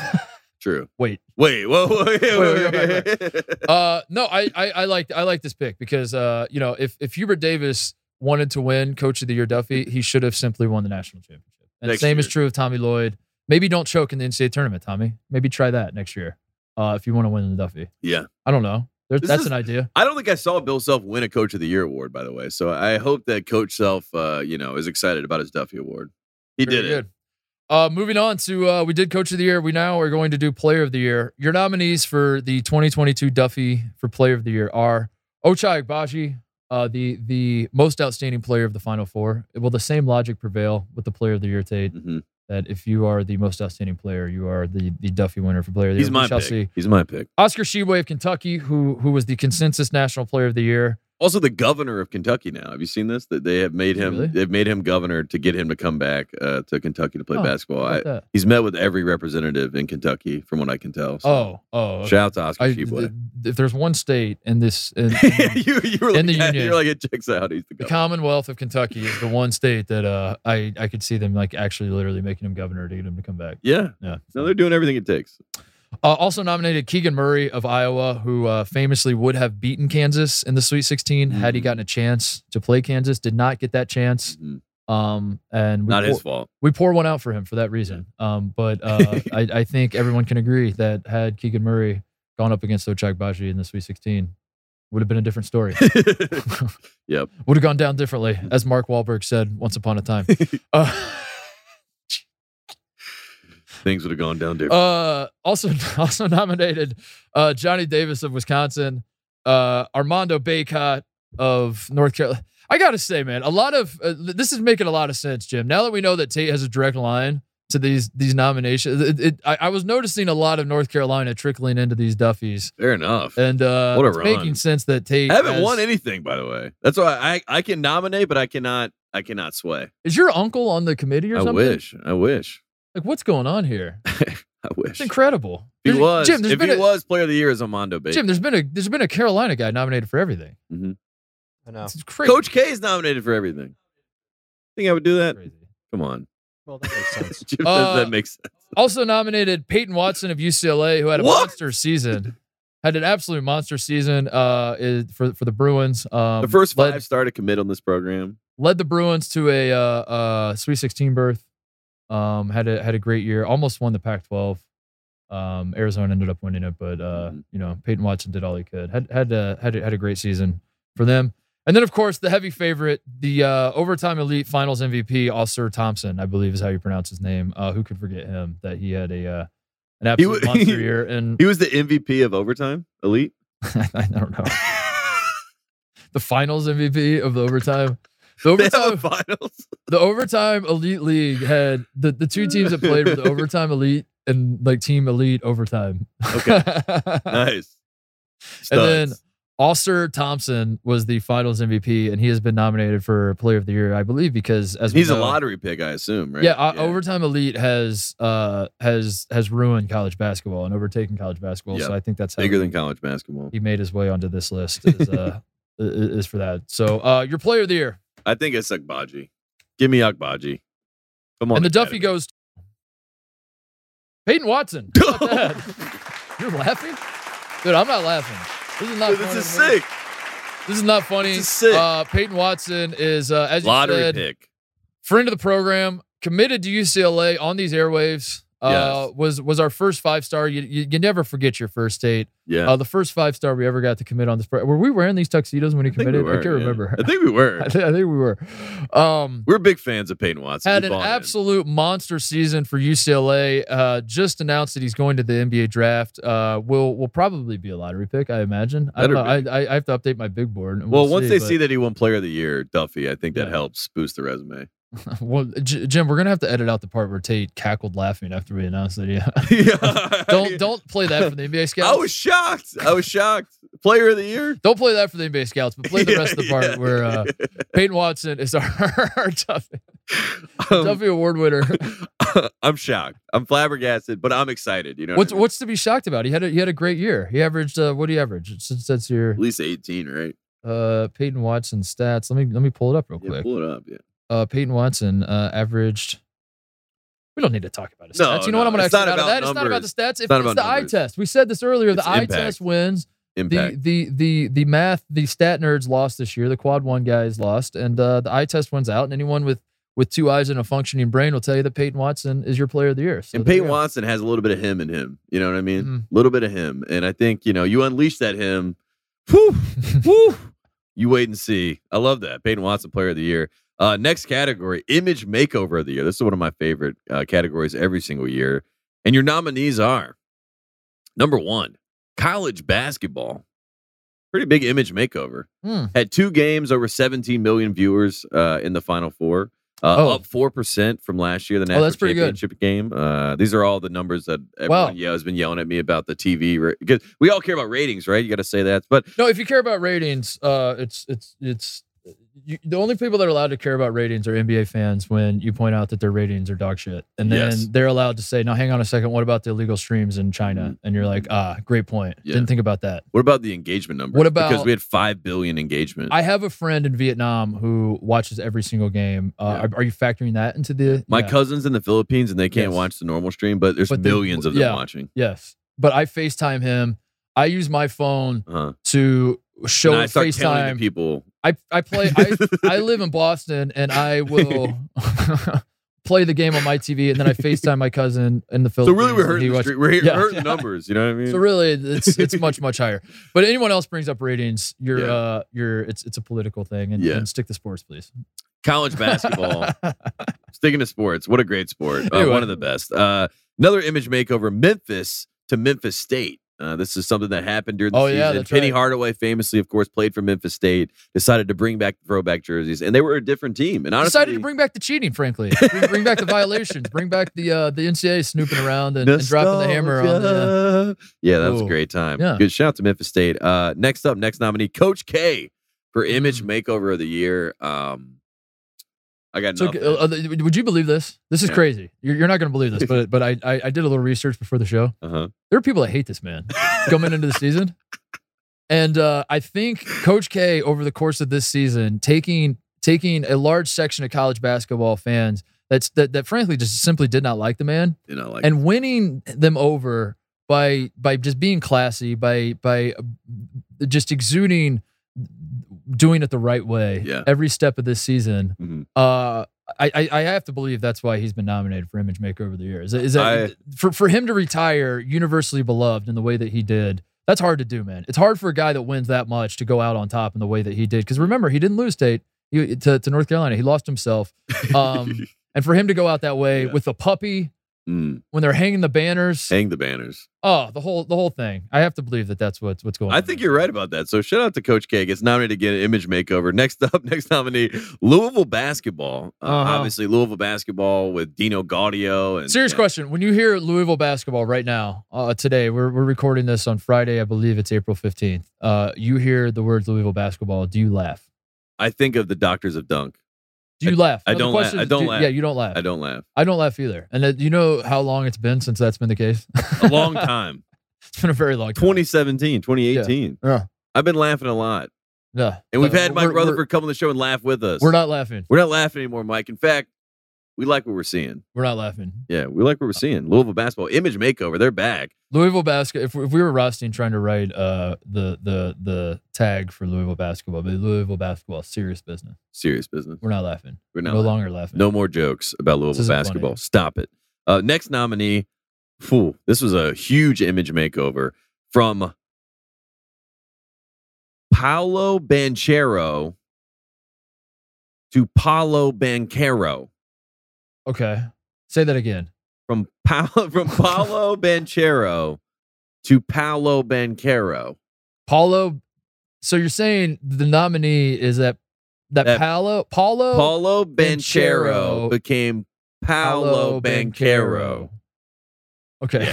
C: [laughs]
A: True.
C: Wait,
A: Wait, whoa, [laughs] whoa, whoa,
C: wait, uh, no, I I, I like I like this pick because uh, you know if if Hubert Davis wanted to win Coach of the Year Duffy, he should have simply won the national championship. And
A: Next
C: same is
A: year.
C: true of Tommy Lloyd. Maybe don't choke in the NCAA tournament, Tommy. Maybe try that next year uh, if you want to win the Duffy.
A: [laughs] yeah.
C: I don't know. There,
A: This
C: that's
A: is-
C: an idea.
A: I don't think I saw Bill Self win a Coach of the Year award, by the way. So I hope that Coach Self, uh, you know, is excited about his Duffy Award. He
C: Very
A: did it.
C: good. Uh, moving on to uh, we did Coach of the Year. We now are going to do Player of the Year. Your nominees for the 2022 Duffy for Player of the Year are Ochai Agbaji, uh, the the most outstanding player of the Final Four. Will the same logic prevail with the Player of the Year, Tate?
A: Mhm.
C: That if you are the most outstanding player, you are the the Duffy winner for Player of the
A: He's
C: Year.
A: my
C: we shall
A: pick.
C: see.
A: He's my pick.
C: Oscar Sheway of Kentucky, who who was the consensus National Player of the Year.
A: Also, the governor of Kentucky now. Have you seen this? That they have made him.
C: Really?
A: They've made him governor to get him to come back uh, to Kentucky to play
C: Oh,
A: basketball.
C: How
A: I,
C: about that?
A: he's met with every representative in Kentucky, from what I can tell. So.
C: Oh, oh, okay.
A: shout out to Oscar
C: I,
A: Sheboy.
C: th- if there's one state in this,
A: [laughs]
C: in, in
A: you, you were
C: In
A: like,
C: the
A: yeah,
C: union.
A: you're like it checks out. He's the
C: the
A: governor.
C: Commonwealth of Kentucky, is the one state that uh, I I could see them like actually literally making him governor to get him to come back.
A: yeah.
C: Yeah.
A: No, they're doing everything it takes.
C: Uh, also nominated Keegan Murray of Iowa, who uh, famously would have beaten Kansas in the Sweet 16 had he
A: Mhm.
C: gotten a chance to play Kansas. Did not get that chance.
A: Mhm.
C: Um, and we
A: Not
C: pour,
A: his fault.
C: we pour one out for him for that reason. Um,
A: [laughs]
C: but uh, I, I think everyone can agree that had Keegan Murray gone up against Ochai Baji in the Sweet 16, would have been a different story.
A: Yep.
C: Would have gone down differently,
A: [laughs]
C: as Mark Wahlberg said once upon a time. Uh,
A: [laughs] things would have gone down different.
C: [laughs] Uh, also, [laughs] also nominated uh, Johnny Davis of Wisconsin, uh, Armando Baycott of North Carolina. I gotta say, man, a lot of uh, th- this is making a lot of sense, Jim. Now that we know that Tate has a direct line to these these nominations, it, it, I, I was noticing a lot of North Carolina trickling into these Duffies,
A: Fair enough.
C: and uh,
A: What a
C: it's
A: run.
C: making sense that Tate
A: I haven't
C: has-
A: won anything, by the way. That's why I, I can nominate, but I cannot I cannot sway.
C: Is your uncle on the committee or
A: I
C: something?
A: wish. I wish. [laughs]
C: Like, what's going on here?
A: I wish.
C: It's incredible.
A: If he
C: There's-
A: was,
C: Jim, there's
A: if
C: been
A: he
C: a,
A: was player of the year is Armando Bates.
C: Jim, there's been a there's been a Carolina guy nominated for everything.
D: I know.
C: It's crazy.
A: Coach K is nominated for everything. Think I would do that?
C: Crazy.
A: Come on.
D: Well,
A: [laughs]
D: that makes sense.
A: Jim
C: Uh,
A: says that makes sense.
C: Also nominated Peyton Watson of UCLA, who had a
A: What?
C: monster season. Had an absolute monster season uh, is- for for the Bruins. Um,
A: The first
C: led-
A: five star to commit on this program.
C: led the Bruins to a uh, uh, Sweet 16 berth. Um, had a had a great year. Almost won the Pac-12. Um, Arizona ended up winning it, but uh,
A: Mhm.
C: you know Peyton Watson did all he could. Had had uh, had a, had a great season for them. And then of course the heavy favorite, the uh, overtime elite finals MVP, Osir Thompson, I believe is how you pronounce his name. Uh, who could forget him? That he had a uh, an absolute
A: wa- [laughs]
C: monster year. And
A: He was the MVP of overtime, elite.
C: [laughs] I don't know the finals MVP of the overtime.
A: [laughs]
C: The
A: They
C: overtime
A: have
C: [laughs]
A: finals.
C: the overtime elite league had the, the two teams that played
A: [laughs]
C: were the overtime elite and like team elite overtime. [laughs]
A: Okay. Nice.
C: and then
A: Studs.
C: Oscar Thompson was the finals MVP and he has been nominated for player of the year, I believe, because as we
A: he's a
C: know-
A: lottery pick, I assume, right?
C: Yeah, uh, overtime elite has uh has has ruined college basketball and overtaken college basketball. So
A: Yep.
C: I think that's how
A: bigger than college basketball.
C: he made his way onto
A: [laughs]
C: this list is uh i- i- is for that. So uh your player of the year.
A: I think it's Akbaji. Give me Akbaji. Come on.
C: and the Duffy
A: Academy.
C: goes
A: [laughs]
C: Peyton Watson. How about that? You're laughing? Dude, I'm not laughing. This is not
A: Dude,
C: funny.
A: this is sick.
C: This is not funny.
A: This is sick.
C: Uh, Peyton Watson is, uh, as you
A: Lottery
C: said,
A: pick.
C: friend of the program, committed to UCLA on these airwaves. Uh,
A: Yes.
C: Was was our first five star. You, you, you never forget your first date.
A: Yeah.
C: Uh, the first five star we ever got to commit on this. Pro- were we wearing these tuxedos when he
A: I think we
C: committed? I
A: were,
C: can't
A: yeah. [laughs]
C: remember. [laughs]
A: I think we were.
C: I, thi- I think we were. Um,
A: We're big fans of Peyton Watson.
C: had
A: We
C: an
A: bought him.
C: absolute monster season for UCLA. Uh, just announced that he's going to the NBA draft. Uh, will will probably be a lottery pick, I imagine. I, don't know.
A: Better
C: I, I I have to update my big board. and
A: Well, once they
C: but-
A: see that he won Player of the Year, Duffy, I think that
C: Yeah.
A: helps boost the resume.
C: [laughs] well, J- Jim, we're gonna have to edit out the part where Tate cackled laughing after we announced that.
A: [laughs]
C: Yeah,
A: yeah.
C: [laughs] [laughs]
A: [laughs]
C: don't don't play that for the NBA
A: I
C: scouts.
A: was shocked. I was shocked. Player of the Year.
C: don't play that for the NBA scouts, but play
A: [laughs]
C: the
A: Yeah,
C: rest of the part
A: yeah.
C: where uh, Peyton Watson is our, [laughs] our Duffy,
A: Um, [laughs]
C: Duffy Award winner.
A: I'm shocked. I'm flabbergasted, but I'm excited. You know, what
C: What's
A: I mean?
C: what's to be shocked about? He had a, he had a great year. He averaged uh, what do you average? Since that's your
A: at least 18, right?
C: uh Peyton Watson stats. Let me let me pull it up real
A: Yeah,
C: quick.
A: pull it up. Yeah.
C: Uh Peyton Watson uh averaged we don't need to talk about his
A: No,
C: stats. You know what?
A: no,
C: I'm going to
A: it's not
C: exit out of
A: about
C: that. It's not about the
A: numbers.
C: stats. If it's,
A: not about
C: the
A: numbers.
C: eye test. We said this earlier.
A: It's
C: the eye
A: impact.
C: test wins. The,
A: Impact.
C: the the the math the stat nerds lost this year. The quad one guys lost, and uh, the eye test one's out. And anyone with with two eyes and a functioning brain will tell you that Peyton Watson is your player of the year. So
A: and
C: there you
A: Peyton
C: go.
A: Watson has a little bit of him in him. You know what I mean? A
C: Mhm.
A: little bit of him. And I think, you know, you unleash that
C: [laughs]
A: him. Whew, whew. You wait and see. I love that. Peyton Watson, player of the year. Uh, next category, image makeover of the year. This is one of my favorite uh, categories every single year. And your nominees are number one, college basketball. Pretty big image makeover.
C: Hmm.
A: Had two games over 17 million viewers uh, in the Final Four. Uh,
C: Oh.
A: Up four percent from last year. The national
C: that's pretty good.
A: championship game. Uh, these are all the numbers that everyone
C: Wow.
A: yeah, has been yelling at me about the TV ra- because we all care about ratings, right? You got to say that. But
C: No, if you care about ratings, uh, it's it's it's you, the only people that are allowed to care about ratings are NBA fans when you point out that their ratings are dog shit, and then
A: Yes.
C: they're allowed to say, "Now, hang on a second, what about the illegal streams in China?"
A: Mhm.
C: And you're like, "Ah, great point.
A: Yeah.
C: Didn't think about that."
A: what about the engagement number?
C: What
A: because
C: about-
A: we had five billion engagement?
C: I have a friend in Vietnam who watches every single game. Uh, are, are you factoring that into the
A: My
C: yeah.
A: cousins in the Philippines and they can't
C: Yes.
A: watch the normal stream, but there's
C: But they-
A: millions of them
C: yeah.
A: watching.
C: Yes, but I Facetime him. I use my phone
A: Uh-huh.
C: to show
A: and I start telling the
C: Facetime
A: people.
C: I I play
A: [laughs]
C: I I live in Boston and I will [laughs] play the game on my TV and then I FaceTime my cousin in the
A: So
C: Philippines.
A: really, we're
C: and
A: hurting.
C: he
A: The
C: watch-
A: street. We're
C: Yeah. [laughs]
A: hurting numbers. You know what I mean?
C: So really it's it's much, much higher. But anyone else brings up ratings, you're
A: Yeah.
C: uh you're it's it's a political thing and,
A: Yeah.
C: [laughs] and stick to sports, please.
A: College [laughs] basketball. Sticking to sports. What a great sport. Uh,
C: Anyway.
A: One of the best. Uh, another image makeover Memphis to Memphis State. Uh, this is something that happened during the
C: Oh,
A: season.
C: yeah, that's
A: Penny
C: right.
A: Hardaway famously, of course, played for Memphis State, decided to bring back throwback jerseys, and they were a different team. And honestly,
C: Decided to bring back the cheating, frankly. Bring, bring back the violations. Bring back the uh, the NCAA snooping around and, and dropping the hammer on the. uh,
A: Nostalgia. yeah, that was a
C: Ooh.
A: great time.
C: Yeah.
A: Good shout out to Memphis State. Uh, next up, next nominee, Coach K for
C: Mm.
A: Image Makeover of the Year. Um, I got
C: So,
A: nothing.
C: uh, uh, would you believe this? This is
A: Yeah.
C: crazy. You're, you're not going to believe this, but but I, I I did a little research before the show.
A: uh-huh.
C: There are people that hate this man coming into the season, and uh, I think Coach K over the course of this season taking taking a large section of college basketball fans that's that that frankly just simply did not like the man
A: You know, [laughs] like
C: and winning them over by by just being classy by by uh, just exuding doing it the right way
A: Yeah.
C: every step of this season
A: Mhm.
C: uh I, I I have to believe that's why he's been nominated for Image Maker over the years. Is that
A: I-
C: for, for him to retire universally beloved in the way that he did? That's hard to do, man. It's hard for a guy that wins that much to go out on top in the way that he did. Because remember, he didn't lose state he, to, to North Carolina. He lost
A: [laughs]
C: himself, um, and for him to go out that way
A: Yeah.
C: with a puppy
A: Mm,
C: when they're hanging the banners.
A: hang the banners.
C: Oh, the whole the whole thing. I have to believe that that's what's what's going.
A: I
C: on.
A: think you're right about that. So shout out to Coach K. Gets nominated again. Image makeover. Next up, [laughs] next nominee, Louisville basketball. Uh,
C: Uh-huh.
A: Obviously, Louisville basketball with Dino Gaudio. And,
C: Serious
A: and-
C: question: When you hear Louisville basketball right now, uh, today we're we're recording this on Friday, I believe it's April fifteenth. Uh, you hear the words Louisville basketball, do you laugh?
A: I think of the Doctors of Dunk.
C: Do you laugh?
A: I
C: No, the
A: don't laugh.
C: question
A: I
C: is,
A: don't
C: do-
A: laugh.
C: Yeah, you don't laugh.
A: I don't
C: [laughs]
A: laugh.
C: I don't laugh either. And that, you know how long it's been since that's been the case?
A: A
C: [laughs]
A: long time.
C: it's been a very long time.
A: 2017, 2018.
C: Yeah.
A: I've been laughing a lot.
C: No,
A: And we've
C: no,
A: had Mike
C: we're- we're-
A: Rutherford come on the show and laugh with us.
C: We're not laughing.
A: We're not laughing anymore, Mike. In fact, we like what we're seeing.
C: We're not laughing.
A: Yeah, we like what
C: Uh.
A: we're seeing. Louisville basketball image makeover. They're back.
C: Louisville basketball. If, we- if we were Rothstein trying to write uh, the the the tag for Louisville basketball, but Louisville basketball, serious business.
A: Serious business.
C: We're not laughing.
A: We're not
C: no
A: laughing.
C: longer laughing.
A: No more jokes about Louisville
C: isn't funny.
A: basketball. Stop it. Uh, next nominee. Fool. This was a huge image makeover from Paolo Banchero to Paolo Banquero.
C: Okay. Say that again.
A: From Paolo
C: [laughs]
A: from Paolo Banchero to Paolo Banquero.
C: Paulo. So you're saying the nominee is that that,
A: That-
C: Paolo Paulo
A: Paolo Banchero
C: Banchero.
A: became Paolo Banquero.
C: [laughs] Okay.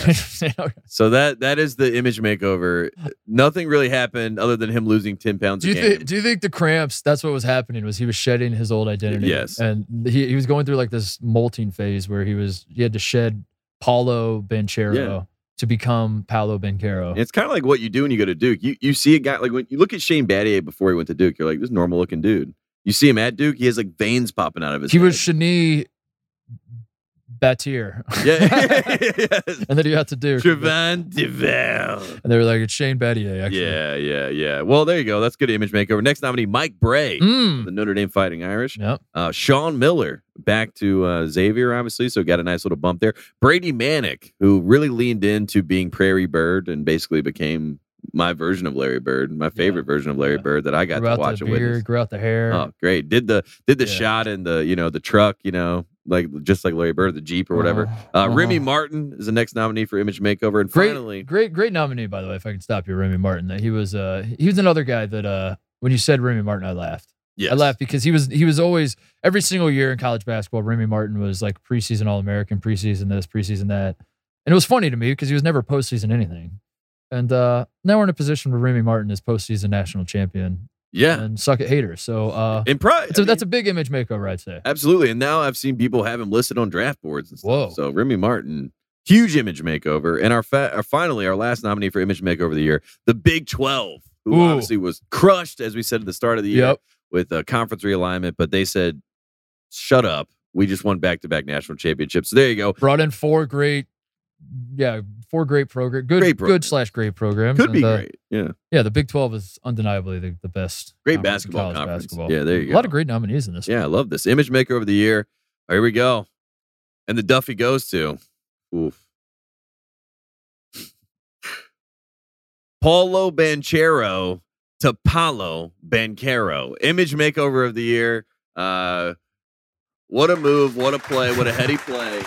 A: So that that is the image makeover. Nothing really happened other than him losing ten pounds.
C: do you
A: a game.
C: think do you think the cramps? That's what was happening. Was he was shedding his old identity?
A: Yes.
C: And he, he was going through like this molting phase where he was he had to shed Paulo Banchero
A: Yeah.
C: to become Paolo Banchero.
A: And It's kind of like what you do when you go to Duke. You you see a guy like when you look at Shane Battier before he went to Duke, you're like this normal looking dude. You see him at Duke, he has like veins popping out of his.
C: He was
A: head.
C: Shani Batir.
A: [laughs]
C: [laughs]
A: yeah, yes.
C: and then you had to do.
A: Trevon Deville.
C: And they were like, it's Shane Battier, actually.
A: Yeah, yeah, yeah. Well, there you go. That's good image makeover. Next nominee, Mike Bray,
C: Mm.
A: the Notre Dame Fighting Irish.
C: Yep.
A: Uh, Sean Miller back to uh, Xavier, obviously, so got a nice little bump there. Brady Manick, who really leaned into being Prairie Bird and basically became my version of Larry Bird, my favorite version of Larry
C: Yeah.
A: Bird that I got
C: grew
A: to
C: out
A: watch
C: the
A: and witness.
C: beard, grew out the hair.
A: Oh, great! Did the did the
C: Yeah.
A: shot in the you know the truck, you know, like just like Larry Bird, the Jeep or whatever. Uh,
C: Uh-huh.
A: Remy Martin is the next nominee for Image Makeover, and
C: Great,
A: finally,
C: great, great nominee, by the way. If I can stop you, Remy Martin. That he was, uh, he was another guy that uh, when you said Remy Martin, I laughed.
A: yes,
C: I laughed because he was, he was always every single year in college basketball. Remy Martin was like preseason All American, preseason this, preseason that, and it was funny to me because he was never postseason anything. And uh, now we're in a position where Remy Martin is postseason national champion
A: yeah,
C: and suck at haters. So uh,
A: and probably
C: that's, a, that's a big image makeover, I'd say.
A: absolutely. And now I've seen people have him listed on draft boards and stuff.
C: Whoa.
A: So Remy Martin, huge Image Makeover, and our, fa- our finally our last nominee for Image Makeover of the year, the Big Twelve, who
C: Ooh.
A: obviously was crushed as we said at the start of the year
C: Yep.
A: with a conference realignment, but they said, "Shut up." We just won back to back national championships. So there you go.
C: brought in four great yeah four great program good
A: Great
C: good
A: programs.
C: slash great programs
A: Could
C: And,
A: be
C: uh,
A: great. Yeah.
C: yeah the big 12 is undeniably the, the best
A: Great
C: conference in
A: basketball
C: college
A: conference.
C: basketball.
A: Yeah, there you
C: a lot
A: go.
C: of great nominees in this
A: Yeah, I love this. Image maker of the year. Oh, Here we go. And the Duffy goes to. Oof. Paulo Banchero to Paolo Banquero. Image makeover of the year. Uh What a move. What a play. What a heady play.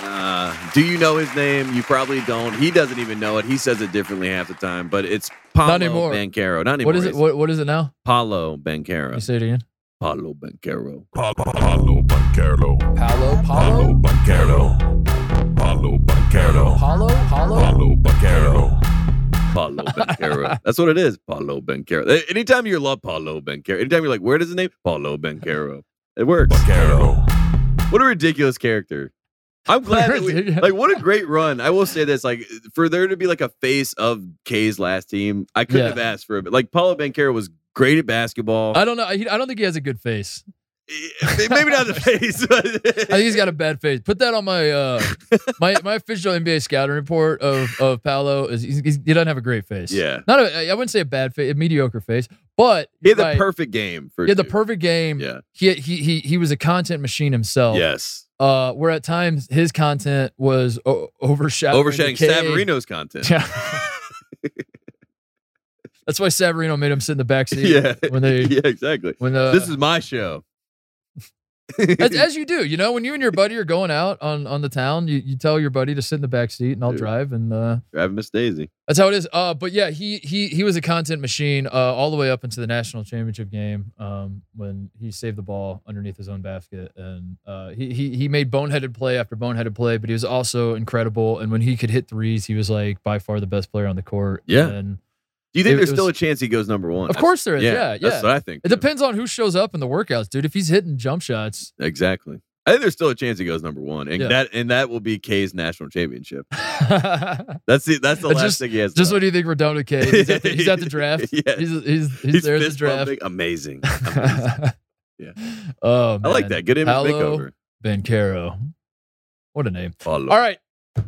A: Uh, do you know his name? You probably don't. He doesn't even know it. He says it differently half the time, but it's Paulo
C: anymore.
A: Banquero. Not anymore.
C: What is it?
A: It's
C: What, what is it now?
A: Paulo
C: Can you
A: Banquero.
C: say it again?
A: Paulo Banquero.
E: Pa- pa- Palo Banquero.
D: [laughs] Paolo,
E: Palo
D: Paolo,
E: Banquero. Palo Banquero.
D: Paolo, Paolo.
E: Palo Banquero.
A: Paulo Banquero. That's what it is. Paulo Banquero. A- Anytime you're love Paulo Banquero, anytime you're like, where does the name? Paulo Banquero. It works.
E: Banquero.
A: What a ridiculous character.
E: [laughs]
A: I'm glad that we,
C: Yeah.
A: like what a great run. I will say this, like for there to be like a face of K's last team, I couldn't
C: Yeah.
A: have asked for it. But like Paulo Banquero was great at basketball.
C: I don't know. I, I don't think he has a good face.
A: Eh, Maybe
E: [laughs]
A: not the face, but
C: I think he's got a bad face. Put that on
A: [laughs]
C: my uh my my official NBA scouting report of of Paolo is he's, he's, he doesn't have a great face.
A: Yeah.
C: not a, I wouldn't say a bad face, a mediocre face, but
A: he had the
C: right,
A: perfect game for
C: he had the
A: Duke.
C: perfect game.
A: Yeah.
C: He, he he he was a content machine himself.
A: Yes.
C: Uh, where at times his content was o- overshadowing
A: Overshadowing
C: the K.
A: Savarino's content.
C: [laughs] Yeah. That's why Savarino made him sit in the back
A: [laughs]
C: seat.
A: Yeah.
C: When
A: [laughs]
C: they
A: yeah, exactly.
C: when the
A: this is my show. [laughs]
C: as, as you do, you know, when you and your buddy are going out on on the town, you, you tell your buddy to sit in the back seat and I'll
A: Yeah.
C: drive, and uh,
A: Driving Miss Daisy.
C: that's how it is. Uh, but yeah, he he he was a content machine uh, all the way up into the national championship game um, when he saved the ball underneath his own basket, and uh, he he he made boneheaded play after boneheaded play, but he was also incredible. And when he could hit threes, he was like by far the best player on the court.
A: Yeah.
C: and
A: Do you think
C: It-
A: there's
C: it
A: still a
C: was-
A: chance he goes number one?
C: of course there is. Yeah, yeah.
A: yeah, That's what I think.
C: It
A: too.
C: depends on who shows up in the workouts, dude. If he's hitting jump shots, [laughs]
A: [laughs] Exactly. I think there's still a chance he goes number one, and
C: Yeah.
A: that and that will be K's national championship. That's the that's the
C: It's
A: last
C: just-
A: thing he has.
C: Just
A: left.
C: what do you think we're done with K? He's at the, he's
A: [laughs]
C: at the draft.
A: Yeah.
C: He's, he's, he's, there at the
A: fist
C: draft.
A: pumping. Amazing. Amazing.
C: [laughs]
A: Yeah.
C: Oh,
A: I like
C: man.
A: that. Good image
C: Paolo.
A: makeover.
C: Bancaro. What a name.
A: Paolo.
C: All right.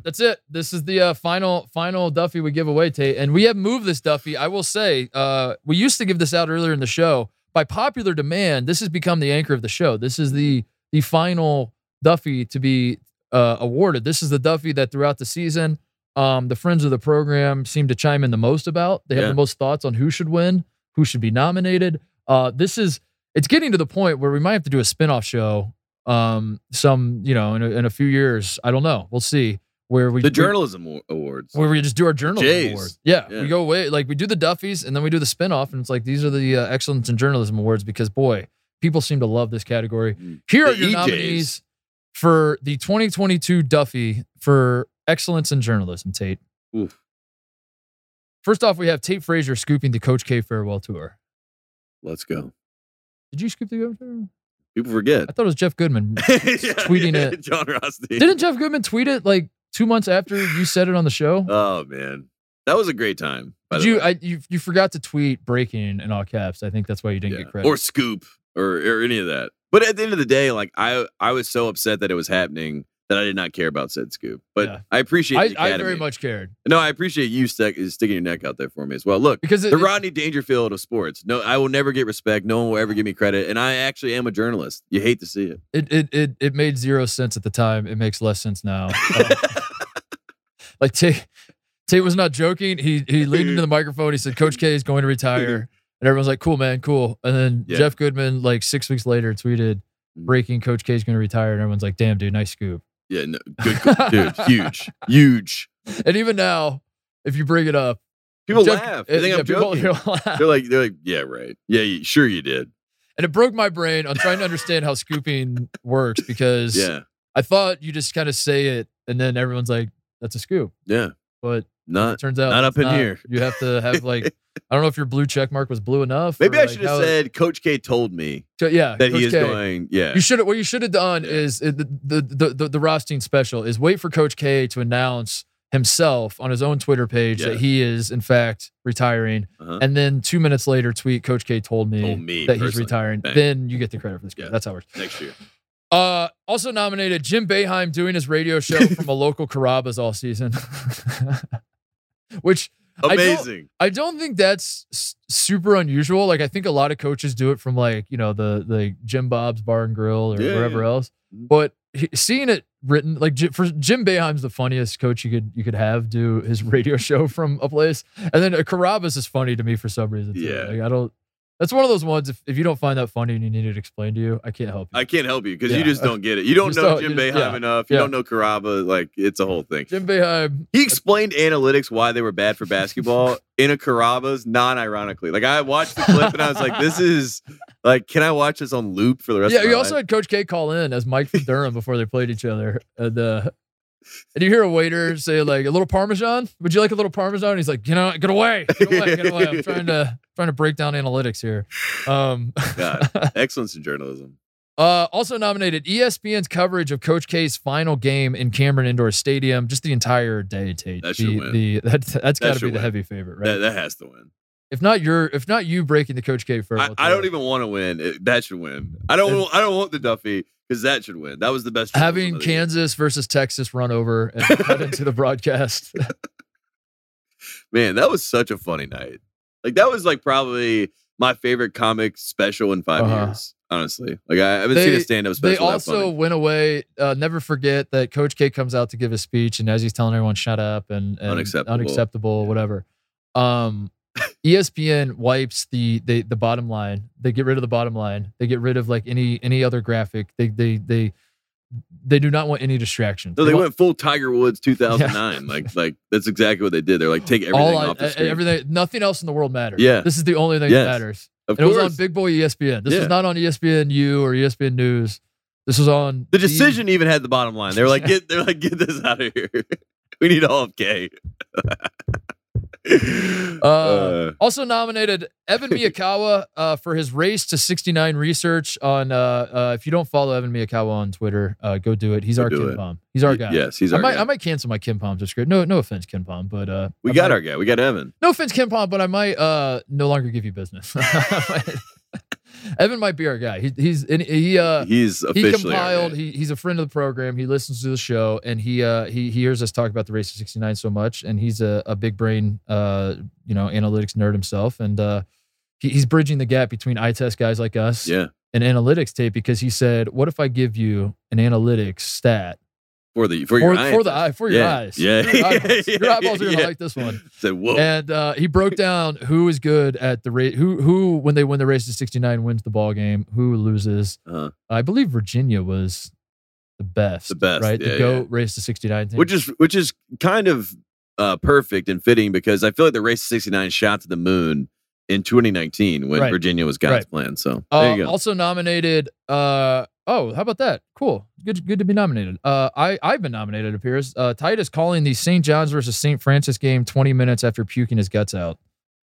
C: That's it. This is the uh, final final Duffy we give away, Tate. And we have moved this Duffy. I will say, uh, we used to give this out earlier in the show. By popular demand, this has become the anchor of the show. This is the the final Duffy to be uh, awarded. This is the Duffy that throughout the season, um, the friends of the program seem to chime in the most about. They have
A: Yeah.
C: the most thoughts on who should win, who should be nominated. Uh, this is it's getting to the point where we might have to do a spinoff show. Um, some you know, in a, in a few years, I don't know. We'll see where we
A: The
C: we-
A: journalism awa- awards.
C: where we just do our journalism
A: Jays.
C: awards. Yeah,
A: Yeah.
C: we go away like we do the Duffys and then we do the spinoff, and it's like these are the uh, excellence in journalism awards because boy, people seem to love this category.
A: Mm.
C: Here are
A: The
C: your
A: EJs.
C: nominees for the 2022 Duffy for excellence in journalism, Tate.
A: Oof.
C: First off, we have Tate Frazier scooping the Coach K farewell tour.
A: Let's go.
C: Did you scoop the Coach K? farewell?
A: People forget. [laughs]
C: I thought it was Jeff Goodman. tweeting it.
A: John Rothstein.
C: Didn't Jeff Goodman tweet it like two months after you said it on the show?
A: Oh man, that was a great time. by
C: Did
A: the
C: you,
A: way.
C: I, you you forgot to tweet breaking in all caps. I think that's why you didn't
A: Yeah.
C: get credit.
A: or scoop or or any of that. But at the end of the day, like I I was so upset that it was happening that I did not care about said scoop. But
C: Yeah.
A: I appreciate.
C: I,
A: the
C: I
A: Academy.
C: very much cared
A: No, I appreciate you stick, sticking your neck out there for me as well. Look,
C: because it,
A: the
C: it-
A: Rodney Dangerfield of sports. No, I will never get respect. No one will ever give me credit, and I actually am a journalist. You hate to see it.
C: it, it it it made zero sense at the time. It makes less
A: [laughs]
C: sense now. Um, like Tate, Tate was not joking. He he leaned into the microphone. He said, "Coach K is going to retire," and everyone's like, "Cool, man, cool." And then
A: Yeah. Mm.
C: Jeff Goodman, like six weeks later, tweeted, "Breaking: Coach K is going to retire," and everyone's like, "Damn, dude, nice scoop."
A: Yeah,
C: [laughs]
A: no, good, dude, huge, huge.
C: And even now, if you bring it up,
A: People
C: Jeff-
A: laugh.
C: it-
A: They think
C: uh, yeah,
A: I'm
C: [laughs] people-
A: joking.
C: people laugh.
A: They're like, they're like, yeah, right. Yeah, you, sure you did.
C: And it broke my brain on trying to understand how scooping works
A: [laughs]
C: because
A: Yeah,
C: I thought you just kind of say it and then everyone's like, that's a scoop.
A: yeah.
C: But it
A: Not.
C: turns out
A: Not up
C: it's
A: in here.
C: You have to
A: [laughs]
C: have like, I don't know if your blue check mark was blue enough.
A: Maybe
C: or,
A: I
C: like,
A: should have
C: how-
A: said, Coach K told me
C: So, yeah,
A: that he
C: Coach
A: is
C: K.
A: going. Yeah,
C: You should have. What you should have done
A: Yeah.
C: is uh, the the the the, the Rothstein special is wait for Coach K to announce himself on his own Twitter page
A: Yeah.
C: that he is in fact retiring,
A: Uh-huh.
C: and then two minutes later tweet Coach K told me,
A: told me
C: that he's
A: personally.
C: retiring.
A: Bang.
C: Then you get the credit for this. guy.
A: Yeah.
C: That's how it works.
A: next year.
C: Uh, also nominated Jim Beheim doing his radio
A: [laughs]
C: show from a local Carrabba's all season, [laughs] which [laughs] I don't-
A: Amazing.
C: I don't think that's s- super unusual. Like I think a lot of coaches do it from like you know the the Jim Bob's Bar and Grill or
A: Yeah,
C: wherever
A: yeah. Mm.
C: else. But he- seeing it written like Ji- for Jim Beheim's the funniest coach you could you could have do [laughs] his radio show from a place, and then a Carrabba's is uh, funny to me for some reason. too.
A: Yeah.
C: Like, I don't. That's one of those ones. If, if you don't find that funny and you need it explained to you, I can't help you.
A: I can't help you because you
C: Yeah.
A: just don't get it. You don't
C: Just
A: know
C: don't- [laughs] you
A: Jim
C: just-
A: Beheim
C: yeah.
A: enough. You
C: Yeah.
A: don't know Caraba. Like it's a whole thing.
C: Jim Beheim.
A: He explained analytics why they were bad for basketball in a Carabas, non-ironically. Like I watched the clip and I was like,
C: [laughs]
A: "This is like, can I watch this on loop for the rest?"
C: Yeah,
A: of my
C: you also
A: life?
C: had Coach K call in as Mike from Durham before they played each other, and uh, and you hear a waiter say like a little Parmesan. Would you like a little Parmesan? And he's like, you know, get away, get away, get away. I'm trying to trying to break down analytics here. Um, [laughs]
A: God, excellence in journalism.
C: Uh, also nominated ESPN's coverage of Coach K's final game in Cameron Indoor Stadium, just the entire day, Tate.
A: That should
C: the,
A: win.
C: the that, that's got to
A: should
C: be the
A: win.
C: heavy favorite, right?
A: That, that has to win.
C: if not your, if not you breaking the Coach K
A: I,
C: farewell,
A: I don't
C: tour.
A: even want to win. It- that should win. I don't. want- I don't want the Duffy because that should win. That was the best. journalism
C: having
A: of the year.
C: Kansas versus Texas run over and cut into the broadcast.
A: man, that was such a funny night. Like that was like probably my favorite comic special in 5
C: Uh-huh.
A: years. Honestly, like I haven't seen
C: They-
A: a stand-up
C: they
A: special. that
C: also
A: funny.
C: went away. Uh, never forget that Coach K comes out to give his speech, and as he's telling everyone, "Shut up" and, and
A: Unacceptable.
C: unacceptable, whatever.
A: [laughs]
C: Um, ESPN wipes the they, the bottom line. They get rid of the bottom line. They get rid of like any any other graphic. They they they they do not want any distractions.
A: No, they
C: want-
A: went full Tiger
C: [laughs]
A: Woods 2009. Like, like that's exactly what they did. They're like, take everything
C: all on-
A: off the
C: e-
A: screen.
C: everything. Nothing else in the world matters.
A: Yeah.
C: this is the only thing
A: Yes.
C: that matters.
A: of
C: And it was on
A: course,
C: Big Boy E ESPN. This
A: Yeah.
C: was not on E ESPN U or ESPN News. This was on
A: the decision even had the bottom line. They were like, get, they're like, get this out of here. [laughs] we need all of K. [laughs]
C: Uh, Also nominated
A: [laughs]
C: Evan Miyakawa uh, for his race to 69 research on. Uh, uh, if you don't follow Evan Miyakawa on Twitter, uh, go do it. He's
A: Go
C: our
A: do
C: Ken
A: it.
C: Palm. He's our
A: y-
C: guy.
A: Yes, he's
C: I
A: our
C: might
A: guy.
C: I might cancel my Ken Palm subscription. No no offense Ken Palm, but uh,
A: we
C: I
A: got
C: might-
A: our guy. We got Evan.
C: no offense Ken Palm, but I might uh, no longer give you business. [laughs]
A: [laughs]
C: Evan might be our guy. He, he's and he uh,
A: he's
C: he
A: officially. our
C: compiled.
A: guy.
C: He, he's a friend of the program. He listens to the show, and he uh, he, he hears us talk about the race of '69 so much, and he's a, a big brain, uh, you know, analytics nerd himself, and uh, he, he's bridging the gap between eye test guys like us
A: yeah,
C: and analytics tape because he said, "What if I give you an analytics stat
A: for the for your
C: for,
A: eye
C: the
A: test.
C: eye for your
A: Yeah,
C: eyes?
A: Yeah,
C: your eyeballs,
A: [laughs]
C: your
A: yeah,
C: eyeballs are gonna
A: yeah.
C: like this one."
A: [laughs] Said whoa.
C: And uh, he broke down who is good at the race, who who when they win the race to 69 wins the ball game, who loses,
A: Uh,
C: I believe Virginia was the best.
A: The best,
C: right?
A: yeah,
C: the goat
A: yeah.
C: race to sixty nine.
A: which is which is kind of uh, perfect and fitting because I feel like the race to 69 shot to the moon in 2019 when
C: Right.
A: Virginia was God's
C: Right.
A: plan. So
C: uh,
A: there you go.
C: also nominated. Uh, oh, how about that? Cool. Good. Good to be nominated. Uh, I I've been nominated. It appears. Uh, Titus calling the St. John's versus St. Francis game twenty minutes after puking his guts out.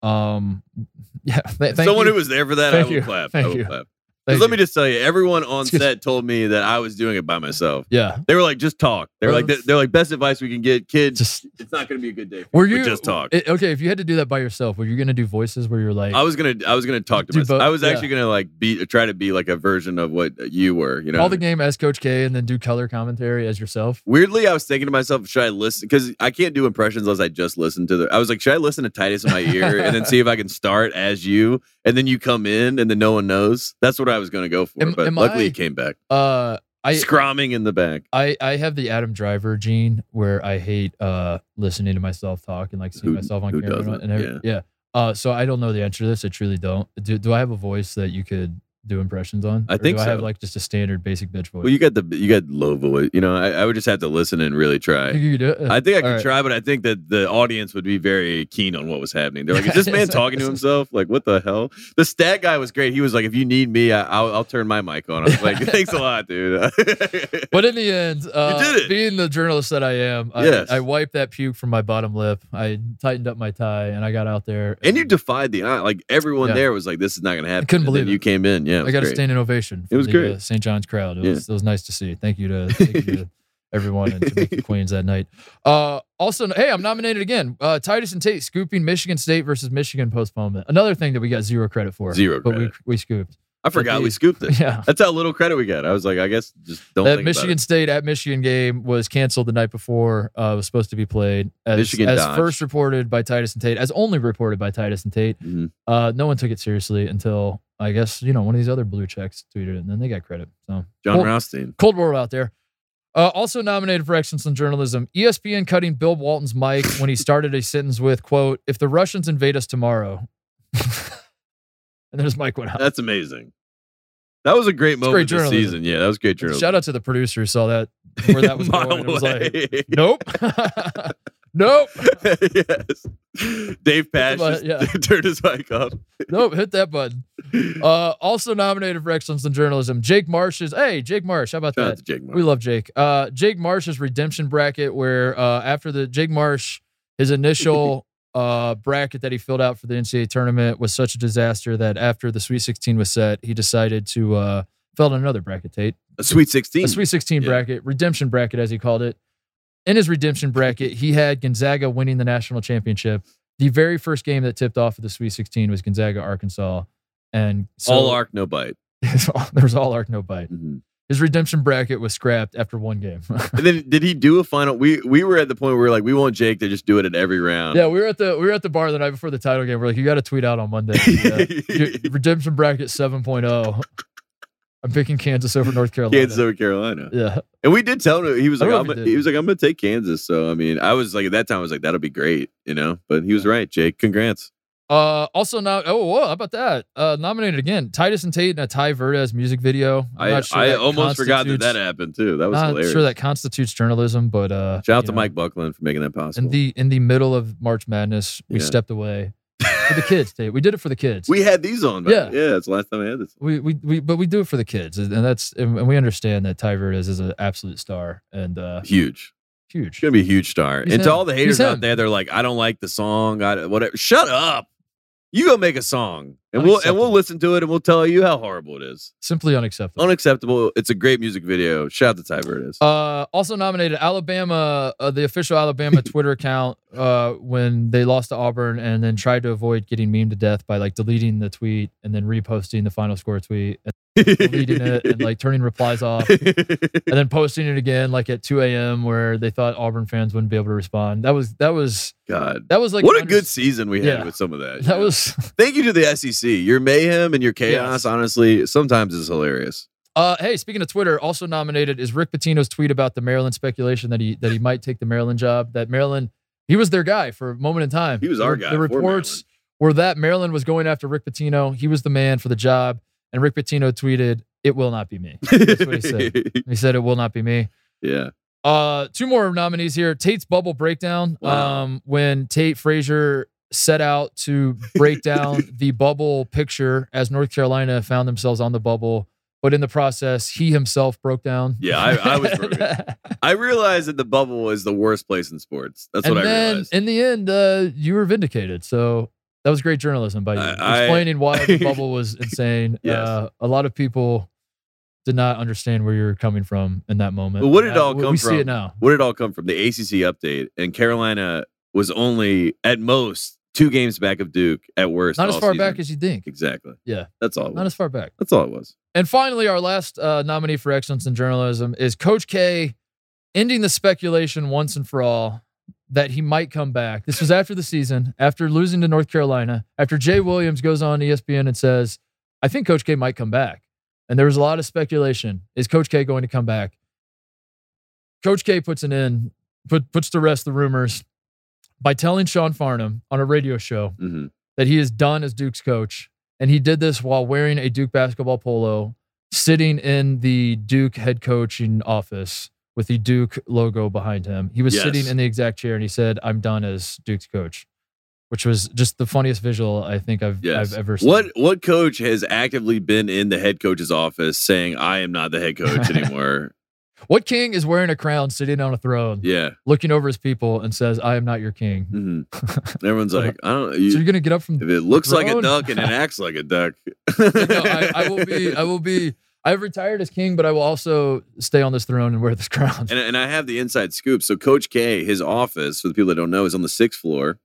C: Um, [laughs] yeah. th- thank
A: Someone
C: you.
A: who was there for that,
C: Thank
A: I will
C: you.
A: clap.
C: Thank
A: I will
C: you.
A: clap.
C: Thank
A: Because let
C: you.
A: me just tell you, everyone on
C: Excuse-
A: set told me that I was doing it by myself.
C: Yeah.
A: They were like, just talk. They're like,
C: Well,
A: they're like, best advice we can get, kids.
C: Just
A: it's not going to be a good day. for
C: were
A: you,
C: you
A: but just talk.
C: it- okay, if you had to do that by yourself, were you gonna do voices where you're like,
A: I was gonna, I was gonna talk to
C: Do
A: myself.
C: both,
A: I was
C: yeah.
A: actually gonna like be, try to be like a version of what you were. You know,
C: call the game as Coach K and then do color commentary as yourself?
A: Weirdly, I was thinking to myself, should I listen? Because I can't do impressions unless I just listen to the. I was like, should I listen to Titus in my ear and then see if I can start as you, and then you come in and then no one knows. That's what I was going to go for,
C: Am-
A: but
C: am
A: luckily
C: I-
A: he came back,
C: Uh, I
A: scromming in the back.
C: I I have the Adam Driver gene where I hate uh listening to myself talk and like seeing
A: Who-
C: myself on
A: who
C: camera
A: doesn't?
C: and every, yeah.
A: Yeah.
C: Uh, so I don't know the answer to this. I truly don't. Do do I have a voice that you could do impressions on?
A: I
C: Or
A: think
C: do I have
A: so.
C: like just a standard basic bitch voice.
A: Well, you got the you got low voice. You know, I, I would just have to listen and really
C: Think
A: try.
C: you could do it?
A: I think I could
C: All right.
A: try, but I think that the audience would be very keen on what was happening. They're like, "Is this man
C: [laughs] Yes.
A: talking to himself? Like, what the hell?" The stat guy was great. He was like, "If you need me, I, I'll, I'll turn my mic on." I was like, [laughs] "Thanks a lot, dude." [laughs]
C: But in the end, uh,
A: did it.
C: being the journalist that I am, I,
A: Yes.
C: I wiped that puke from my bottom lip. I tightened up my tie and I got out there.
A: And you defied the odds. Like everyone
C: Yeah.
A: there was like, "This is not going to happen." And
C: couldn't
A: then
C: believe it.
A: you came in. Yeah, it
C: I
A: was
C: got a
A: great.
C: standing ovation. From
A: It was
C: the,
A: great.
C: uh, St. John's crowd. It
A: Yeah.
C: was it was nice to see. Thank you to, thank
A: [laughs]
C: you to everyone and Jamaica Queens that night. Uh, also, hey, I'm nominated again. Uh, Titus and Tate scooping Michigan State versus Michigan postponement. Another thing that we got zero credit for.
A: Zero
C: but
A: credit.
C: we
A: [laughs]
C: we scooped.
A: I forgot we scooped
C: [laughs]
A: it.
C: Yeah.
A: That's how little credit we got. I was like, I guess just don't.
C: That
A: think
C: Michigan
A: About
C: State at Michigan game was canceled the night before. Uh, it was supposed to be played as,
A: Michigan
C: as
A: dodged.
C: first reported by Titus and Tate, as only reported by Titus and Tate.
A: it. Mhm.
C: Uh, no one took it seriously until I guess you know one of these other blue checks tweeted it, and then they got credit. So
A: John
C: Well,
A: Rothstein.
C: cold world out there. Uh, also nominated for excellence in journalism, E ESPN cutting Bill Walton's mic when he started a sentence with "quote If the Russians invade us tomorrow," [laughs] and then his mic went out.
A: That's amazing. That was a great
C: uh, great
A: moment of the
C: journalism.
A: season. Yeah, that was great journalism.
C: Shout out to the producer who saw that where that
A: [laughs]
C: was
A: Mile
C: going. It was like,
A: away.
C: nope, nope,
A: [laughs] yes. Dave Pash
C: mic-
A: just
C: yeah.
A: [laughs] turned his mic off.
C: nope. Hit that button. Uh, also nominated for excellence in journalism, Jake Marsh is. Hey, Jake Marsh, how about
A: Shout out
C: that?
A: to Jake Mark.
C: We love Jake. Uh, Jake Marsh's redemption bracket, where uh, after the Jake Marsh, his initial uh, bracket that he filled out for the NCAA tournament was such a disaster that after the Sweet 16 was set, he decided to uh, fill out another bracket, Tate.
A: a Sweet 16.
C: A Sweet 16
A: Yeah.
C: bracket, redemption bracket, as he called it. In his redemption bracket, he had Gonzaga winning the national championship. The very first game that tipped off of the Sweet 16 was Gonzaga, Arkansas. And so, [laughs]
A: All arc, no bite.
C: there was all arc, no bite. [laughs]
A: Mhm.
C: His redemption bracket was scrapped after one game. [laughs]
A: And then did he do a final? We we were at the point where we are like, we want Jake to just do it at every round.
C: Yeah, we were at the we were at the bar the night before the title game. We're like, you got to tweet out
A: [laughs]
C: on Monday. Yeah. Your Redemption bracket 7.0. I'm picking Kansas over North Carolina.
A: Kansas over Carolina.
C: Yeah,
A: And we did tell him he was
C: I
A: like,
C: don't know
A: I'm
C: if
A: gonna,
C: he did.
A: he was like, I'm gonna take Kansas. So I mean, I was like at that time, I was like, that'll be great, you know. But he was right, Jake. Congrats.
C: Uh, also now, oh, whoa, how about that? Uh, nominated again, Titus and Tate in a Ty Verdes music video. I'm
A: I
C: not sure
A: I
C: that
A: almost forgot that
C: constitutes-
A: that happened too. That was
C: not
A: hilarious.
C: sure that constitutes journalism, but uh,
A: Shout out
C: you
A: to
C: know,
A: Mike Buckland for making that possible.
C: In the in the middle of March Madness, we
A: Yeah.
C: stepped away
A: [laughs]
C: for the kids. Tate, we did it for the kids.
A: we had these on,
C: Yeah.
A: yeah, yeah. That's the last time I had this.
C: we, we, we but we do it for the kids, and that's and and we understand that Ty Verdes is an absolute star and uh,
A: Huge.
C: huge.
A: It's gonna be a huge star.
C: He's
A: and to
C: him.
A: all the
C: He's
A: haters
C: him.
A: out there, they're like, I don't like the song. I whatever. Shut up. You go make a song, and we'll and we'll
C: Unacceptable.
A: listen to it, and we'll tell you how horrible it is.
C: Simply unacceptable.
A: Unacceptable. It's a great music video. Shout out to Ty Verdes. [laughs]
C: uh, also nominated Alabama, uh, the official Alabama Twitter account, uh, when they lost to Auburn and then tried to avoid getting memed to death by like deleting the tweet and then reposting the final score tweet and deleting it and like turning replies off and then posting it again like at 2 a.m. where they thought Auburn fans wouldn't be able to respond. That was that was
A: [laughs] God.
C: that was like
A: what a
C: under-
A: good season we had
C: Yeah.
A: with some of that. you
C: that
A: know?
C: was
A: Thank you to the SEC. Your mayhem and your chaos,
C: Yes.
A: honestly, sometimes is hilarious.
C: Uh, hey, speaking of Twitter, also nominated is Rick Pitino's tweet about the Maryland speculation that he that he might take the Maryland job. That Maryland, he was their guy for a moment in time.
A: He was our
C: The-
A: guy
C: The
A: for
C: reports were that Maryland was going after Rick Pitino. He was the man for the job, and Rick Pitino tweeted, "It will not be me." That's what he said. He said, "It will not be me."
A: [laughs] yeah.
C: Uh, two more nominees here. Tate's bubble breakdown.
A: Wow.
C: Um, when Tate Frazier set out to
A: [laughs]
C: break down the bubble picture as North Carolina found themselves on the bubble, but in the process, he himself broke down.
A: Yeah, I- I
C: [laughs]
A: was broken. I realized that the bubble is the worst place in sports. That's
C: and
A: what I
C: then
A: realized.
C: in the end, uh, you were vindicated. So that was great journalism by you,
A: I- I-
C: explaining why
A: [laughs]
C: the bubble was insane.
A: Yes.
C: Uh, a lot of people did not understand where you were coming from in that moment.
A: But where did it
C: Uh,
A: all
C: we-
A: come
C: we
A: from?
C: see it now.
A: Where did it all come from? The ACC update, and Carolina was only at most two games back of Duke at worst.
C: Not as
A: all
C: far
A: season.
C: back as you think.
A: exactly.
C: Yeah.
A: that's all. It
C: Not
A: was.
C: as far back.
A: That's all it was.
C: And finally, our last uh, nominee for excellence in journalism is Coach K, ending the speculation once and for all that he might come back. This was after the season, after losing to North Carolina, after Jay Williams goes on E ESPN and says, "I think Coach K might come back." And there was a lot of speculation: Is Coach K going to come back? Coach K puts an end, put, puts to rest the rumors by telling Sean Farnham on a radio show
A: Mhm.
C: that he is done as Duke's coach. And he did this while wearing a Duke basketball polo, sitting in the Duke head coaching office with the Duke logo behind him. He was
A: Yes.
C: sitting in the exact chair and he said, I'm done as Duke's coach, which was just the funniest visual I think I've,
A: Yes.
C: I've ever seen.
A: What what coach has actively been in the head coach's office saying, "I am not the head
C: [laughs]
A: coach anymore"?
C: What king is wearing a crown, sitting on a throne,
A: yeah.
C: looking over his people and says, I am not your king?
A: hmm
C: [laughs]
A: Everyone's like, "I don't." You,
C: So you're going to get up
A: [laughs]
C: from [laughs]
A: if it looks like a
C: grown?
A: duck and it acts like a
C: [laughs]
A: duck,
C: no, I, I
A: [laughs]
C: will be. I will be. I've retired as king, but I will also stay on this throne and wear this [laughs] crown.
A: And, and I have the inside scoop. So Coach K, his office, for the people that don't know, is on the sixth floor,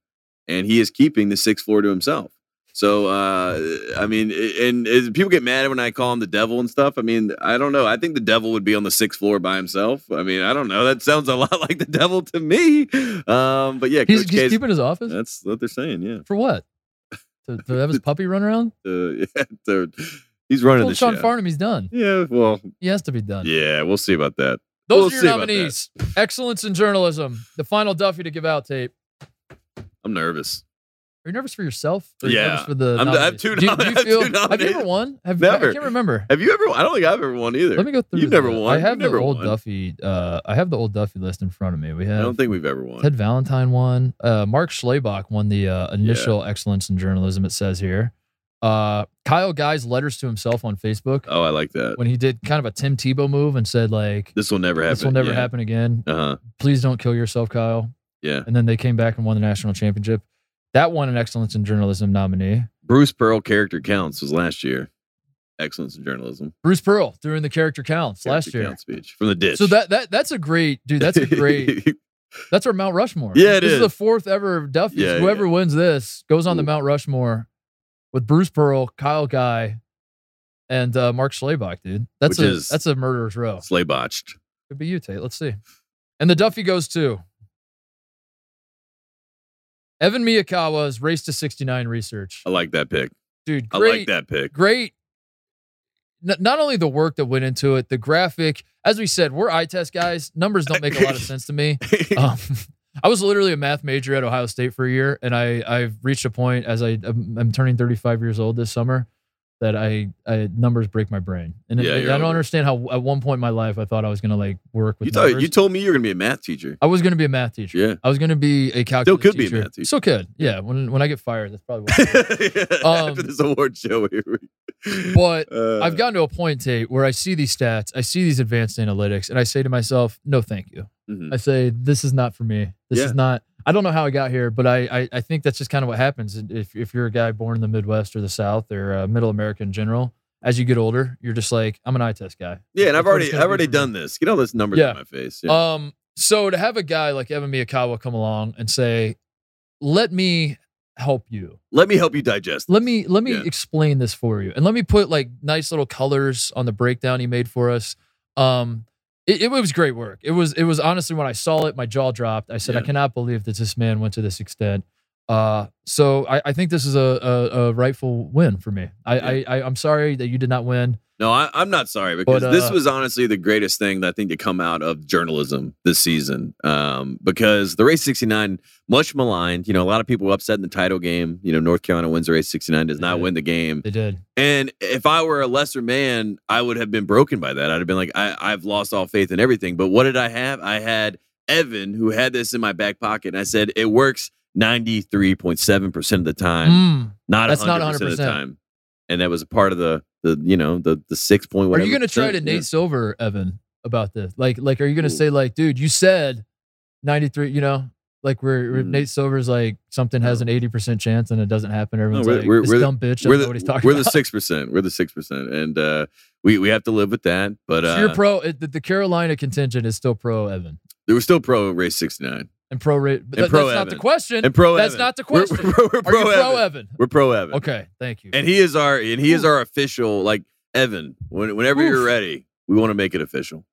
A: and he is keeping the sixth floor to himself. So uh, I mean, i- and, is- people get mad when I call him the devil and stuff. I mean, I don't know. I think the devil would be on the sixth floor by himself. I mean, I don't know. That sounds a [laughs] lot like the devil to me. Um, but yeah,
C: he's
A: Coach
C: he's
A: K's,
C: keeping his
A: [laughs]
C: office
A: that's what they're saying. Yeah,
C: for what? To, to
A: [laughs]
C: have his puppy run around?
A: Uh, [laughs] yeah they're- he's running the
C: Told Sean
A: show.
C: Farnham he's done.
A: yeah, well,
C: He has to be done.
A: yeah, we'll see about that. we'll
C: Those are
A: see
C: your
A: about that.
C: nominees. Excellence in journalism. The final Duffy to give out tape.
A: I'm nervous.
C: Are you nervous for yourself? Or are you
A: Yeah.
C: nervous for the.
A: I'm- I'm
C: nominees?
A: too [laughs]
C: Do you- do
A: nom-
C: you
A: I'm
C: feel-
A: too
C: Have you ever
A: nominated.
C: won? Have I
A: Never.
C: can't remember.
A: Have you ever? I don't think I've ever won either.
C: Let me go through.
A: You've never
C: the-
A: won.
C: I have
A: You've
C: the
A: never
C: old
A: won.
C: Duffy. Uh, I have the old Duffy list in front of me. We
A: I
C: have
A: don't think we've ever won.
C: Ted Valentine won. Uh, Mark Schlabach won the uh, initial excellence in journalism. It says here. Uh, Kyle Guy's letters to himself on Facebook
A: Oh, I like that.
C: when he did kind of a Tim Tebow move and said like,
A: This will never happen.
C: "This will never
A: yeah.
C: happen again.
A: Uh huh.
C: Please don't kill yourself, Kyle."
A: Yeah.
C: And then they came back and won the national championship. That won an excellence in journalism nominee.
A: Bruce Pearl character counts was last year. Excellence in journalism.
C: Bruce Pearl during the character counts last
A: Character
C: year.
A: count speech from the ditch.
C: So that that that's a great
A: [laughs]
C: dude. That's a great. That's our Mount Rushmore.
A: Yeah, it
C: this
A: is.
C: the fourth ever Duffy's.
A: Yeah,
C: Whoever wins this goes on the Mount Rushmore with Bruce Pearl, Kyle Guy, and uh, Mark Schlabach, dude. That's
A: Which
C: a
A: is-
C: that's a murderer's row.
A: Slay botched.
C: Could be you, Tate. Let's see. And the Duffy goes to Evan Miyakawa's Race to 69 research.
A: I like that pick.
C: Dude,
A: Oh, I
C: great
A: like that pick.
C: great n- not only the work that went into it the graphic as we said we're eye test guys numbers don't make a lot of sense
A: [laughs]
C: to me um, i was literally a math major at ohio state for a year and i i've reached a point as i i'm, I'm turning 35 years old this summer that I, I numbers break my brain and it-
A: Yeah,
C: it-
A: you're
C: i don't
A: over it.
C: understand how at one point in my life i thought i was going to like work with
A: You, thought,
C: numbers.
A: you told me you were going to be a math teacher.
C: I was going to be a math teacher.
A: Yeah. [laughs]
C: I was going to be a calculus
A: could be a
C: teacher.
A: math teacher.
C: Still could. Yeah. When when I get fired, that's probably what. Um,
A: After this award show, here [laughs] we-
C: But
A: Uh,
C: I've gotten to a point, Tate, where I see these stats, I see these advanced analytics, and I say to myself, no, thank you.
A: mhm.
C: I say, this is not for me. This
A: Yeah.
C: is not, I don't know how I got here, but I, I, I think that's just kind of what happens. If, if you're a guy born in the Midwest or the South or uh, middle America in general, as you get older, you're just like, I'm an eye test guy.
A: yeah, and I've
C: That's what
A: already
C: it's gonna
A: I've
C: be
A: already
C: for me.
A: done this. Get all this numbers
C: Yeah.
A: in my face. Yeah.
C: Um, so to have a guy like Evan Miyakawa come along and say, let me help you.
A: let me help you digest.
C: let me let me
A: Yeah.
C: explain this for you and let me put like nice little colors on the breakdown he made for us um it, it was great work it was it was honestly when i saw it my jaw dropped i said i
A: Yeah.
C: cannot believe that this man went to this extent uh so i, I think this is a, a a rightful win for me I,
A: Yeah.
C: I i i'm sorry that you did not win
A: No, I, I'm not sorry because
C: But,
A: this
C: uh,
A: was honestly the greatest thing that I think to come out of journalism this season. Um, because the race 69, much maligned, you know, a lot of people upset in the title game. You know, North Carolina wins the race 69, does
C: They
A: not
C: did.
A: win the game.
C: they did
A: And if I were a lesser man, I would have been broken by that. I'd have been like, I, I've lost all faith in everything. But what did I have? I had Evan, who had this in my back pocket, and I said, it works 93.7% of the time
C: Mm.
A: not
C: That's not
A: 100% of
C: 100%.
A: the time. And that was a part of the the you know the the six point.
C: are
A: Whatever
C: you gonna try to
A: percent,
C: nate
A: yeah.
C: silver evan about this like like are you gonna
A: Ooh.
C: say like dude you said 93 you know like where where
A: Mm.
C: Nate Silver's like something has an eighty percent chance and it doesn't happen. Everyone's
A: Oh. we're-
C: like,
A: we're-
C: this
A: we're the-
C: dumb bitch
A: We're
C: doesn't know what he's
A: the
C: talking
A: we're the
C: about.
A: six percent. We're the six percent, and uh, we we have to live with that. But
C: So
A: uh,
C: you're pro. It, the, the Carolina contingent is still pro Evan
A: they were still pro race sixty nine
C: and pro. Ra- but that-
A: pro
C: that's not the
A: Evan.
C: question.
A: and pro.
C: that's
A: Evan.
C: not the
A: We're-
C: question.
A: We're, we're
C: Are
A: pro,
C: you pro
A: Evan.
C: Evan?
A: We're pro Evan.
C: Okay, thank you.
A: And he is our and he is our official like Evan. When, whenever
C: Oof.
A: you're ready, we want to make it official.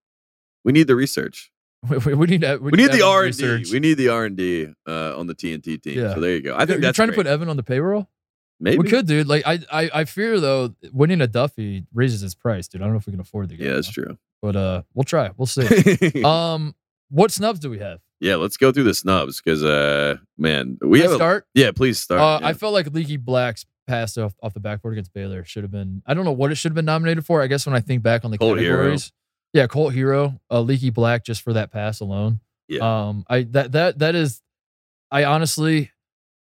A: We need the research.
C: [laughs] we, we- we need to,
A: We need the
C: Evan's
A: R and D.
C: research.
A: We need the R and D uh, on the TNT team.
C: Yeah.
A: So there you go. I think
C: You're
A: that's
C: trying to
A: great.
C: put Evan on the payroll.
A: maybe
C: We could, dude. Like I, I, I fear though, winning a Duffy raises its price, dude. I don't know if we can afford the guy.
A: Yeah, that's
C: now. [laughs]
A: true.
C: But uh, we'll try. We'll see.
A: [laughs]
C: um, what snubs do we have?
A: Yeah, let's go through the snubs because, uh, man, we
C: Can I
A: have. a-
C: start.
A: yeah, please start.
C: Uh,
A: yeah.
C: I felt like Leaky Black's pass off, off the backboard against Baylor should have been. I don't know what it should have been nominated for. I guess when I think back on the
A: Colt Hero.
C: categories, yeah, Colt Hero, uh, Leaky Black, just for that pass alone.
A: Yeah.
C: Um, I that that that is, I honestly,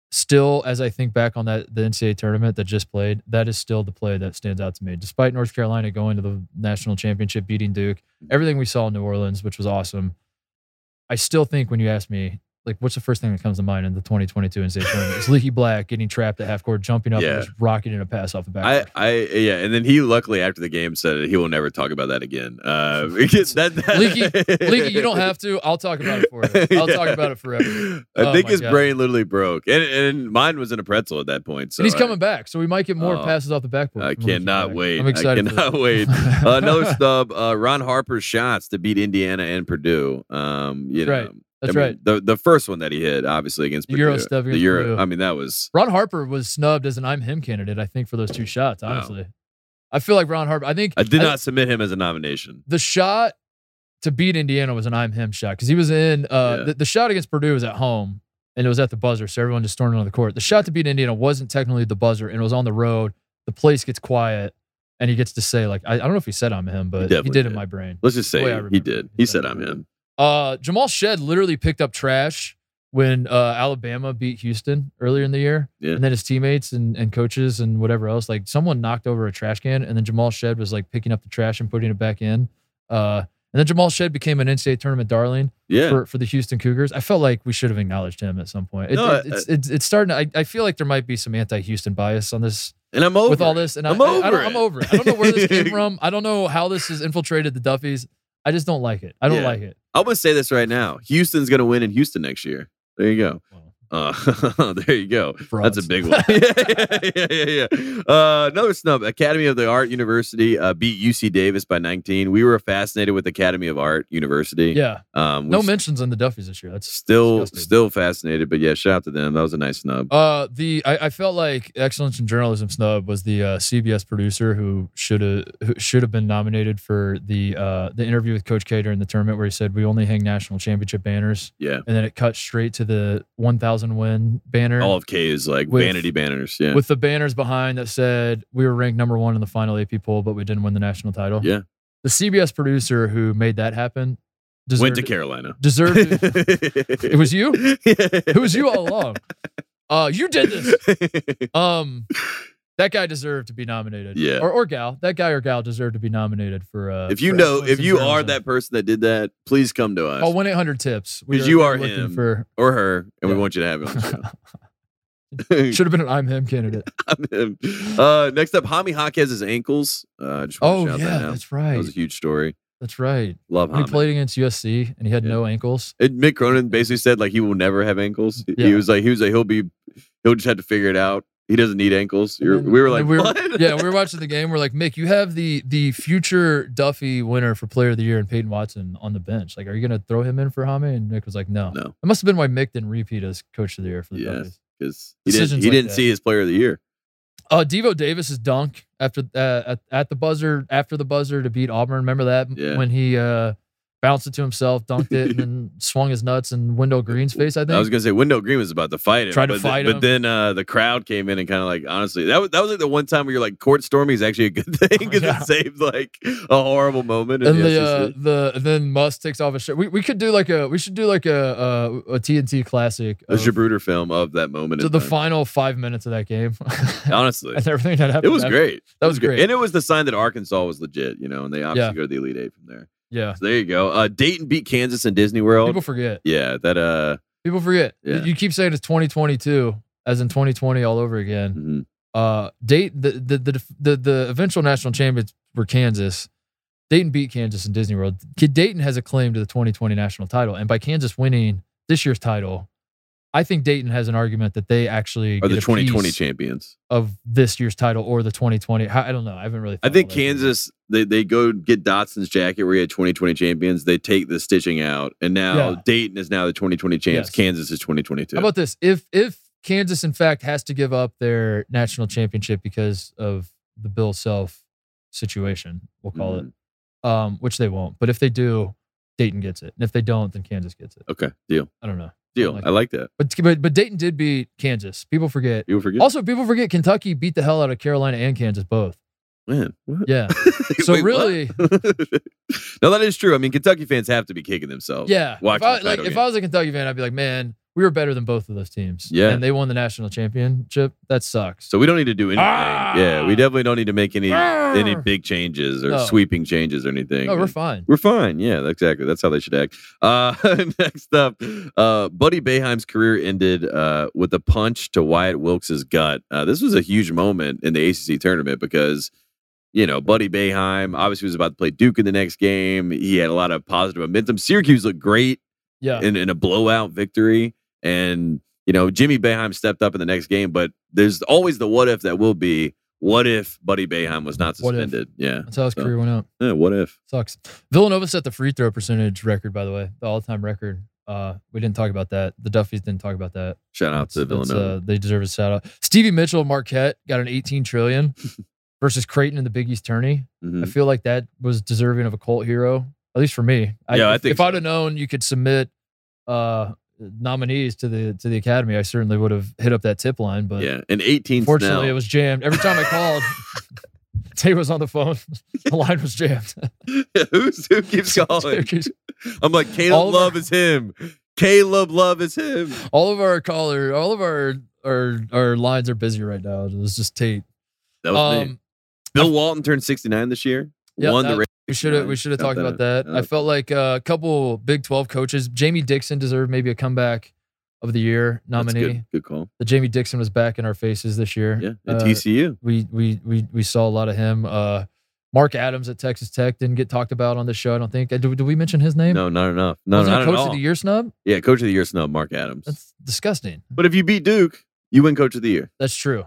C: still as I think back on that the NCAA tournament that just played, that is still the play that stands out to me. Despite North Carolina going to the national championship, beating Duke, everything we saw in New Orleans, which was awesome. I still think when you ask me, like, what's the first thing that comes to mind in the 2022 NCAA tournament? It's Leaky Black getting trapped at half court, jumping up,
A: Yeah.
C: and just rocketing a pass off the
A: I,
C: back.
A: I, yeah, and then he luckily after the game said he will never talk about that again. Uh, [laughs]
C: [laughs]
A: because that, that
C: Leaky- Leaky, you don't have to. I'll talk about it for you. I'll
A: [laughs]
C: talk
A: Yeah.
C: about it forever.
A: [laughs] I
C: Oh
A: think
C: my
A: his
C: God.
A: brain literally broke, and and mine was in a pretzel at that point. So
C: and he's
A: I-
C: coming back, so we might get more
A: Oh,
C: passes off the backboard.
A: I,
C: from Leaky
A: cannot
C: Black.
A: wait.
C: I'm excited.
A: I
C: for
A: cannot
C: that. [laughs]
A: wait. Uh, another stub. Uh, Ron Harper's shots to beat Indiana and Purdue. Um, you know,
C: Right. That's
A: I mean,
C: right.
A: The the first one that he hit, obviously against
C: The
A: Purdue,
C: Euro stub
A: the
C: against
A: Euro.
C: Purdue.
A: I mean, that was
C: Ron Harper was snubbed as an I'm him candidate, I think, for those two shots.
A: Wow.
C: Honestly, I feel like Ron Harper. I think
A: I did
C: I-
A: not submit him as a nomination.
C: the shot to beat Indiana was an I'm him shot because he was in uh,
A: Yeah.
C: the, the shot against Purdue was at home and it was at the buzzer, so everyone just stormed on the court. The shot to beat Indiana wasn't technically the buzzer, and it was on the road. The place gets quiet, and he gets to say, like, I, I don't know if he said I'm him, but he,
A: definitely
C: did in
A: did.
C: my brain.
A: Let's just
C: The way I
A: say
C: remember
A: he
C: it.
A: did. He
C: Yeah.
A: said, "I'm him."
C: Uh, Jamal Shed literally picked up trash when uh, Alabama beat Houston earlier in the year.
A: Yeah.
C: And then his teammates and, and coaches and whatever else, like someone knocked over a trash can, and then Jamal Shed was like picking up the trash and putting it back in. Uh, and then Jamal Shed became an NCAA tournament darling
A: Yeah,
C: for, for the Houston Cougars. I felt like we should have acknowledged him at some point. It,
A: No,
C: it- it's, it's, it's starting. To, I, I feel like there might be some anti-Houston bias on this
A: and I'm over
C: with all
A: it.
C: this, and
A: I'm
C: I, I, I
A: over
C: don't, I'm
A: it.
C: over it. I don't know where
A: [laughs]
C: this came from. I don't know how this has infiltrated the Duffys. I just don't like it. I don't
A: Yeah.
C: like it.
A: I'm gonna say this right now: Houston's gonna win in Houston next year. There you go.
C: Well,
A: Uh, [laughs] there you go. That's a
C: frauds. [laughs]
A: big one. [laughs] yeah, yeah, yeah, yeah. Uh, another snub: Academy of the Art University uh, beat UC Davis by 19. We were fascinated with Academy of Art University.
C: Yeah.
A: Um,
C: No
A: which
C: mentions on the Duffys this year. That's
A: Still,
C: disgusting.
A: still fascinated. But yeah, shout out to them. That was a nice snub.
C: uh the I, I felt like excellence in journalism snub was the uh, CBS producer who should have who should have been nominated for the uh the interview with Coach K during the tournament where he said we only hang national championship banners
A: yeah,
C: and then it cut straight to the 1,000 win banner
A: all of K is like
C: With-
A: vanity banners. Yeah,
C: with the banners behind that said we were ranked number one in the final AP poll but we didn't win the national title.
A: Yeah.
C: the CBS producer who made that happen deserved,
A: went to Carolina. [laughs]
C: deserved it was you.
A: It
C: It was you all along. Uh, you did this.
A: [laughs]
C: Um, that guy deserved to be nominated.
A: Yeah.
C: Or, or gal. That guy or gal deserved to be nominated for. Uh,
A: if you
C: for
A: know,
C: excellence
A: if
C: in
A: you are
C: journalism.
A: that person that did that, please come to us
C: oh, one eight hundred tips. We
A: 'Cause you
C: we
A: are
C: looking
A: him. [laughs]
C: For
A: or her, and we
C: Yeah.
A: want you to have
C: [laughs]
A: him. [laughs]
C: should have been an I'm him candidate.
A: uh, next up, Hami Jaquez's ankles. Uh, I just want
C: oh
A: to shout
C: yeah,
A: that out.
C: that's
A: That
C: right.
A: was a huge story.
C: That's right.
A: Love
C: When he
A: Hami.
C: played against USC and he had
A: Yeah.
C: no ankles.
A: And Mick Cronin basically said like he will never have ankles. He- He
C: Yeah.
A: was like he was like he'll be he'll just have to figure it out. He doesn't need ankles. You're,
C: And then-
A: we were like
C: and we were-
A: what?
C: yeah, we were watching the game. We're like, Mick, you have the the future Duffy winner for Player of the Year and Peyton Watson on the bench. Like, are you gonna throw him in for Hame? And Mick was like, No.
A: [laughs] No.
C: It must have been why Mick didn't repeat as Coach of the Year for the
A: Yes.
C: Duffys.
A: because he didn't
C: Decisions
A: he
C: like
A: didn't
C: that.
A: see his player of the year.
C: Uh, Devo Davis's dunk after uh, at, at the buzzer after the buzzer to beat Auburn. Remember that
A: Yeah.
C: when he uh, bounced it to himself, dunked it, and
A: [laughs]
C: then swung his nuts in Wendell Green's face. I think
A: I was gonna say Wendell Green was about to fight him,
C: Tried to
A: but then,
C: fight him.
A: but then uh, the crowd came in and kind of like honestly that was that was like the one time where you're like court storming is actually a good [laughs] thing because
C: [laughs] Yeah.
A: it saved like a horrible moment. the
C: and
A: E
C: the
A: SEC.
C: uh, the and then Musk takes off his shirt. We, we could do like a we should do like a a, a TNT classic
A: the
C: of,
A: Jabruder film of that moment.
C: to
A: in
C: the
A: time.
C: final five minutes of that game [laughs]
A: Honestly,
C: and everything that happened.
A: it was
C: after.
A: great.
C: That was great.
A: and it was the sign that Arkansas was legit. You know, and they obviously
C: Yeah.
A: go to the Elite Eight from there.
C: Yeah,
A: So there you go. Uh, Dayton beat Kansas in Disney World.
C: people forget.
A: yeah, that uh,
C: People forget.
A: Yeah.
C: You keep saying it's 2022 as in 2020 all over again.
A: mhm.
C: uh date the the the the, the eventual national champions were Kansas. Dayton beat Kansas in Disney World. Kid Dayton has a claim to the 2020 national title, and by Kansas winning this year's title, I think Dayton has an argument that they actually
A: are
C: get
A: the
C: a
A: 2020
C: piece
A: champions.
C: of this year's title or the 2020. I I don't know. I haven't really.
A: I
C: thought
A: think
C: all that through.
A: Kansas they, they go get Dotson's jacket where he had 2020 champions. They take the stitching out, and now
C: Yeah.
A: Dayton is now the 2020 champs.
C: Yes.
A: Kansas is 2022.
C: How about this? If if Kansas in fact has to give up their national championship because of the Bill Self situation, we'll call it.
A: Mhm.
C: um, which they won't. But if they do, Dayton gets it, and if they don't, then Kansas gets it.
A: Okay, deal,
C: I don't know,
A: deal.
C: like
A: I like that.
C: but but, but Dayton did beat Kansas. People forget.
A: You forget.
C: Also, people forget Kentucky beat the hell out of Carolina and Kansas both.
A: Man, what? [laughs]
C: Yeah. So
A: Wait, what? [laughs]
C: really,
A: no, that is true. I mean, Kentucky fans have to be kicking themselves.
C: yeah. If
A: Watching
C: I,
A: the
C: like,
A: title
C: if
A: game.
C: I was a Kentucky fan, I'd be like, man, we were better than both of those teams.
A: Yeah.
C: And they won the national championship. That sucks.
A: So we don't need to do anything.
C: Ah!
A: Yeah, we definitely don't need to make any
C: Ah!
A: any big changes or
C: No.
A: sweeping changes or anything.
C: no, we're
A: And-
C: fine.
A: We're fine. Yeah, exactly. That's how they should act. Uh, [laughs] next up, uh, Buddy Bayheim's career ended uh, with a punch to Wyatt Wilkes' gut. Uh, this was a huge moment in the ACC tournament because, you know, Buddy Bayheim obviously was about to play Duke in the next game. He had a lot of positive momentum. Syracuse looked great
C: Yeah.
A: in, in a blowout victory. And, you know, Jimmy Boeheim stepped up in the next game, but there's always the what if that will be what if Buddy Boeheim was not
C: What if?
A: suspended? Yeah.
C: That's how his
A: so-
C: career went out.
A: yeah. What if?
C: Sucks. Villanova set the free throw percentage record, by the way, the all-time record. Uh, we didn't talk about that. The Duffys didn't talk about that.
A: Shout out to
C: That's- that's,
A: Villanova.
C: uh, they deserve a shout out. Stevie Mitchell, Marquette got an
A: [laughs]
C: 18 trillion versus Creighton in the Big East tourney.
A: Mhm.
C: I feel like that was deserving of a cult hero, at least for me.
A: Yeah, I
C: if,
A: think
C: if I'd
A: so.
C: have known you could submit uh, nominees to the to the academy, I certainly would have hit up that tip line. But
A: yeah, and 18th
C: fortunately,
A: now.
C: it was jammed. Every time
A: [laughs]
C: I called, Tay was on the phone. The line was jammed.
A: [laughs] Who's, who
C: [laughs]
A: keeps calling? I'm like,
C: All
A: Caleb
C: of our-
A: Love is him. Caleb Love is him.
C: all of our caller, all of our our our lines are busy right now. It was just Tate.
A: That was me.
C: Um,
A: Bill Walton turned 69 this year.
C: Yeah,
A: won the
C: that-
A: race.
C: We should have we should have
A: Got
C: talked about
A: that.
C: that. I
A: Yeah.
C: felt like uh, a couple Big Twelve coaches. Jamie Dixon deserved maybe a comeback of the year
A: That's
C: nominee.
A: Good, good call.
C: The Jamie Dixon was back in our faces this year.
A: Yeah, at
C: Uh,
A: TCU.
C: we we we we saw a lot of him. Uh, Mark Adams at Texas Tech didn't get talked about on the show. I don't think. Uh, Did, did we mention his name?
A: No, not enough. No,
C: Wasn't
A: not
C: a
A: at
C: coach
A: all.
C: of the year snub.
A: Yeah, coach of the year snub, Mark Adams.
C: That's disgusting.
A: but if you beat Duke, you win coach of the year.
C: That's true.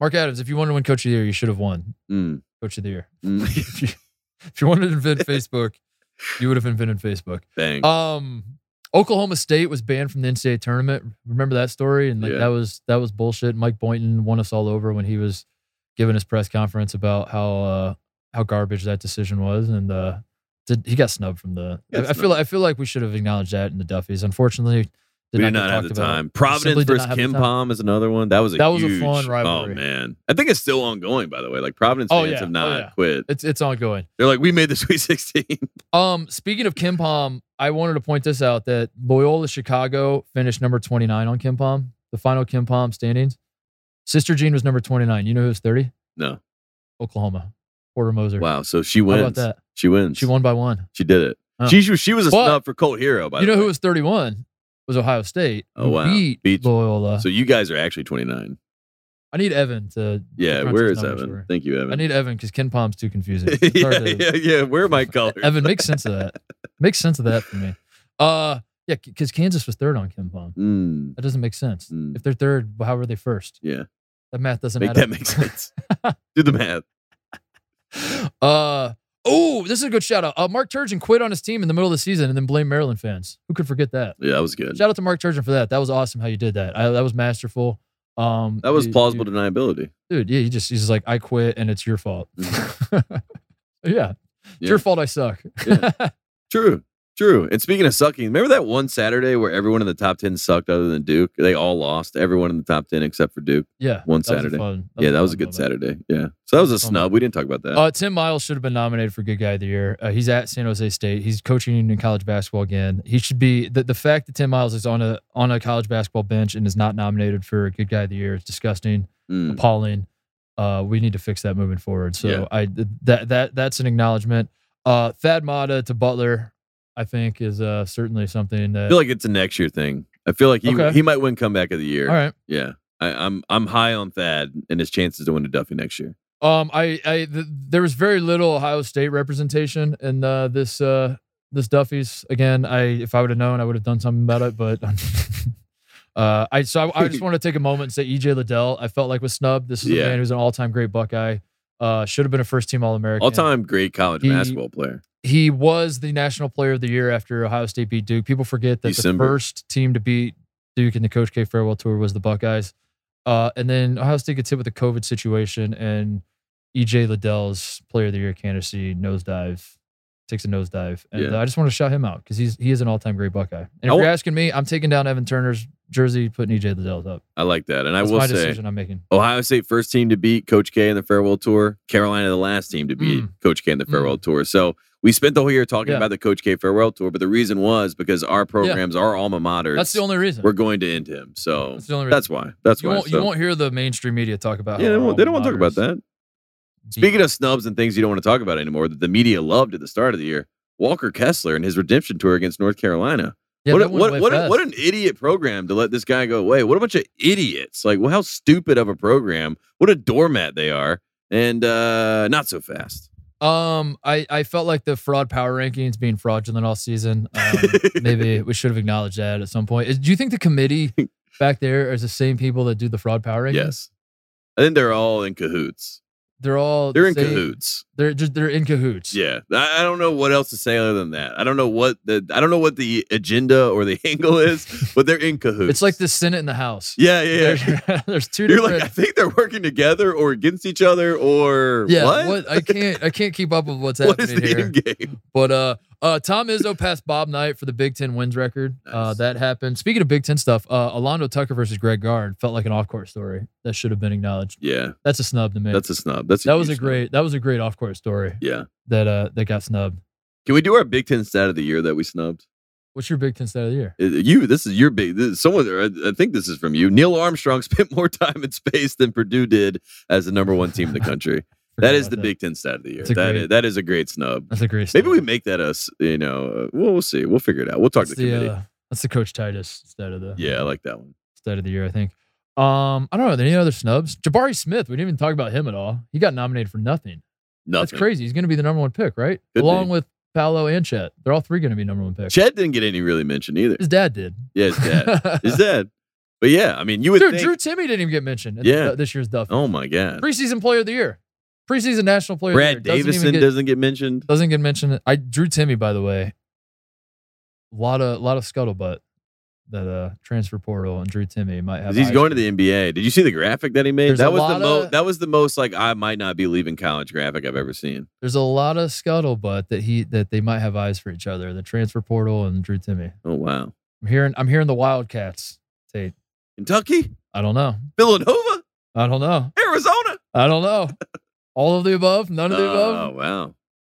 C: Mark Adams, if you wanted to win coach of the year, you should have won
A: Mm.
C: coach of the year. [laughs]
A: Mm.
C: if, you, if you wanted to
A: [laughs]
C: invent Facebook, you would have invented Facebook.
A: Bang.
C: Um, Oklahoma State was banned from the NCAA tournament. Remember that story? And like
A: Yeah.
C: that was that was bullshit. Mike Boynton won us all over when he was giving his press conference about how uh, how garbage that decision was, and uh, did, he got snubbed from the.
A: Got
C: I, I feel like I feel like we should have acknowledged that in the Duffys. Unfortunately,
A: we
C: did
A: did
C: get
A: not have the
C: talked about.
A: time. Providence
C: Simply did not
A: versus
C: have the
A: Kim
C: time.
A: Pom is another one. That was a
C: That was a
A: huge-
C: fun
A: Oh
C: rivalry.
A: man, I think it's still ongoing. By the way, like Providence
C: Oh,
A: fans
C: yeah.
A: have
C: Oh,
A: not
C: yeah.
A: quit.
C: It's it's ongoing.
A: They're like, we made the [laughs] Sweet 16.
C: Um, speaking of Kim Pom, I wanted to point this out that Loyola Chicago finished number 29 on Kim Pom, the final Kim Pom standings. Sister Jean was number 29. You know who was 30?
A: no,
C: Oklahoma. Porter Moser.
A: wow. So she
C: How
A: wins.
C: about that?
A: She wins.
C: She won by one.
A: She did it.
C: Oh.
A: She she was a
C: But-
A: snub for Colt Hero. By
C: you
A: the
C: know
A: way.
C: who was 31? Was Ohio State.
A: Oh,
C: who
A: wow.
C: Beat,
A: Beat-
C: Loyola.
A: So you guys are actually 29.
C: I need Evan to.
A: Yeah,
C: crunch
A: where
C: these
A: is
C: numbers
A: Evan?
C: for-
A: Thank you, [laughs] Evan.
C: I need Evan because Ken Palm's
A: [laughs]
C: too confusing. It's
A: yeah,
C: hard to-
A: yeah, yeah. Where are my colors?
C: [laughs] Evan, make sense of that. Make sense of that
A: [laughs]
C: for me. Uh, yeah, because Kansas was third on Kim Pom.
A: Mm,
C: That doesn't make sense.
A: Mm.
C: If they're third, how were they first?
A: yeah,
C: That math doesn't
A: make
C: add
A: that
C: up.
A: make sense. Do the math.
C: [laughs] Uh oh, this is a good shout out. Uh, Mark Turgeon quit on his team in the middle of the season and then blamed Maryland fans. Who could forget that?
A: Yeah, that was good.
C: Shout out to Mark Turgeon for that. That was awesome how you did that. I, that was masterful. Um,
A: That was
C: you-
A: plausible
C: you-
A: deniability.
C: dude. Yeah, he just he's just like I quit and it's your fault. [laughs] yeah, it's
A: Mm-hmm. Yeah.
C: your fault. I suck. [laughs]
A: Yeah. True, true. And speaking of sucking, remember that one Saturday where everyone in the top 10 sucked other than Duke? They all lost. Everyone in the top 10 except for Duke.
C: yeah,
A: One
C: that was a
A: Saturday.
C: fun-
A: yeah, that was a
C: fun
A: good
C: moment.
A: Saturday. Yeah. So that was a
C: Fun
A: snub. We didn't talk about that.
C: Uh, Tim Miles should have been nominated for Good Guy of the Year. Uh, he's at San Jose State. He's coaching in college basketball again. He should be the, the fact that Tim Miles is on a on a college basketball bench and is not nominated for Good Guy of the Year is disgusting,
A: Mm.
C: appalling. Uh, we need to fix that moving forward. So
A: Yeah.
C: I that that that's an acknowledgement. Uh, Thad Mata to Butler, I think, is uh, certainly something
A: I
C: that.
A: feel like it's a next year thing. I feel like he
C: Okay.
A: he might win comeback of the year.
C: all right.
A: Yeah. I, I'm I'm high on Thad and his chances to win a Duffy next year.
C: Um, I, I, th- there was very little Ohio State representation in uh, this, uh, this Duffy's. Again, I, if I would have known, I would have done something about it. But, [laughs] uh, I, so I,
A: [laughs]
C: I just want to take a moment and say EJ Liddell, I felt like was snubbed. This is
A: Yeah.
C: a man who's an all-time great Buckeye. Uh, should have been a first-team All-American.
A: All time great college
C: He-
A: basketball player.
C: He was the National Player of the Year after Ohio State beat Duke. People forget that
A: December.
C: the first team to beat Duke in the Coach K farewell tour was the Buckeyes. Uh, and then Ohio State gets hit with the COVID situation, and EJ Liddell's Player of the Year candidacy nosedive takes a nosedive. And uh,
A: Yeah.
C: I just want to shout him out because he's he is an all time great Buckeye. And if
A: I wa-
C: you're asking me, I'm taking down Evan Turner's jersey, putting EJ Liddell's up.
A: I like that. And I
C: That's
A: will
C: my
A: say
C: decision I'm making.
A: Ohio State first team to beat Coach K in the farewell tour. Carolina the last team to beat Coach K in the
C: Mm.
A: farewell tour. So we spent the whole year talking
C: Yeah.
A: about the Coach K farewell tour, but the reason was because our programs, our alma maters,
C: That's the only reason.
A: we're going to end him. So
C: that's the only reason.
A: that's why. That's
C: you
A: why.
C: won't,
A: So-
C: you won't hear the mainstream media talk about
A: yeah,
C: how
A: they,
C: our
A: won't, they don't
C: alma
A: want to talk about
C: mater's
A: that.
C: deep.
A: Speaking of snubs and things you don't want to talk about anymore that the media loved at the start of the year, Walker Kessler and his redemption tour against North Carolina.
C: Yeah,
A: what, a-
C: that went
A: what,
C: away
A: what, a-
C: fast.
A: what an idiot program to let this guy go away. What a bunch of idiots. Like, well, how stupid of a program. What a doormat they are. And uh, not so fast.
C: Um, I, I felt like the fraud power rankings being fraudulent
A: [laughs]
C: all season. Um, maybe we should have acknowledged that at some point. Is- Do you think the committee back there is the same people that do the fraud power rankings?
A: Yes. I think they're all in cahoots.
C: they're all
A: They're in
C: same-
A: cahoots.
C: They're just they're in cahoots.
A: Yeah. I, I don't know what else to say other than that. I don't know what the I don't know what the agenda or the [laughs] angle is, but they're in cahoots.
C: it's like the Senate and the House.
A: Yeah, yeah. yeah.
C: There's, [laughs] there's 2
A: You're
C: different.
A: like, I think they're working together or against each other or
C: yeah,
A: [laughs] what?
C: I can't I can't keep up with what's
A: [laughs] what is
C: happening
A: the
C: here.
A: end game?
C: But uh, Uh, Tom Izzo passed Bob Knight for the Big Ten wins record. Uh,
A: Nice.
C: that happened. Speaking of Big Ten stuff, uh, Alondo Tucker versus Greg Gard felt like an off-court story that should have been acknowledged.
A: Yeah,
C: That's a snub to me.
A: that's a snub. That's
C: that was a
A: huge snub.
C: great that was a great off-court story
A: Yeah.
C: that uh that got snubbed.
A: Can we do our Big Ten stat of the year that we snubbed?
C: What's your Big Ten stat of the year?
A: Uh, You, this is your big. This, someone, or I- I think this is from you. Neil Armstrong [laughs] spent more time in space than Purdue did as the number one team in
C: [laughs]
A: the country.
C: Forgot
A: that is
C: about
A: the Big Ten stat of the year.
C: It's a
A: That
C: great-
A: is, that is a great snub.
C: That's a great.
A: Maybe
C: stat.
A: we make that us. You know, uh, well, we'll see. We'll figure it out. We'll talk
C: that's
A: to the, committee.
C: uh, that's the Coach Titus stat of the
A: yeah, I like that one.
C: stat of the year, I think. Um, I don't know. Are there any other snubs? Jabari Smith. We didn't even talk about him at all. He got nominated for nothing.
A: Nothing.
C: That's crazy. He's going to be the number one pick, right?
A: Could
C: Along
A: be.
C: with Paolo and Chet. They're all three going to be number one picks.
A: Chad didn't get any really mention either.
C: His dad did.
A: Yeah,
C: [laughs]
A: his dad. his dad. But yeah, I mean, you would
C: Dude,
A: think.
C: Drew Timmy didn't even get mentioned. in
A: Yeah.
C: th- this year's Duff.
A: oh my God,
C: Preseason Player of the Year, preseason National Player
A: Brad
C: of the Year. Doesn't even
A: Davison
C: get-
A: doesn't get mentioned.
C: doesn't get mentioned. I Drew Timmy, by the way. A lot of lot of scuttlebutt that uh transfer portal and Drew Timmy might have.
A: 'Cause he's
C: eyes
A: going
C: for.
A: to the NBA. Did you see the graphic that he made?
C: There's a
A: that was the
C: lot
A: most.
C: of-
A: That was the most like I might not be leaving college graphic I've ever seen.
C: There's a lot of scuttlebutt that he that they might have eyes for each other. The transfer portal and Drew Timmy.
A: Oh wow,
C: I'm hearing I'm hearing the Wildcats. Tate.
A: Kentucky,
C: I don't know.
A: Villanova,
C: I don't know.
A: Arizona.
C: I don't know. All of the above. None of the
A: Oh
C: above.
A: wow,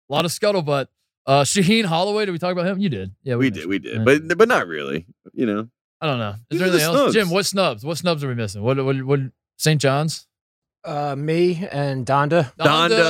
C: A lot of scuttlebutt. Uh, Shaheen Holloway. Did we talk about him? You did. Yeah,
A: we
C: mentioned-
A: did, we did,
C: yeah.
A: but but not really. You know,
C: I don't know. Is
A: These
C: there
A: are the
C: anything else?
A: snubs.
C: Jim, what snubs? What snubs are we missing? What what what? St. John's.
D: Uh, me and Donda.
A: Donda.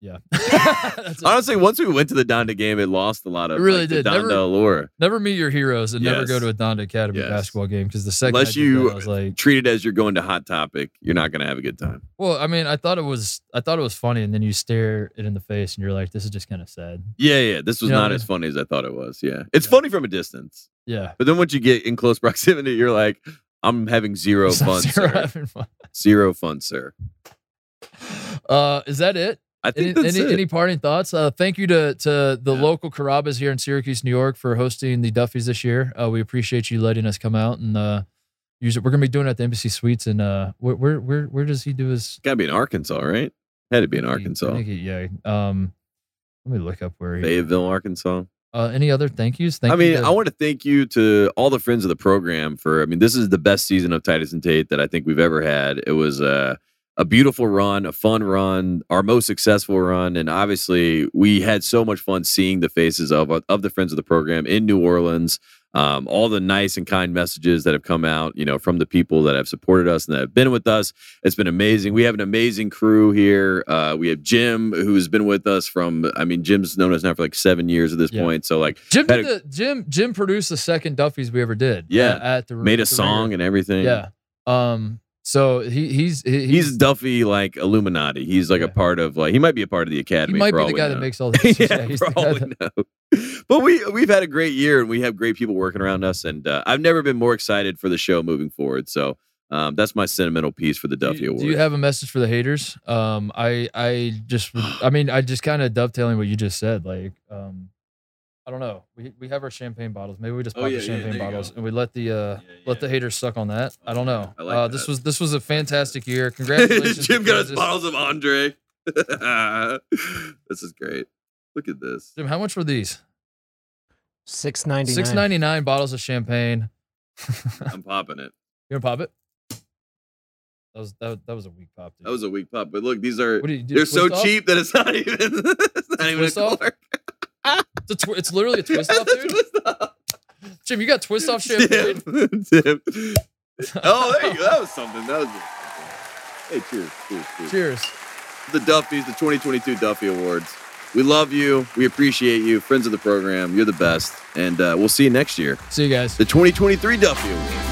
C: Yeah. [laughs] That's it.
A: Honestly, once we went to the Donda game, it lost a lot of
C: It really
A: like, the
C: did.
A: Donda
C: Never-
A: allure.
C: Never meet your heroes and never
A: Yes.
C: go to a Donda Academy
A: Yes.
C: basketball game because the second
A: Unless
C: I did
A: you-
C: that, I was like,
A: Treat it as you're going to Hot Topic. You're not going to have a good time.
C: Well, I mean, I thought it was I thought it was funny, and then you stare it in the face, and you're like, "This is just kind of sad."
A: Yeah, yeah. This was
C: You know what
A: not
C: I
A: as
C: mean?
A: funny as I thought it was. Yeah, it's
C: Yeah.
A: funny from a distance.
C: Yeah,
A: But then once you get in close [laughs] proximity, you're like, I'm having zero
C: [laughs] It's not
A: fun,
C: zero
A: sir.
C: having fun.
A: Zero fun, sir.
C: Uh, is that it?
A: I think
C: Any
A: that's
C: any,
A: it.
C: any parting thoughts? Uh, thank you to to the
A: Yeah.
C: local Carabas here in Syracuse, New York, for hosting the Duffys this year. Uh, we appreciate you letting us come out and uh, use it. We're gonna be doing it at the Embassy Suites, and uh, where where where, where does he do his?
A: Gotta be in Arkansas, right? Had to be in
C: I
A: Arkansas.
C: think he- yeah. Um, let me look up where he.
A: Fayetteville, Arkansas.
C: Uh, any other thank yous? Thank
A: I mean,
C: you to-
A: I want to thank you to all the friends of the program for. I mean, this is the best season of Titus and Tate that I think we've ever had. It was a a beautiful run, a fun run, our most successful run, and obviously we had so much fun seeing the faces of of the friends of the program in New Orleans. Um, all the nice and kind messages that have come out, you know, from the people that have supported us and that have been with us. It's been amazing. We have an amazing crew here. Uh, we have Jim, who's been with us from, I mean, Jim's known us now for like seven years at this
C: Yeah.
A: point. So, like,
C: Jim
A: Had
C: did the Jim Jim produced the second Duffy's we ever did.
A: Yeah.
C: uh, at the
A: made a
C: the
A: song
C: Ringer.
A: and everything.
C: Yeah. Um. So he he's he,
A: He's, Duffy like Illuminati. He's like a
C: Yeah.
A: part of like he might be a part of the
C: he
A: academy.
C: might
A: for
C: be
A: all
C: the
A: we
C: guy
A: know.
C: that makes all
A: [laughs]
C: these.
A: yeah,
C: he's
A: for
C: the guy
A: all
C: that- [laughs]
A: we know. But we we've had a great year and we have great people working around us. And uh, I've never been more excited for the show moving forward. So um, that's my sentimental piece for the
C: Do you-
A: Duffy Award.
C: Do you
A: [sighs]
C: have a message for the haters? Um, I I just would- I mean I just kind of dovetailing what you just said. Like um, I don't know. We we have our champagne bottles. Maybe we just
A: Oh,
C: pop
A: yeah,
C: the
A: yeah,
C: champagne
A: there you
C: bottles
A: go.
C: and we let the uh let the haters suck on that. I don't know.
A: I like
C: uh, this
A: that.
C: was this was a fantastic year.
A: [laughs]
C: Congratulations,
A: Jim
C: to
A: got his
C: Kansas.
A: bottles of Andre. [laughs] this is great. Look at this.
C: Jim, how much were these?
D: Six ninety nine.
C: Six ninety nine bottles of champagne. [laughs]
A: I'm popping it.
C: You gonna pop it? That was that, that was a weak pop. Dude. [laughs]
A: That was a weak pop, but look, these are
C: What do you do?
A: they're so
C: twist off?
A: cheap that it's not even [laughs] it's not even a
C: Twist off?
A: color.
C: It's, a twi- it's literally a twist off,
A: That's a
C: dude.
A: twist off.
C: Jim, you got twist
A: [laughs]
C: off champagne.
A: Tim, Tim. Oh, there you go. That was something. That was. Hey, cheers, cheers, cheers.
C: Cheers.
A: The Duffies, the 2022 Duffy Awards. We love you. We appreciate you, friends of the program. You're the best, and uh, we'll see you next year.
C: See you guys.
A: The 2023 Duffy Awards.